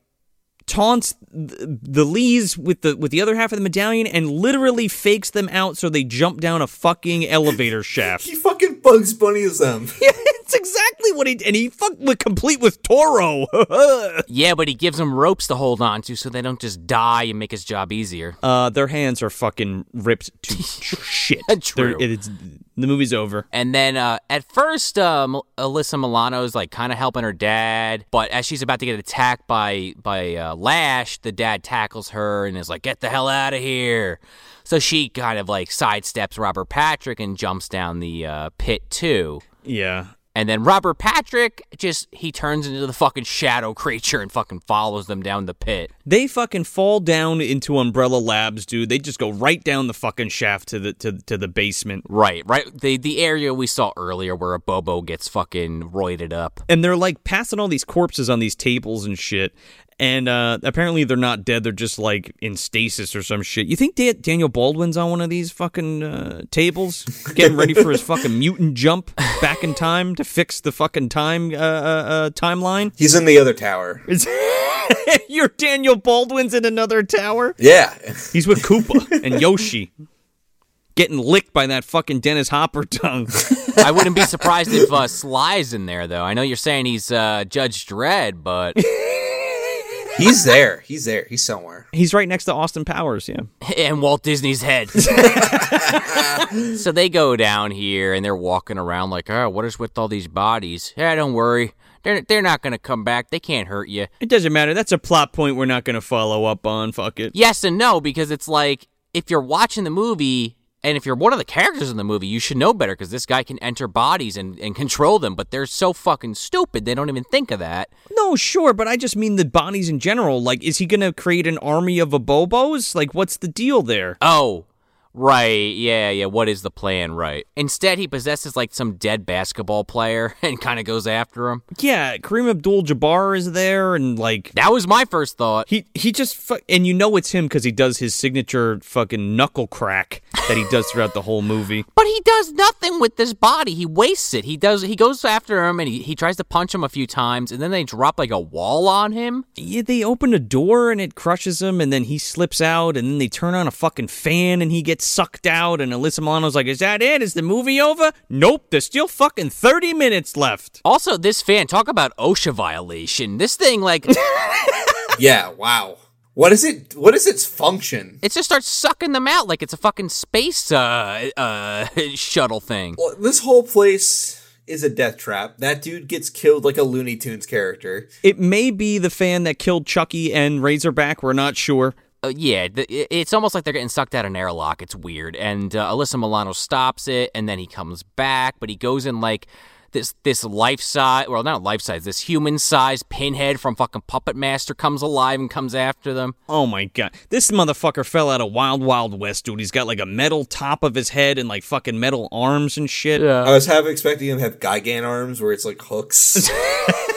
Speaker 1: taunts the, the Lees with the with the other half of the medallion and literally fakes them out so they jump down a fucking elevator shaft.
Speaker 3: he fucking Bugs Bunny is them.
Speaker 1: it's exactly what he and he fuck with complete with Toro.
Speaker 2: Yeah, but he gives them ropes to hold on to so they don't just die and make his job easier.
Speaker 1: uh, their hands are fucking ripped to shit.
Speaker 2: True.
Speaker 1: They're- it's, the movie's over.
Speaker 2: And then uh, at first, uh, Mel- Alyssa Milano's like kind of helping her dad, but as she's about to get attacked by by uh, Lash, the dad tackles her and is like, "Get the hell out of here!" So she kind of like sidesteps Robert Patrick and jumps down the uh, pit too.
Speaker 1: Yeah.
Speaker 2: And then Robert Patrick just he turns into the fucking shadow creature and fucking follows them down the pit.
Speaker 1: They fucking fall down into Umbrella Labs, dude. They just go right down the fucking shaft to the to, to the basement.
Speaker 2: Right, right. The the area we saw earlier where a Bobo gets fucking roided up.
Speaker 1: and they're like passing all these corpses on these tables and shit. And uh, apparently they're not dead; they're just like in stasis or some shit. You think da- Daniel Baldwin's on one of these fucking uh, tables, getting ready for his fucking mutant jump back in time to fix the fucking time uh, uh, uh, timeline?
Speaker 3: He's in the other tower.
Speaker 1: It's- Your Daniel Baldwin's in another tower.
Speaker 3: Yeah.
Speaker 1: He's with Koopa and Yoshi, getting licked by that fucking Dennis Hopper tongue.
Speaker 2: I wouldn't be surprised if uh, Sly's in there, though. I know you're saying he's uh, Judge Dredd, but
Speaker 3: He's there. He's there. He's somewhere.
Speaker 1: He's right next to Austin Powers. Yeah.
Speaker 2: and Walt Disney's head. so they go down here and they're walking around like, oh, what is with all these bodies? Yeah, don't worry, they're they're not gonna come back. They can't hurt you.
Speaker 1: It doesn't matter. That's a plot point we're not going to follow up on. Fuck it.
Speaker 2: Yes and no, because it's like if you're watching the movie. And if you're one of the characters in the movie, you should know better because this guy can enter bodies and, and control them, but they're so fucking stupid, they don't even think of that.
Speaker 1: No, sure, but I just mean the Bonnies in general. Like, is he going to create an army of abobos? Like, what's the deal there?
Speaker 2: Oh, right. Yeah, yeah. What is the plan, right? Instead, he possesses like some dead basketball player and kind of goes after him.
Speaker 1: Yeah, Kareem Abdul-Jabbar is there, and like
Speaker 2: That was my first thought.
Speaker 1: he he just fu- and you know it's him because he does his signature fucking knuckle crack that he does throughout the whole movie.
Speaker 2: But he does nothing with this body. He wastes it. He does. He goes after him and he, he tries to punch him a few times, and then they drop like a wall on him.
Speaker 1: Yeah, they open a door and it crushes him, and then he slips out, and then they turn on a fucking fan, and he gets sucked out. And Alyssa Milano's like, "Is that it? Is the movie over?" Nope, there's still fucking thirty minutes left.
Speaker 2: Also, this fan talk about OSHA violation. This thing like
Speaker 3: Yeah. Wow. What is it? What is its function?
Speaker 2: it just starts sucking them out like it's a fucking space uh uh shuttle thing.
Speaker 3: Well, this whole place is a death trap. That dude gets killed like a Looney Tunes character.
Speaker 1: It may be the fan that killed Chucky and Razorback. We're not sure.
Speaker 2: uh, yeah, the, i- it's almost like they're getting sucked out an airlock. It's weird. And uh, Alyssa Milano stops it, and then he comes back, but he goes in like this this life size, well, not life size, this human size pinhead from fucking Puppet Master comes alive and comes after them.
Speaker 1: Oh my god. This motherfucker fell out of Wild Wild West, dude. He's got like a metal top of his head and like fucking metal arms and shit.
Speaker 3: I was half expecting him to have Gigan arms where it's like hooks.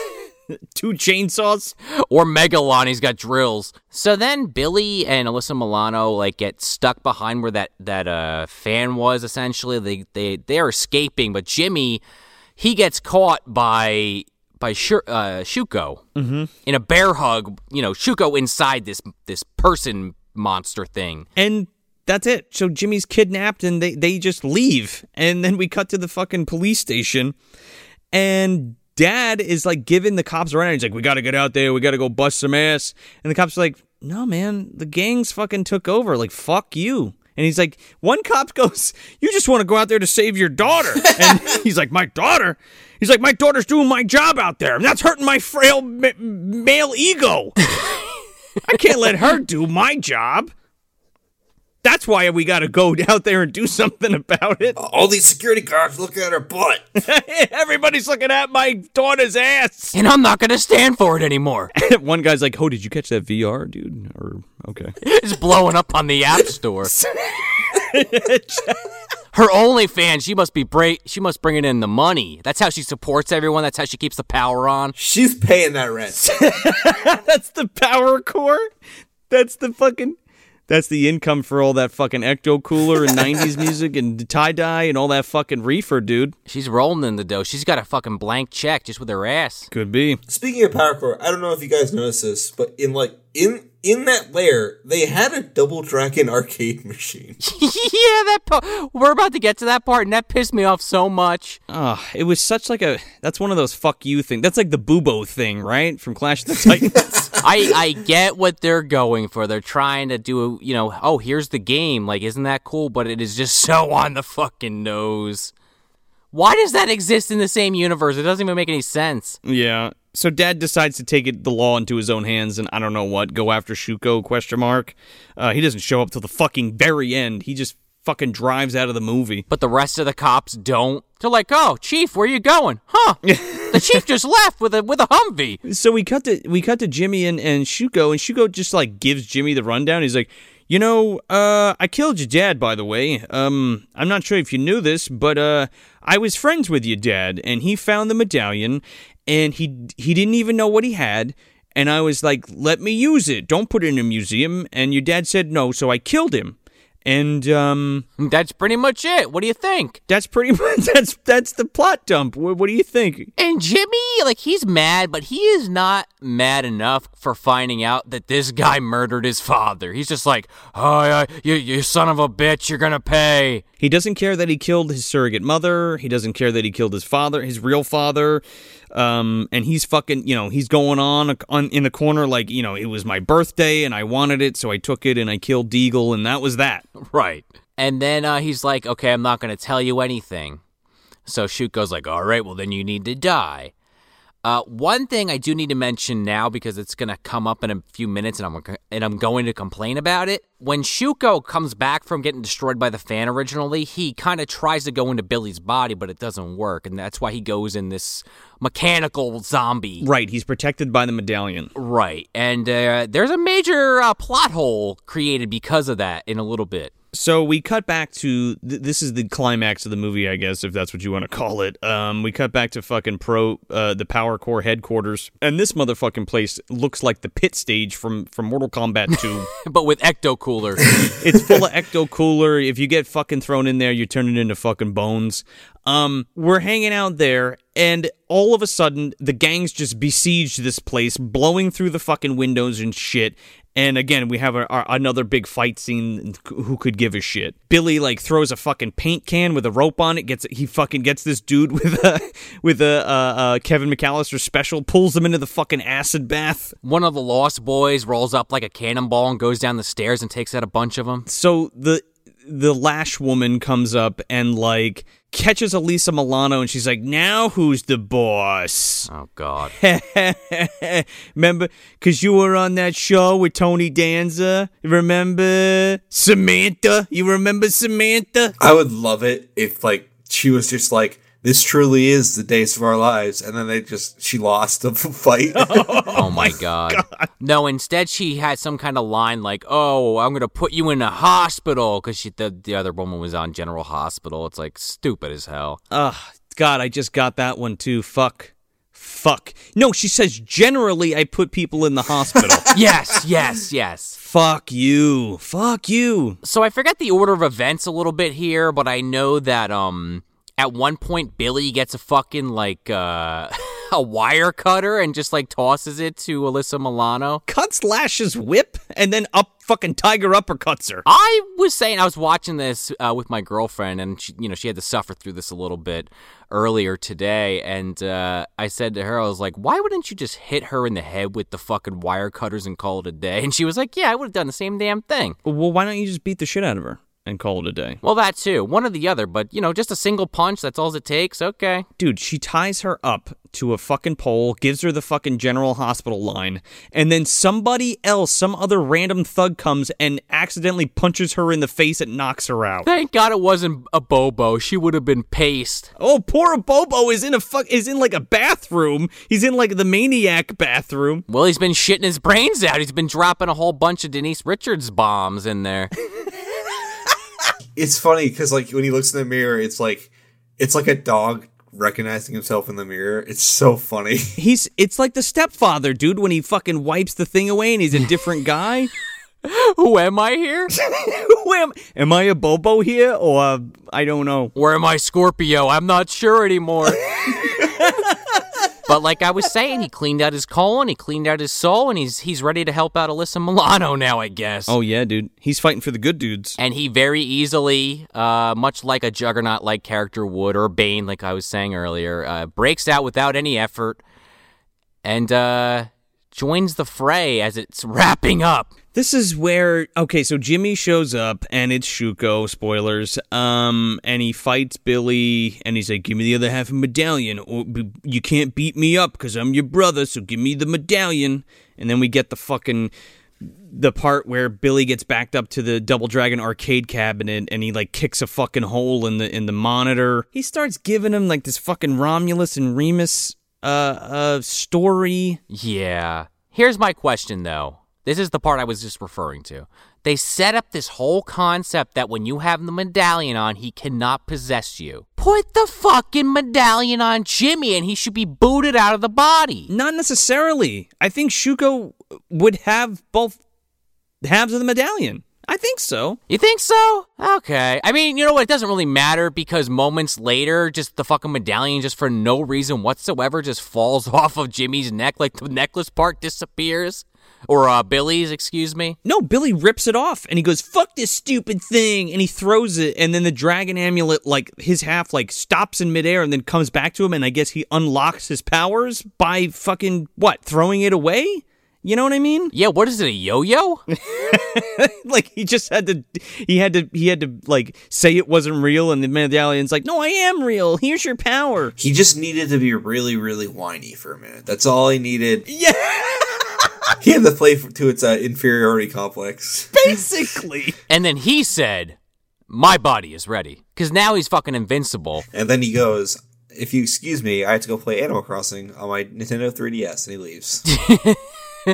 Speaker 1: Two chainsaws.
Speaker 2: Or Megalon, he's got drills. So then Billy and Alyssa Milano like get stuck behind where that that uh, fan was. Essentially, they they they're escaping, but Jimmy he gets caught by by Shu uh, Shuko in a bear hug. You know, Shuko inside this this person monster thing.
Speaker 1: And that's it. So Jimmy's kidnapped and they, they just leave. And then we cut to the fucking police station. And dad is like giving the cops a run. He's like, we got to get out there. We got to go bust some ass. And the cops are like, no, man, the gangs fucking took over. Like, fuck you. And he's like, one cop goes, you just want to go out there to save your daughter. And he's like, my daughter? He's like, my daughter's doing my job out there. And that's hurting my frail ma- male ego. I can't let her do my job. That's why we got to go out there and do something about it.
Speaker 3: All these security guards looking at her butt.
Speaker 1: Everybody's looking at my daughter's ass.
Speaker 2: And I'm not gonna stand for it anymore.
Speaker 1: One guy's like, "Oh, did you catch that VR, dude?" Or okay,
Speaker 2: It's blowing up on the app store. Her OnlyFans, she must be break. She must bring it in the money. That's how she supports everyone. That's how she keeps the power on.
Speaker 3: She's paying that rent.
Speaker 1: that's the power core. That's the fucking. That's the income for all that fucking ecto cooler and '90s music and tie dye and all that fucking reefer, dude.
Speaker 2: She's rolling in the dough. She's got a fucking blank check just with her ass.
Speaker 1: Could be.
Speaker 8: Speaking of power core, I don't know if you guys noticed this, but in like in in that layer, they had a double dragon arcade machine.
Speaker 2: yeah, that po- we're about to get to that part, and that pissed me off so much.
Speaker 1: Ah, it was such like a. That's one of those fuck you thing. That's like the Bubo thing, right? From Clash of the Titans.
Speaker 2: I I get what they're going for. They're trying to do you know oh here's the game like isn't that cool? But it is just so on the fucking nose. Why does that exist in the same universe? It doesn't even make any sense.
Speaker 1: yeah. So dad decides to take it, the law into his own hands, and I don't know what. Go after Shuko? Question mark. Uh, he doesn't show up till the fucking very end. He just fucking drives out of the movie.
Speaker 2: But the rest of the cops don't. They're like oh chief where you going? Huh? the chief just left with a with a Humvee.
Speaker 1: So we cut to we cut to Jimmy and and Shuko, and Shuko just like gives Jimmy the rundown. He's like, you know, uh, I killed your dad, by the way. Um, I'm not sure if you knew this, but uh, I was friends with your dad, and he found the medallion, and he he didn't even know what he had. And I was like, let me use it. Don't put it in a museum. And your dad said no, so I killed him. And um,
Speaker 2: That's pretty much it. What do you think?
Speaker 1: that's pretty much that's that's the plot dump. What, what do you think?
Speaker 2: And Jimmy, like, he's mad, but he is not mad enough for finding out that this guy murdered his father. He's just like, oh, yeah, you, you son of a bitch, you're gonna pay.
Speaker 1: He doesn't care that he killed his surrogate mother. He doesn't care that he killed his father, his real father. Um, and he's fucking, you know, he's going on, on in the corner like, you know, it was my birthday and I wanted it, so I took it and I killed Deagle, and that was that.
Speaker 2: Right. And then uh, he's like, okay, I'm not gonna tell you anything. So Shoot goes like, all right, well, then you need to die. Uh, one thing I do need to mention now because it's gonna come up in a few minutes, and I'm and I'm going to complain about it. When Shuko comes back from getting destroyed by the fan originally, he kind of tries to go into Billy's body, but it doesn't work, and that's why he goes in this mechanical zombie.
Speaker 1: Right, he's protected by the medallion.
Speaker 2: Right, and uh, there's a major uh, plot hole created because of that in a little bit.
Speaker 1: So we cut back to th- this is the climax of the movie, I guess, if that's what you want to call it. Um, we cut back to fucking pro uh, the Power Core headquarters, and this motherfucking place looks like the pit stage from from Mortal Kombat 2.
Speaker 2: But with Ecto Cooler,
Speaker 1: it's full of ecto cooler. If you get fucking thrown in there, you're turning into fucking bones. Um, we're hanging out there, and all of a sudden, the gangs just besieged this place, blowing through the fucking windows and shit. And again, we have our, our, another big fight scene. Who could give a shit? Billy like throws a fucking paint can with a rope on it. Gets he fucking gets this dude with a with a uh, uh, Kevin McAllister special. Pulls him into the fucking acid bath.
Speaker 2: one of the Lost Boys rolls up like a cannonball and goes down the stairs and takes out a bunch of them.
Speaker 1: so the the lash woman comes up and like catches Elisa Milano and she's like, "Now who's the boss?"
Speaker 2: Oh God.
Speaker 1: remember cuz you were on that show with Tony Danza? Remember Samantha? You remember Samantha?
Speaker 3: I would love it if like she was just like, "This truly is the days of our lives," and then they just she lost the fight.
Speaker 2: Oh my God. No, instead she had some kind of line like, "Oh, I'm gonna put you in a hospital," because the the other woman was on General Hospital. It's like stupid as hell.
Speaker 1: Ugh, god, I just got that one too. Fuck. Fuck. No, she says generally I put people in the hospital.
Speaker 2: yes, yes, yes.
Speaker 1: Fuck you. Fuck you.
Speaker 2: So I forget the order of events a little bit here, but I know that um at one point Billy gets a fucking like uh a wire cutter and just like tosses it to Alyssa Milano.
Speaker 1: cuts Lash's whip and then up fucking Tiger uppercuts her.
Speaker 2: I was saying I was watching this uh, with my girlfriend, and she, you know she had to suffer through this a little bit earlier today. And uh, I said to her, I was like, "Why wouldn't you just hit her in the head with the fucking wire cutters and call it a day?" And she was like, "Yeah, I would have done the same damn thing."
Speaker 1: Well, why don't you just beat the shit out of her and call it a day?
Speaker 2: Well, that too, one or the other, but you know, just a single punch—that's all it takes. Okay.
Speaker 1: Dude, she ties her up to a fucking pole, gives her the fucking General Hospital line, and then somebody else, some other random thug comes and accidentally punches her in the face and knocks her out.
Speaker 2: Thank God it wasn't a Bobo. She would have been paced.
Speaker 1: Oh, poor Bobo is in a fuck is in like a bathroom. He's in like the maniac bathroom.
Speaker 2: Well, he's been shitting his brains out. He's been dropping a whole bunch of Denise Richards bombs in there.
Speaker 3: it's funny because like when he looks in the mirror, it's like it's like a dog recognizing himself in the mirror. It's so funny.
Speaker 1: He's it's like the stepfather, dude, when he fucking wipes the thing away and he's a different guy.
Speaker 2: Who am I here?
Speaker 1: Who am? Am I a Bobo here, or uh, I don't know?
Speaker 2: Where am I, Scorpio? I'm not sure anymore. but like I was saying, he cleaned out his colon, he cleaned out his soul, and he's he's ready to help out Alyssa Milano now, I guess.
Speaker 1: Oh yeah, dude, he's fighting for the good dudes.
Speaker 2: And he very easily, uh, much like a Juggernaut like character would, or Bane, like I was saying earlier, uh, breaks out without any effort and uh, joins the fray as it's wrapping up.
Speaker 1: This is where okay, so Jimmy shows up and it's Shuko, spoilers. Um, and he fights Billy, and he's like, "Give me the other half of medallion. Or b- you can't beat me up because I'm your brother. So give me the medallion." And then we get the fucking the part where Billy gets backed up to the Double Dragon arcade cabinet and he like kicks a fucking hole in the in the monitor. He starts giving him like this fucking Romulus and Remus uh uh story.
Speaker 2: Yeah. Here's my question, though. This is the part I was just referring to. They set up this whole concept that when you have the medallion on, he cannot possess you. Put the fucking medallion on Jimmy and he should be booted out of the body.
Speaker 1: Not necessarily. I think Shuko would have both halves of the medallion. I think so.
Speaker 2: You think so? Okay. I mean, you know what? It doesn't really matter because moments later, just the fucking medallion, just for no reason whatsoever, just falls off of Jimmy's neck. Like the necklace part disappears. Or uh, Billy's, excuse me.
Speaker 1: No, Billy rips it off and he goes, "Fuck this stupid thing!" and he throws it, and then the dragon amulet, like his half, like stops in midair and then comes back to him, and I guess he unlocks his powers by fucking what throwing it away. You know what I mean?
Speaker 2: Yeah, what is it, a yo yo?
Speaker 1: like he just had to, he had to, he had to like say it wasn't real, and the medallion's like, "No, I am real. Here's your power."
Speaker 3: He just needed to be really, really whiny for a minute. That's all he needed.
Speaker 1: Yeah,
Speaker 3: He had to play f- to its uh, inferiority complex.
Speaker 1: basically.
Speaker 2: And then he said, My body is ready. Because now he's fucking invincible.
Speaker 3: And then he goes, If you excuse me, I have to go play Animal Crossing on my Nintendo 3DS. And he leaves.
Speaker 2: I'm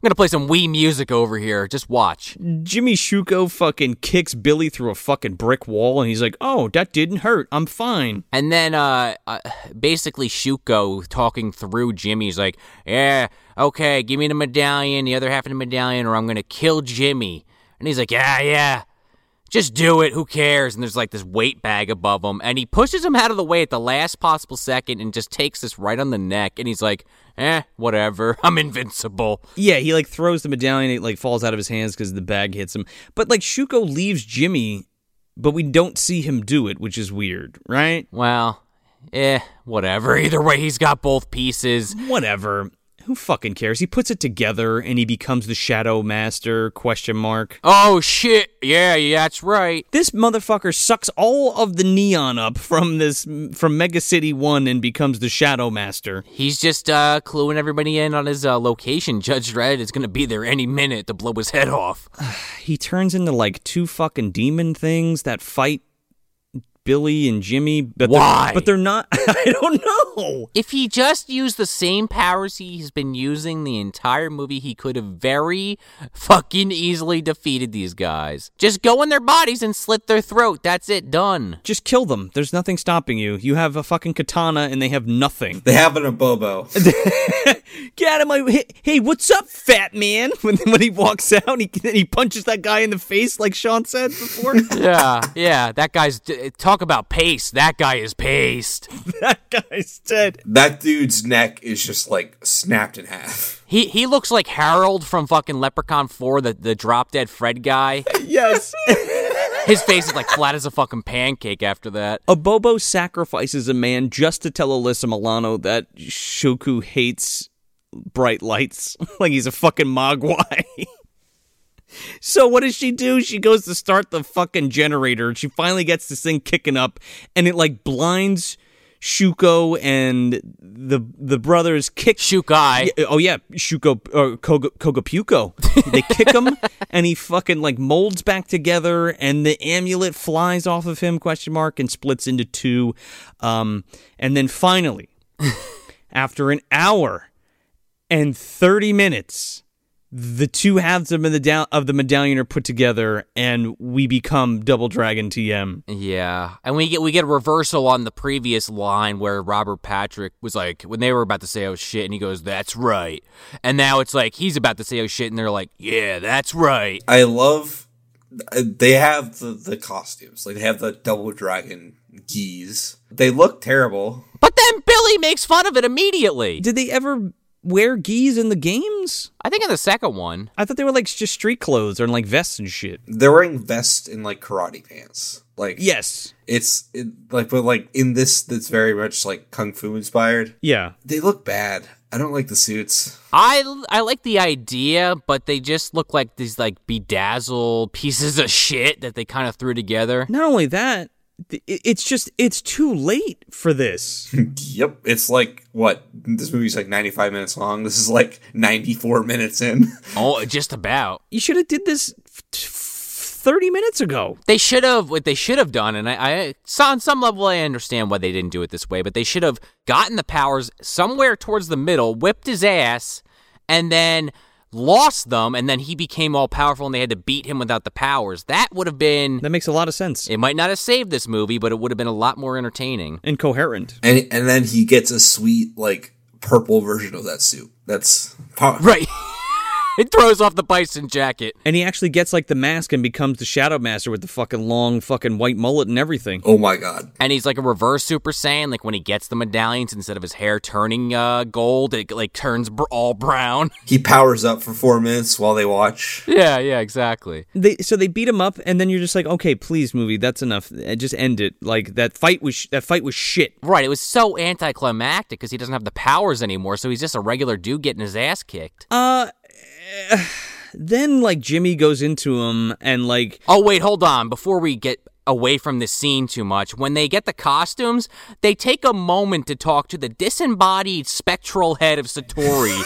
Speaker 2: going to play some Wii music over here. Just watch.
Speaker 1: Jimmy Shuko fucking kicks Billy through a fucking brick wall, and he's like, "Oh, that didn't hurt. I'm fine."
Speaker 2: And then uh, uh basically Shuko talking through Jimmy's like, "Yeah, okay, give me the medallion, the other half of the medallion or I'm going to kill Jimmy." And he's like, "Yeah, yeah. Just do it. Who cares?" And there's like this weight bag above him and he pushes him out of the way at the last possible second and just takes this right on the neck and he's like, "Eh, whatever. I'm invincible."
Speaker 1: Yeah, he like throws the medallion, it like falls out of his hands because the bag hits him. But like Shuko leaves Jimmy, but we don't see him do it, which is weird, right?
Speaker 2: Well, eh, whatever. Either way, he's got both pieces.
Speaker 1: Whatever. Who fucking cares? He puts it together and he becomes the Shadow Master? Question mark.
Speaker 2: Oh shit! Yeah, yeah, that's right.
Speaker 1: This motherfucker sucks all of the neon up from this from Mega City One and becomes the Shadow Master.
Speaker 2: He's just uh, cluing everybody in on his uh, location. Judge Dredd is gonna be there any minute to blow his head off.
Speaker 1: he turns into like two fucking demon things that fight Billy and Jimmy. But
Speaker 2: Why?
Speaker 1: They're, but they're not. I don't know.
Speaker 2: If he just used the same powers he's been using the entire movie, he could have very fucking easily defeated these guys. Just go in their bodies and slit their throat. That's it. Done.
Speaker 1: Just kill them. There's nothing stopping you. You have a fucking katana and they have nothing.
Speaker 3: they have an Bobo.
Speaker 1: Get out of my hey, hey what's up, fat man? When when he walks out, he he punches that guy in the face like Sean said before.
Speaker 2: Yeah, yeah. That guy's talk about pace. That guy is paced.
Speaker 1: that guy's dead.
Speaker 3: that dude's neck is just like snapped in half.
Speaker 2: He he looks like Harold from fucking Leprechaun 4, the, the drop dead Fred guy.
Speaker 1: Yes.
Speaker 2: His face is like flat as a fucking pancake after that.
Speaker 1: A Bobo sacrifices a man just to tell Alyssa Milano that Shoku hates bright lights. like he's a fucking mogwai. so what does she do? She goes to start the fucking generator and she finally gets this thing kicking up and it like blinds Shuko and the the brothers kick
Speaker 2: Shook eye.
Speaker 1: yeah, oh yeah, Shuko or Koga, Kogapuko. They kick him, and he fucking like molds back together, and the amulet flies off of him? Question mark and splits into two, um, and then finally, after an hour and thirty minutes, the two halves of the, medall- of the medallion are put together, and we become Double Dragon TM.
Speaker 2: Yeah, and we get we get a reversal on the previous line where Robert Patrick was like when they were about to say oh shit, and he goes that's right, and now it's like he's about to say oh shit, and they're like yeah that's right.
Speaker 3: I love they have the, the costumes. Like they have the double dragon geese. They look terrible.
Speaker 2: But then Billy makes fun of it immediately.
Speaker 1: Did they ever wear geese in the games?
Speaker 2: I think in the second one,
Speaker 1: I thought they were like just street clothes or in like vests and shit.
Speaker 3: They're wearing vests and like karate pants. Like
Speaker 1: Yes.
Speaker 3: it's it, like but like in this that's very much like kung fu inspired.
Speaker 1: Yeah.
Speaker 3: They look bad. I don't like the suits.
Speaker 2: I I like the idea, but they just look like these like bedazzled pieces of shit that they kind of threw together.
Speaker 1: Not only that, th- it- it's just it's too late for this.
Speaker 3: Yep, it's like what this movie's like 95 minutes long. This is like 94 minutes in.
Speaker 2: Oh, just about.
Speaker 1: you should have did this f- t- f- 30 minutes ago.
Speaker 2: They should have what they should have done, and I, I so on some level I understand why they didn't do it this way, but they should have gotten the powers somewhere towards the middle, whipped his ass, and then lost them, and then he became all powerful, and they had to beat him without the powers. That would have been.
Speaker 1: That makes a lot of sense.
Speaker 2: It might not have saved this movie, but it would have been a lot more entertaining.
Speaker 1: Incoherent.
Speaker 3: And and then he gets a sweet like purple version of that suit. That's
Speaker 2: Right. it throws off the bison jacket.
Speaker 1: And he actually gets like the mask and becomes the Shadow Master with the fucking long fucking white mullet and everything.
Speaker 3: Oh my god.
Speaker 2: And he's like a reverse Super Saiyan. Like when he gets the medallions, instead of his hair turning uh, gold, it like turns br- all brown.
Speaker 3: He powers up for 4 minutes while they watch.
Speaker 2: yeah, yeah, exactly.
Speaker 1: They so they beat him up and then you're just like, "Okay, please movie, that's enough. Uh, Just end it." Like that fight was sh- that fight was shit.
Speaker 2: Right. It was so anticlimactic because he doesn't have the powers anymore, so he's just a regular dude getting his ass kicked.
Speaker 1: Then like Jimmy goes into him and like
Speaker 2: oh wait, hold on. Before we get away from the scene too much, when they get the costumes, they take a moment to talk to the disembodied spectral head of Satori,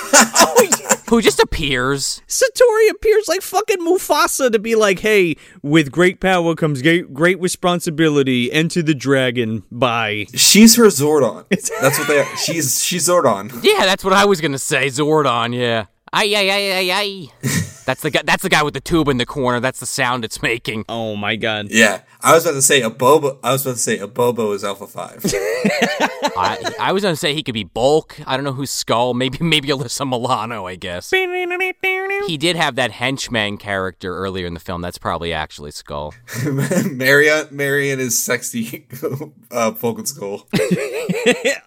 Speaker 2: who just appears.
Speaker 1: Satori appears like fucking Mufasa to be like, "Hey, with great power comes great, great responsibility. Enter the dragon." Bye.
Speaker 3: She's her Zordon. That's what they are. She's she's Zordon.
Speaker 2: Yeah, that's what I was gonna say. Zordon. Yeah. Ay ay ay ay ay. That's the guy. That's the guy with the tube in the corner. That's the sound it's making.
Speaker 1: Oh my god.
Speaker 3: Yeah. I was about to say a Bobo I was about to say a Bobo is Alpha 5.
Speaker 2: I, I was gonna say he could be Bulk. I don't know who's Skull. Maybe maybe Alyssa Milano. I guess he did have that henchman character earlier in the film. That's probably actually Skull.
Speaker 3: Marion Marion is sexy uh Vulcan Skull.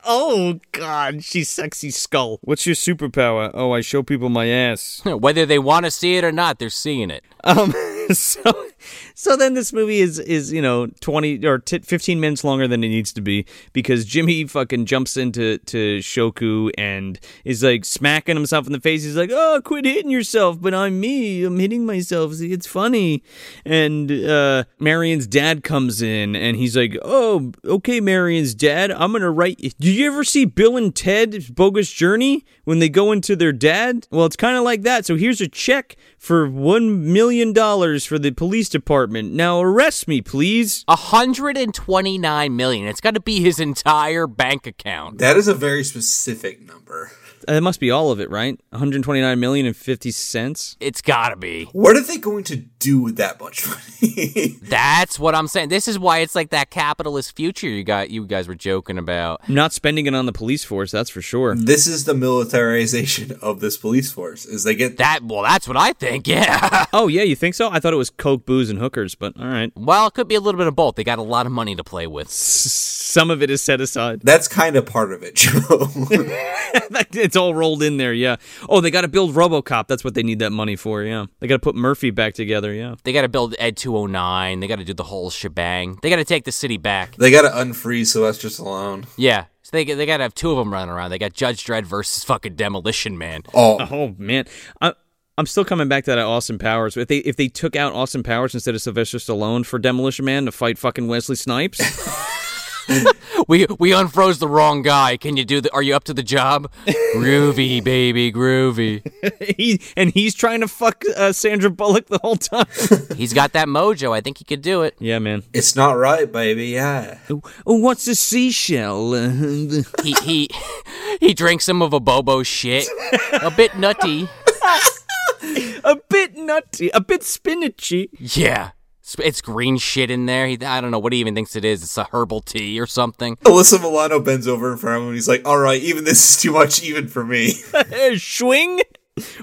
Speaker 1: Oh god, she's sexy skull. What's your superpower? Oh, I show people my ass.
Speaker 2: Whether they want to see it or not, they're seeing it.
Speaker 1: Um so so then this movie is is, you know, 20 or t- 15 minutes longer than it needs to be because Jimmy fucking jumps into to Shoku and is like smacking himself in the face. He's like, "Oh, quit hitting yourself, but I'm me. I'm hitting myself. See, It's funny." And uh Marion's dad comes in and he's like, "Oh, okay, Marion's dad, I'm gonna write." Did you ever see Bill and Ted's Bogus Journey when they go into their dad? Well, it's kind of like that. So here's a check for one million dollars for the police department. Now arrest me, please.
Speaker 2: 129 million. It's got to be his entire bank account.
Speaker 3: That is a very specific number.
Speaker 1: Uh, That must be all of it, right? One hundred twenty-nine million and fifty cents.
Speaker 2: It's got to be.
Speaker 3: What are they going to do with that much money?
Speaker 2: That's what I'm saying. This is why it's like that capitalist future you got. You guys were joking about.
Speaker 1: Not spending it on the police force, that's for sure.
Speaker 3: this is the militarization of this police force. Is they get
Speaker 2: That well, that's what I think. Yeah.
Speaker 1: Oh yeah, you think so? I thought it was coke, booze, and hookers, but all right.
Speaker 2: Well, it could be a little bit of both. They got a lot of money to play with.
Speaker 1: Some of it is set aside.
Speaker 3: that's kind of part of it, Joe.
Speaker 1: it's all rolled in there, yeah. Oh, they got to build RoboCop. That's what they need that money for, yeah. They got to put Murphy back together, yeah.
Speaker 2: They got to build Ed 209. They got to do the whole shebang. They got to take the city back.
Speaker 3: they got to unfreeze Sylvester Stallone.
Speaker 2: Yeah. So they, they got to have two of them running around. They got Judge Dredd versus fucking Demolition Man.
Speaker 3: Oh,
Speaker 1: Oh man, I, I'm still coming back to that Austin Powers. If they if they took out Austin Powers instead of Sylvester Stallone for Demolition Man to fight fucking Wesley Snipes,
Speaker 2: We we unfroze the wrong guy. Can you do the? Are you up to the job? groovy, baby, groovy.
Speaker 1: he, and he's trying to fuck uh, Sandra Bullock the whole time.
Speaker 2: He's got that mojo. I think he could do it.
Speaker 1: yeah, man.
Speaker 3: it's not right, baby. Yeah.
Speaker 1: Oh, what's a seashell?
Speaker 2: He he he drinks some of a Bobo shit. A bit nutty.
Speaker 1: a bit nutty, a bit spinachy.
Speaker 2: Yeah. It's- It's green shit in there. He, I don't know what he even thinks it is. It's a herbal tea or something.
Speaker 3: Alyssa Milano bends over in front of him and he's like, all right, even this is too much, even for me.
Speaker 1: Eh, Swing.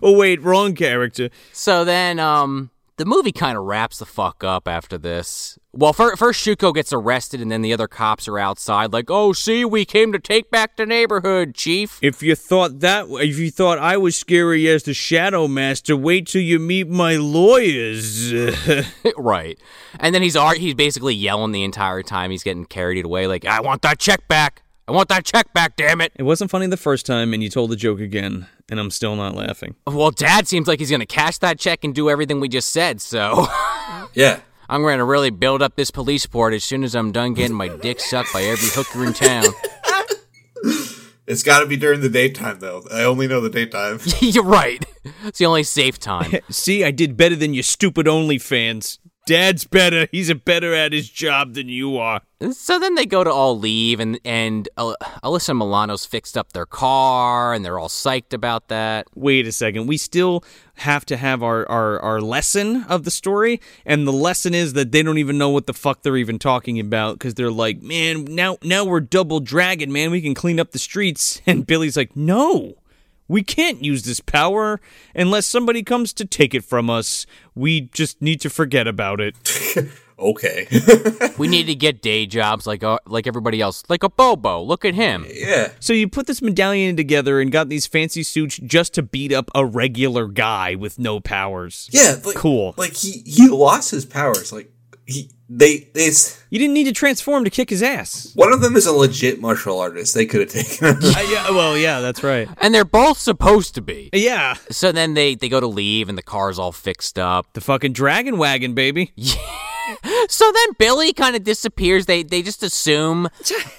Speaker 1: Oh wait, wrong character.
Speaker 2: So then, um, the movie kind of wraps the fuck up after this. Well, fir- first Shuko gets arrested, and then the other cops are outside, like, "Oh, see, we came to take back the neighborhood, Chief."
Speaker 1: If you thought that, if you thought I was scary as the Shadow Master, wait till you meet my lawyers.
Speaker 2: right. And then he's ar- he's basically yelling the entire time. He's getting carried away, like, "I want that check back! I want that check back! Damn it!"
Speaker 1: It wasn't funny the first time, and you told the joke again, and I'm still not laughing.
Speaker 2: Well, Dad seems like he's gonna cash that check and do everything we just said. So.
Speaker 3: yeah.
Speaker 2: I'm going to really build up this police board as soon as I'm done getting my dick sucked by every hooker in town.
Speaker 3: It's got to be during the daytime, though. I only know the daytime.
Speaker 2: You're right. It's the only safe time.
Speaker 1: See, I did better than your stupid OnlyFans. Dad's better. He's a better at his job than you are.
Speaker 2: So then they go to all leave, and and Al- Alyssa Milano's fixed up their car, and they're all psyched about that.
Speaker 1: Wait a second. We still have to have our, our, our lesson of the story, and the lesson is that they don't even know what the fuck they're even talking about because they're like, man, now now we're double dragon, man. We can clean up the streets. And Billy's like, no, we can't use this power unless somebody comes to take it from us. We just need to forget about it.
Speaker 3: okay.
Speaker 2: We need to get day jobs like uh, like everybody else, like a Bobo. Look at him.
Speaker 3: yeah.
Speaker 1: So you put this medallion together and got these fancy suits just to beat up a regular guy with no powers.
Speaker 3: Yeah. Like,
Speaker 1: Cool.
Speaker 3: Like he he lost his powers. Like he they they s-
Speaker 1: You didn't need to transform to kick his ass.
Speaker 3: one of them is a legit martial artist. They could have taken him.
Speaker 1: Uh, yeah, well, yeah, that's right.
Speaker 2: And they're both supposed to be.
Speaker 1: Yeah,
Speaker 2: So then they they go to leave, and the car's all fixed up.
Speaker 1: the fucking dragon wagon, baby.
Speaker 2: So then Billy kind of disappears. They they just assume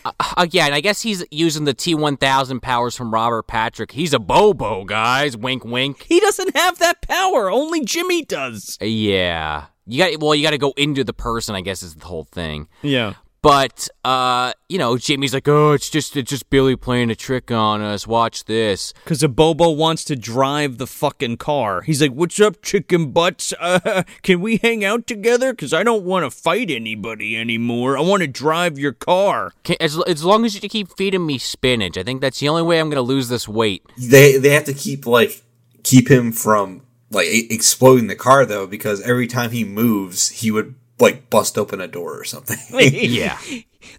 Speaker 2: uh, again. I guess he's using the T one thousand powers from Robert Patrick. He's a Bobo, guys. Wink, wink.
Speaker 1: He doesn't have that power. Only Jimmy does.
Speaker 2: Yeah. You got well, you got to go into the person, I guess is the whole thing.
Speaker 1: Yeah.
Speaker 2: But uh, you know, Jimmy's like, "Oh, it's just it's just Billy playing a trick on us. Watch this."
Speaker 1: Because a Bobo wants to drive the fucking car. He's like, What's up, chicken butts? Uh, can we hang out together? Because I don't want to fight anybody anymore. I want to drive your car.
Speaker 2: Can, as as long as you keep feeding me spinach, I think that's the only way I'm going to lose this weight.
Speaker 3: they they have to keep like keep him from like e- exploding the car though because every time he moves he would like bust open a door or something.
Speaker 2: Yeah.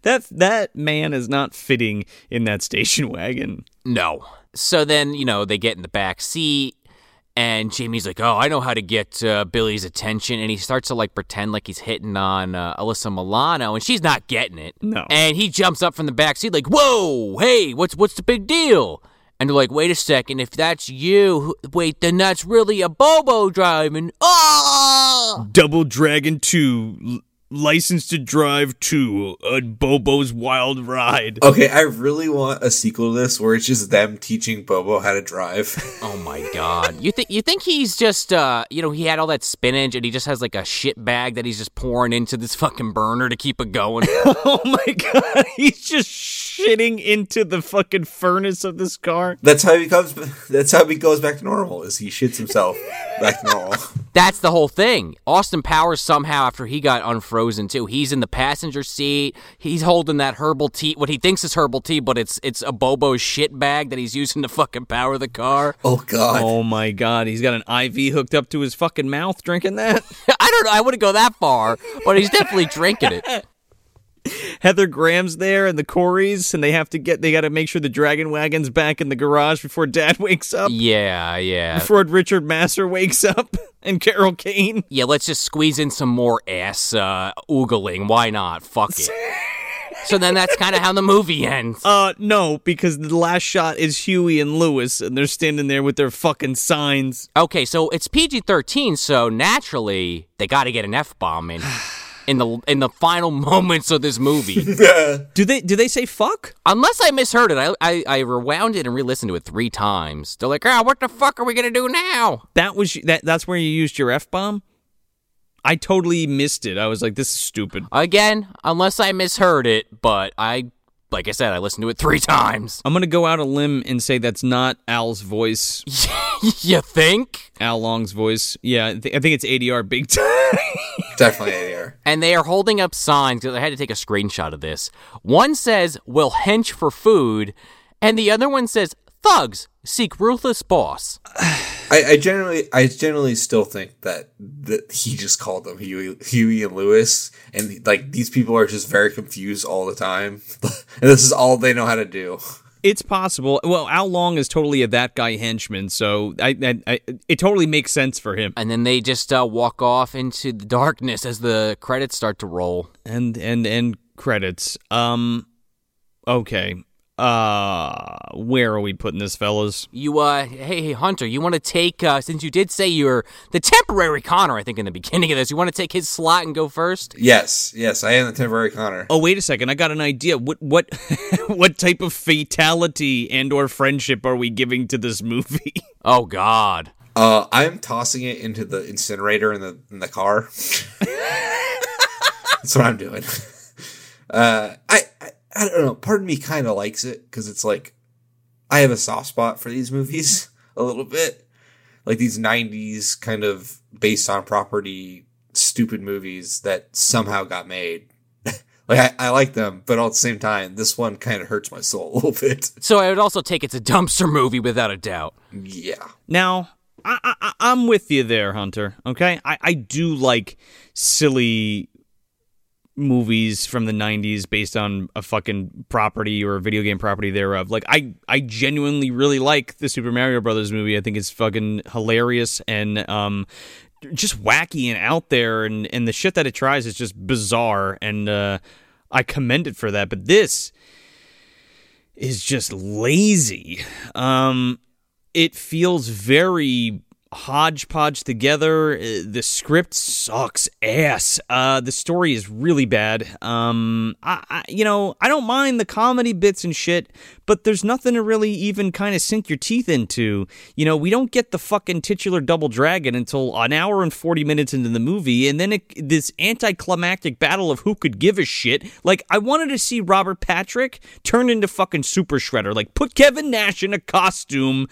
Speaker 1: That, that man is not fitting in that station wagon.
Speaker 2: No. So then, you know, they get in the back seat, and Jamie's like, "Oh, I know how to get uh, Billy's attention," and he starts to like pretend like he's hitting on uh, Alyssa Milano, and she's not getting it.
Speaker 1: No.
Speaker 2: And he jumps up from the back seat like, "Whoa, hey, what's what's the big deal?" And they're like, "Wait a second, if that's you, who- wait, then that's really a Bobo driving." Ah!
Speaker 1: Double Dragon 2, L- License to Drive 2, a Bobo's Wild Ride.
Speaker 3: okay, I really want a sequel to this where it's just them teaching Bobo how to drive.
Speaker 2: Oh my god. You think you think he's just uh you know, he had all that spinach and he just has like a shit bag that he's just pouring into this fucking burner to keep it going.
Speaker 1: Oh my god, he's just shitting into the fucking furnace of this car.
Speaker 3: that's how he becomes that's how he goes back to normal is he shits himself back to normal.
Speaker 2: That's the whole thing. Austin Powers somehow after he got unfrozen too. He's in the passenger seat. He's holding that herbal tea, what he thinks is herbal tea, but it's it's a Bobo shit bag that he's using to fucking power the car.
Speaker 3: Oh god.
Speaker 1: Oh my god, he's got an IV hooked up to his fucking mouth drinking that.
Speaker 2: I don't know. I wouldn't go that far, but he's definitely drinking it.
Speaker 1: Heather Graham's there and the Corys, and they have to get, they gotta make sure the Dragon Wagon's back in the garage before Dad wakes up.
Speaker 2: Yeah, yeah,
Speaker 1: Before Richard Masser wakes up and Carol Kane.
Speaker 2: yeah. Let's just squeeze in some more ass uh, oogling. Why not? Fuck it. So then that's kind of how the movie ends.
Speaker 1: Uh, no, because the last shot is Huey and Lewis, and they're standing there with their fucking signs.
Speaker 2: Okay, so it's PG thirteen, so naturally they got to get an f bomb in in the in the final moments of this movie.
Speaker 1: Do they do they say fuck?
Speaker 2: Unless I misheard it, I, I I rewound it and re-listened to it three times. They're like, "Ah, what the fuck are we gonna do now?"
Speaker 1: That was that. That's where you used your f bomb. I totally missed it. I was like, this is stupid.
Speaker 2: Again, unless I misheard it, but I like I said, I listened to it three times.
Speaker 1: I'm gonna go out a limb and say that's not Al's voice.
Speaker 2: you think?
Speaker 1: Al Long's voice. Yeah, I, thi- I think it's ADR big time.
Speaker 3: Definitely ADR.
Speaker 2: And they are holding up signs because I had to take a screenshot of this. One says, "Will hench for food," and the other one says, "Thugs seek ruthless boss."
Speaker 3: I, I generally, I generally still think that that he just called them Huey, Huey and Lewis, and like these people are just very confused all the time, and this is all they know how to do.
Speaker 1: it's possible. Well, Al Long is totally a that guy henchman, so I, I, I it totally makes sense for him.
Speaker 2: And then they just uh, walk off into the darkness as the credits start to roll.
Speaker 1: and and and credits. Um, okay. Uh, where are we putting this, fellas?
Speaker 2: You, uh, hey, hey, Hunter, you want to take, uh, since you did say you're the temporary Connor, I think, in the beginning of this, you want to take his slot and go first?
Speaker 3: Yes, yes, I am the temporary Connor.
Speaker 1: Oh, wait a second. I got an idea. What what what type of fatality and or friendship are we giving to this movie?
Speaker 2: Oh, God.
Speaker 3: Uh, I'm tossing it into the incinerator in the in the car. That's what I'm doing. Uh, I, I I don't know. Part of me kind of likes it because it's like I have a soft spot for these movies a little bit, like these '90s kind of based on property stupid movies that somehow got made. like I, I like them, but all at the same time, this one kind of hurts my soul a little bit.
Speaker 2: So I would also take it's a dumpster movie without a doubt.
Speaker 3: Yeah.
Speaker 1: Now, I, I I- I'm with you there, Hunter. Okay, I I do like silly movies from the 90s based on a fucking property or a video game property thereof. Like I I genuinely really like the Super Mario Brothers movie. I think it's fucking hilarious and um just wacky and out there and and the shit that it tries is just bizarre and uh I commend it for that. But this is just lazy. Um it feels very hodgepodge together. Uh, The script sucks ass. Uh, the story is really bad. Um, I, I, you know, I don't mind the comedy bits and shit, but there's nothing to really even kind of sink your teeth into. You know, we don't get the fucking titular double dragon until an hour and forty minutes into the movie, and then it, this anticlimactic battle of who could give a shit. Like, I wanted to see Robert Patrick turn into fucking Super Shredder. Like, put Kevin Nash in a costume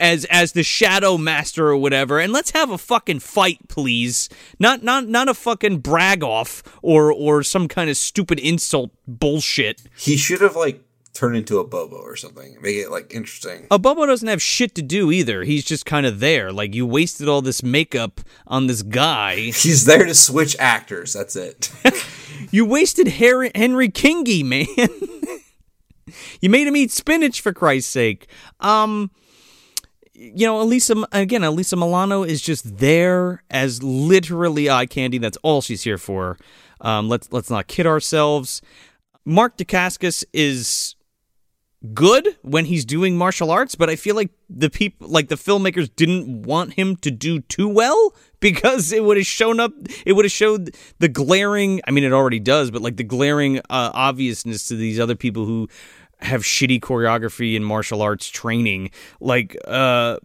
Speaker 1: as as the Shadow Master or whatever, and let's have a fucking fight, please. Not not not a fucking brag off or or some kind of stupid insult bullshit.
Speaker 3: He should have like turned into a Bobo or something. Make it like interesting.
Speaker 1: A Bobo doesn't have shit to do either. He's just kind of there. Like you wasted all this makeup on this guy.
Speaker 3: He's there to switch actors. That's it.
Speaker 1: You wasted Her- Henry Kingy, man. you made him eat spinach for Christ's sake. Um, you know, Elisa again. Elisa Milano is just there as literally eye candy. That's all she's here for. Um, let's let's not kid ourselves. Mark Dacascos is good when he's doing martial arts, but I feel like the people, like the filmmakers, didn't want him to do too well because it would have shown up. It would have showed the glaring. I mean, it already does, but like the glaring uh, obviousness to these other people who have shitty choreography and martial arts training. Like, uh,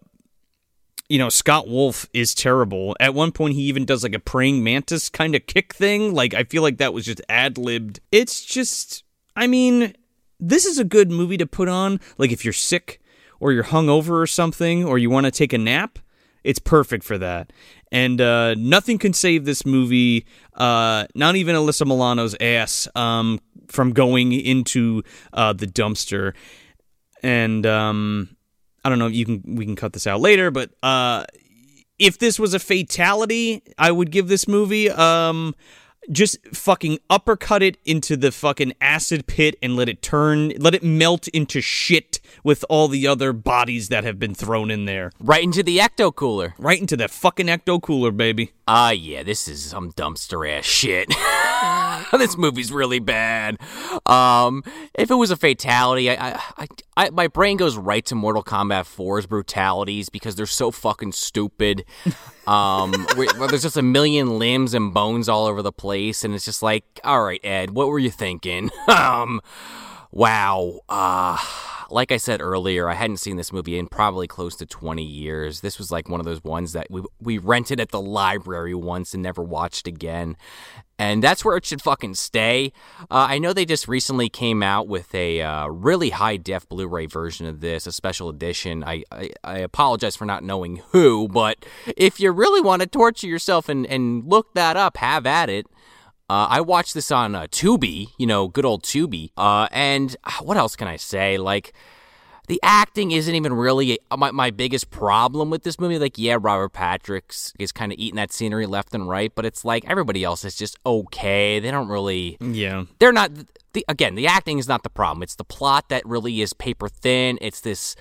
Speaker 1: you know, Scott Wolf is terrible. At one point, he even does like a praying mantis kind of kick thing. Like, I feel like that was just ad libbed. It's just, I mean, this is a good movie to put on. Like, if you're sick or you're hungover or something, or you want to take a nap, it's perfect for that. And uh, nothing can save this movie, uh, not even Alyssa Milano's ass, um, from going into uh, the dumpster. And, um,. I don't know. You can we can cut this out later, but uh, if this was a fatality, I would give this movie um, just fucking uppercut it into the fucking acid pit and let it turn, let it melt into shit with all the other bodies that have been thrown in there,
Speaker 2: Right into the ecto cooler.
Speaker 1: right into that fucking ecto cooler, baby.
Speaker 2: Ah, yeah, this is some dumpster ass shit. this movie's really bad. Um, if it was a fatality, I, I, I, I, my brain goes right to Mortal Kombat 4's brutalities because they're so fucking stupid. Um, where- where there's just a million limbs and bones all over the place, and it's just like, all right, Ed, what were you thinking? um, wow. Uh, like I said earlier, I hadn't seen this movie in probably close to 20 years. This was like one of those ones that we we rented at the library once and never watched again. And that's where it should fucking stay. Uh, I know they just recently came out with a uh, really high def Blu ray version of this, a special edition. I, I, I apologize for not knowing who, but if you really want to torture yourself and, and look that up, have at it. Uh, I watched this on uh, Tubi, you know, good old Tubi. Uh, and ah, what else can I say? Like, the acting isn't even really my, my biggest problem with this movie. Like, yeah, Robert Patrick's is kind of eating that scenery left and right, but it's like everybody else is just okay. They don't really
Speaker 1: Yeah.
Speaker 2: they're not the, again the acting is not the problem it's the plot that really is paper thin it's this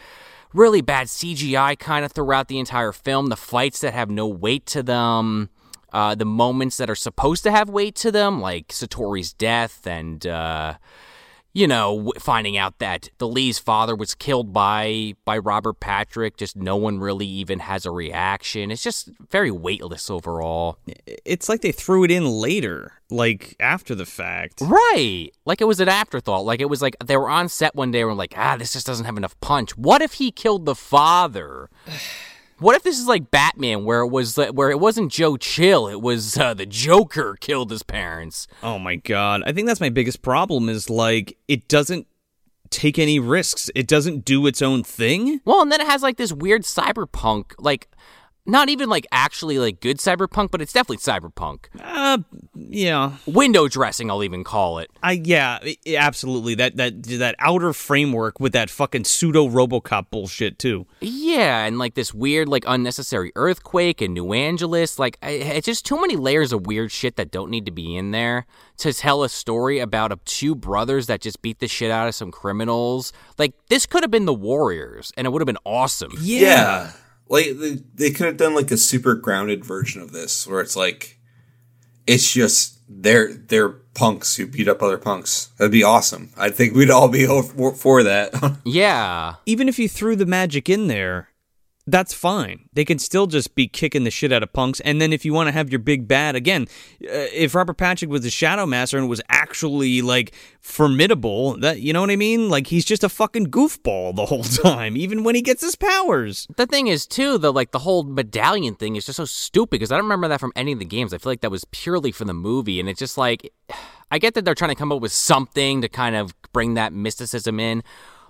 Speaker 2: really bad cgi kind of throughout the entire film the fights that have no weight to them uh, the moments that are supposed to have weight to them like satori's death and uh, you know w- finding out that the lee's father was killed by by robert patrick just no one really even has a reaction it's just very weightless overall
Speaker 1: It's like they threw it in later, like after the fact.
Speaker 2: Right. Like it was an afterthought. Like it was like they were on set one day and were like, ah, this just doesn't have enough punch. What if he killed the father? What if this is like Batman, where it was uh, where it wasn't Joe Chill, it was uh, the Joker killed his parents.
Speaker 1: Oh my god. I think that's my biggest problem is like it doesn't take any risks. It doesn't do its own thing.
Speaker 2: Well, and then it has like this weird cyberpunk, like not even like actually like good cyberpunk, but it's definitely cyberpunk
Speaker 1: Uh yeah.
Speaker 2: window dressing. I'll even call it.
Speaker 1: I yeah, i- i- absolutely. That that that outer framework with that fucking pseudo RoboCop bullshit too.
Speaker 2: Yeah, and like this weird, like unnecessary earthquake in New Angeles. Like, I, it's just too many layers of weird shit that don't need to be in there to tell a story about a, two brothers that just beat the shit out of some criminals. Like, this could have been the Warriors, and it would have been awesome.
Speaker 1: Yeah.
Speaker 3: Yeah. Like they, they could have done like a super grounded version of this where it's like it's just they're they're punks who beat up other punks. That'd be awesome. I think we'd all be all for, for that.
Speaker 2: Yeah,
Speaker 1: Even if you threw the magic in there, that's fine. They can still just be kicking the shit out of punks. And then if you want to have your big bad again, uh, if Robert Patrick was the Shadow Master and was actually like formidable, that you know what I mean? Like he's just a fucking goofball the whole time, even when he gets his powers.
Speaker 2: the thing is too, the like the whole medallion thing is just so stupid because I don't remember that from any of the games. I feel like that was purely for the movie, and it's just like I get that they're trying to come up with something to kind of bring that mysticism in,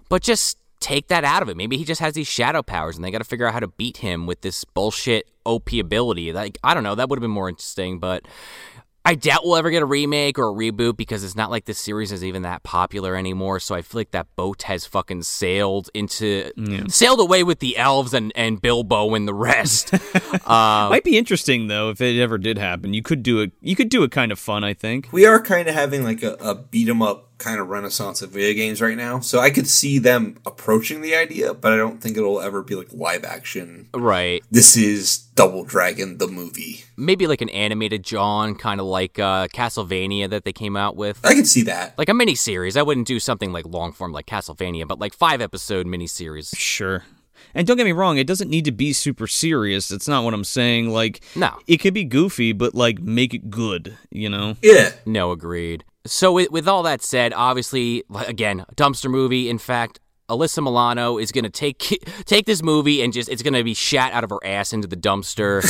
Speaker 2: but just take that out of it. Maybe he just has these shadow powers, and they got to figure out how to beat him with this bullshit OP ability. Like I don't know, that would have been more interesting, but. I doubt we'll ever get a remake or a reboot because it's not like this series is even that popular anymore. So I feel like that boat has fucking sailed into sailed away with the elves and, and Bilbo and the rest.
Speaker 1: Might be interesting though if it ever did happen. You could do it. You could do it kind of fun, I think.
Speaker 3: we are kind of having like a, a beat 'em up kind of renaissance of video games right now. So I could see them approaching the idea, but I don't think it'll ever be like live action.
Speaker 2: right.
Speaker 3: This is Double Dragon the movie.
Speaker 2: Maybe like an animated John, kind of like uh, Castlevania that they came out with.
Speaker 3: I could see that.
Speaker 2: Like a mini series. I wouldn't do something like long form like Castlevania, but like five episode mini series.
Speaker 1: Sure. And don't get me wrong, it doesn't need to be super serious. That's not what I'm saying. Like,
Speaker 2: No.
Speaker 1: it could be goofy, but like, make it good. You know?
Speaker 3: Yeah.
Speaker 2: No, agreed. So, with, with all that said, obviously, like, again, dumpster movie. In fact, Alyssa Milano is going to take take this movie and just it's going to be shat out of her ass into the dumpster,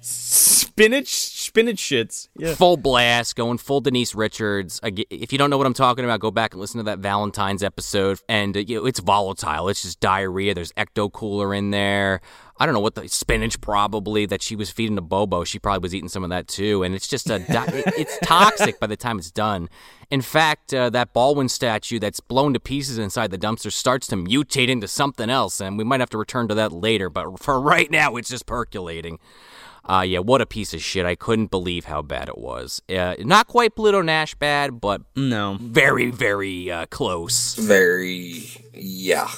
Speaker 1: Spinach, spinach shits. Yeah.
Speaker 2: full blast, going full Denise Richards. Ag- If you don't know what I'm talking about, go back and listen to that Valentine's episode. And uh, you know, it's volatile. It's just diarrhea. There's ecto cooler in there. I don't know what the spinach probably that she was feeding to Bobo. She probably was eating some of that too. And it's just a di- it- it's toxic by the time it's done. In fact, uh, that Baldwin statue that's blown to pieces inside the dumpster starts to mutate into something else, and we might have to return to that later. But for right now, it's just percolating. Uh, yeah, what a piece of shit! I couldn't believe how bad it was. Uh, not quite Pluto Nash bad, but
Speaker 1: No,
Speaker 2: very, very uh, close.
Speaker 3: Very. Yeah.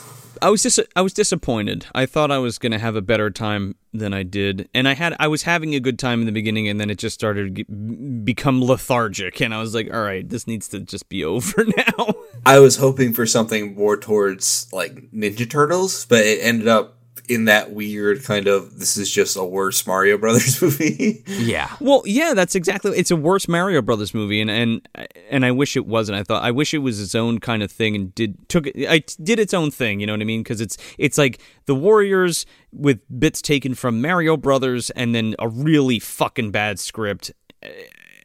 Speaker 1: I was dis- I was disappointed. I thought I was gonna have a better time than I did, and I had. I was having a good time in the beginning, and then it just started to get, become lethargic, and I was like, all right, this needs to just be over now.
Speaker 3: I was hoping for something more towards like Ninja Turtles, but it ended up in that weird kind of this is just a worse Mario Brothers movie.
Speaker 2: Yeah.
Speaker 1: Well, yeah, that's exactly. It's a worse Mario Brothers movie, and and and I wish it wasn't. I thought I wish it was its own kind of thing and did took it. I did its own thing. You know what I mean? Because it's it's like the Warriors with bits taken from Mario Brothers, and then a really fucking bad script,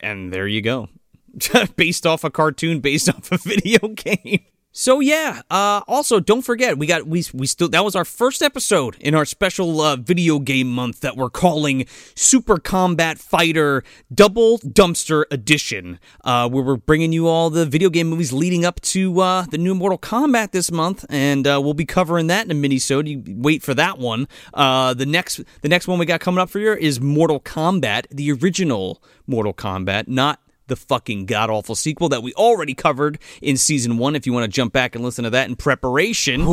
Speaker 1: and there you go. based off a cartoon, based off a video game. So yeah. Uh, also, don't forget we got we we still that was our first episode in our special uh, video game month that we're calling Super Combat Fighter Double Dumpster Edition, uh, where we're bringing you all the video game movies leading up to uh, the new Mortal Kombat this month, and uh, we'll be covering that in a minisode. You wait for that one. Uh, the next the next one we got coming up for you is Mortal Kombat, the original Mortal Kombat, not the fucking god awful sequel that we already covered in season one. If you want to jump back and listen to that in preparation,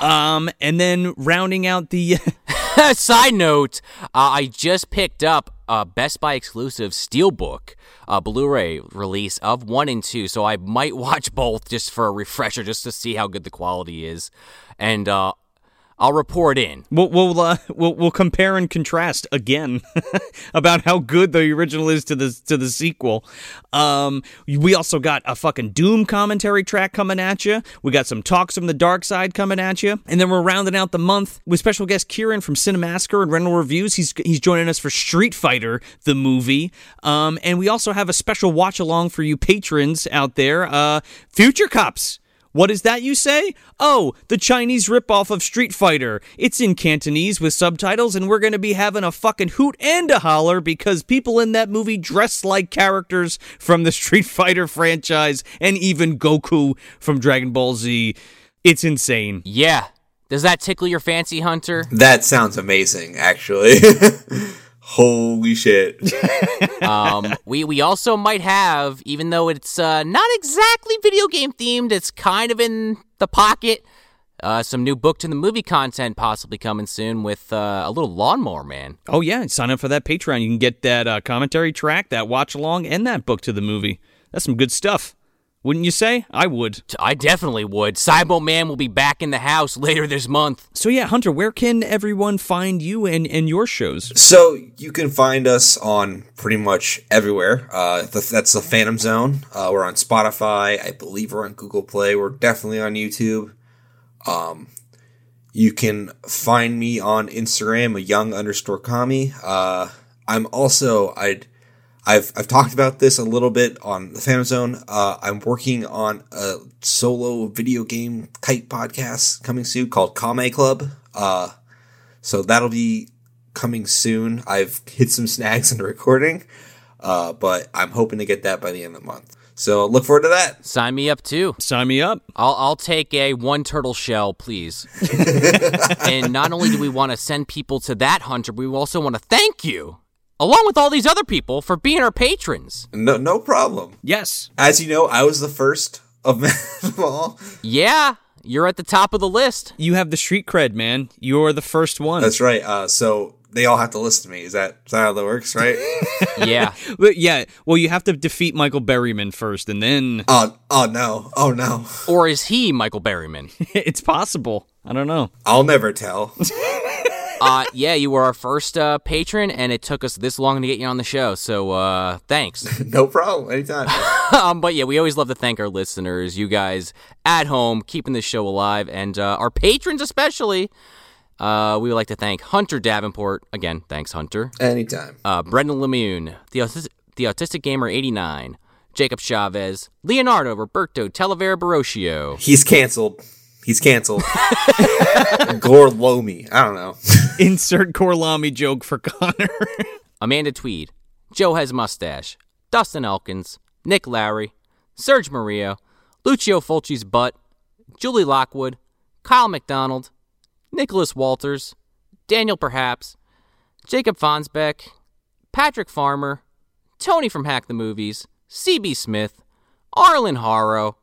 Speaker 1: um, and then rounding out the
Speaker 2: Side note, uh, I just picked up a Best Buy exclusive Steelbook uh, Blu-ray release of 1 and 2, so I might watch both just for a refresher, just to see how good the quality is. And uh, I'll report in.
Speaker 1: we'll we'll, uh, we'll we'll compare and contrast again about how good the original is to the to the sequel. Um, we also got a fucking Doom commentary track coming at you. We got some talks from the dark side coming at you, and then we're rounding out the month with special guest Kieran from Cinemasker and Rental Reviews. He's he's joining us for Street Fighter the movie, um, and we also have a special watch along for you patrons out there. Uh, Future Cops. What is that you say? Oh, the Chinese ripoff of Street Fighter. It's in Cantonese with subtitles, and we're going to be having a fucking hoot and a holler because people in that movie dress like characters from the Street Fighter franchise and even Goku from Dragon Ball Z. It's insane.
Speaker 2: Yeah. Does that tickle your fancy, Hunter?
Speaker 3: that sounds amazing, actually. Holy shit.
Speaker 2: um, we we also might have, even though it's uh, not exactly video game themed, it's kind of in the pocket. Uh, some new book to the movie content possibly coming soon with uh, a little lawnmower man.
Speaker 1: Oh, yeah, and sign up for that Patreon. You can get that uh, commentary track, that watch along, and that book to the movie. That's some good stuff. Wouldn't you say? I would.
Speaker 2: T- I definitely would. Cybo Man will be back in the house later this month.
Speaker 1: So, yeah, Hunter, where can everyone find you and, and your shows?
Speaker 3: So you can find us on pretty much everywhere. Uh, th- that's the Phantom Zone. Uh, we're on Spotify. I believe we're on Google Play. We're definitely on YouTube. Um, you can find me on Instagram, a young underscore kami. Uh, I'm also I. I've, I've talked about this a little bit on the Phantom Zone. Uh, I'm working on a solo video game type podcast coming soon called Kame Club. Uh, so that'll be coming soon. I've hit some snags in the recording, uh, but I'm hoping to get that by the end of the month. So look forward to that.
Speaker 2: Sign me up too.
Speaker 1: Sign me up.
Speaker 2: I'll I'll take a one turtle shell, please. and not only do we want to send people to that hunter, we also want to thank you, along with all these other people, for being our patrons.
Speaker 3: No, no problem.
Speaker 1: Yes.
Speaker 3: As you know, I was the first of them all.
Speaker 2: Yeah, you're at the top of the list.
Speaker 1: You have the street cred, man. You're the first one.
Speaker 3: That's right. Uh, so they all have to listen to me. Is that, is that how that works? Right?
Speaker 2: Yeah.
Speaker 1: But yeah, well, you have to defeat Michael Berryman first, and then
Speaker 3: oh, oh no, oh no.
Speaker 2: or is he Michael Berryman?
Speaker 1: it's possible. I don't know.
Speaker 3: I'll never tell.
Speaker 2: Uh, yeah, you were our first uh, patron, and it took us this long to get you on the show. So uh, thanks.
Speaker 3: no problem. Anytime.
Speaker 2: um, but yeah, we always love to thank our listeners, you guys at home, keeping this show alive, and uh, our patrons especially. Uh, we would like to thank Hunter Davenport again. Thanks, Hunter.
Speaker 3: Anytime.
Speaker 2: uh, Brendan Lemune, the, Autis- the Autistic Gamer 89, Jacob Chavez, Leonardo Roberto Talavera Barocio.
Speaker 3: He's canceled. He's canceled. Gorlomi. I don't know.
Speaker 1: Insert Korlami joke for Connor.
Speaker 2: Amanda Tweed, Joe Has Mustache, Dustin Elkins, Nick Lowry, Serge Mario, Lucio Fulci's Butt, Julie Lockwood, Kyle McDonald, Nicholas Walters, Daniel Perhaps, Jacob Fonsbeck, Patrick Farmer, Tony from Hack the Movies, CB Smith, Arlen Harrow,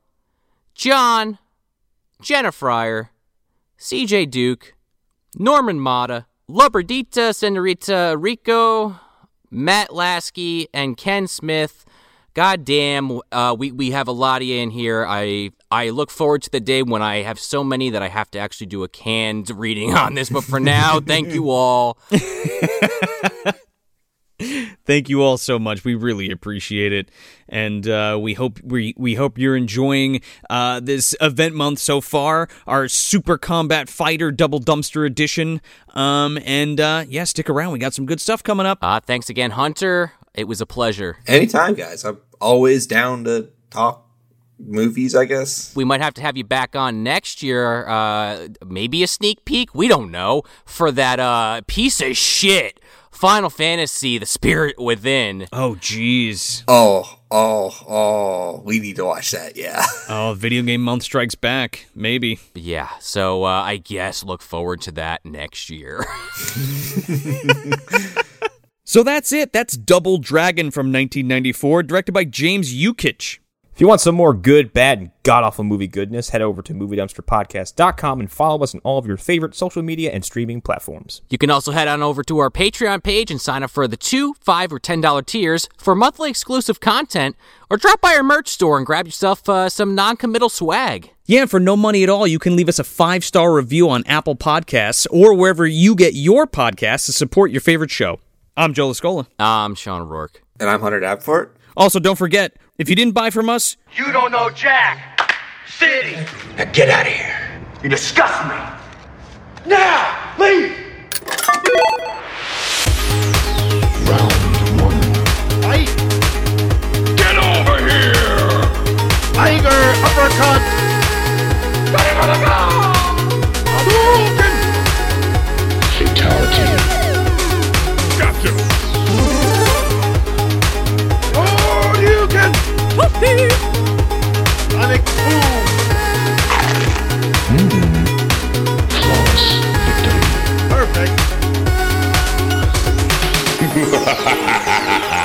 Speaker 2: John, Jenna Fryer, CJ Duke, Norman Mata, Luberdita Senorita Rico, Matt Lasky, and Ken Smith, God damn, uh, we we have a lot of you in here. I I look forward to the day when I have so many that I have to actually do a canned reading on this. But for now, thank you all.
Speaker 1: Thank you all so much. We really appreciate it, and uh, we hope we we hope you're enjoying uh, this event month so far. Our Super Combat Fighter Double Dumpster Edition. Um, and uh, yeah, stick around. We got some good stuff coming up.
Speaker 2: Uh, thanks again, Hunter. It was a pleasure.
Speaker 3: Anytime, guys. I'm always down to talk movies, I guess.
Speaker 2: We might have to have you back on next year. Uh, maybe a sneak peek. We don't know for that uh, piece of shit Final Fantasy: The Spirit Within.
Speaker 1: Oh, jeez.
Speaker 3: Oh, oh, oh. We need to watch that, yeah.
Speaker 1: Oh, video game month strikes back. Maybe.
Speaker 2: Yeah, so uh, I guess look forward to that next year.
Speaker 1: So that's it. That's Double Dragon from 1994, directed by James Yukich.
Speaker 9: If you want some more good, bad, and god awful movie goodness, head over to MovieDumpsterPodcast.com and follow us on all of your favorite social media and streaming platforms.
Speaker 2: You can also head on over to our Patreon page and sign up for the two, five, or ten dollar tiers for monthly exclusive content, or drop by our merch store and grab yourself uh, some non-committal swag.
Speaker 1: Yeah, and for no money at all, you can leave us a five star review on Apple Podcasts or wherever you get your podcasts to support your favorite show. I'm Joe Lascola.
Speaker 2: I'm Sean Rourke.
Speaker 3: And I'm Hunter Davenport.
Speaker 1: Also, don't forget if you didn't buy from us,
Speaker 6: You don't know Jack. City.
Speaker 7: Now get out of here.
Speaker 6: You disgust me. Now, leave.
Speaker 7: Round one.
Speaker 6: Fight. Get over here. Tiger uppercut. Tiger to go. Hadouken.
Speaker 7: Fatality.
Speaker 6: Gotcha. Oh, you can. Whoopee. Sonic boom.
Speaker 7: Flawless victory.
Speaker 6: Perfect.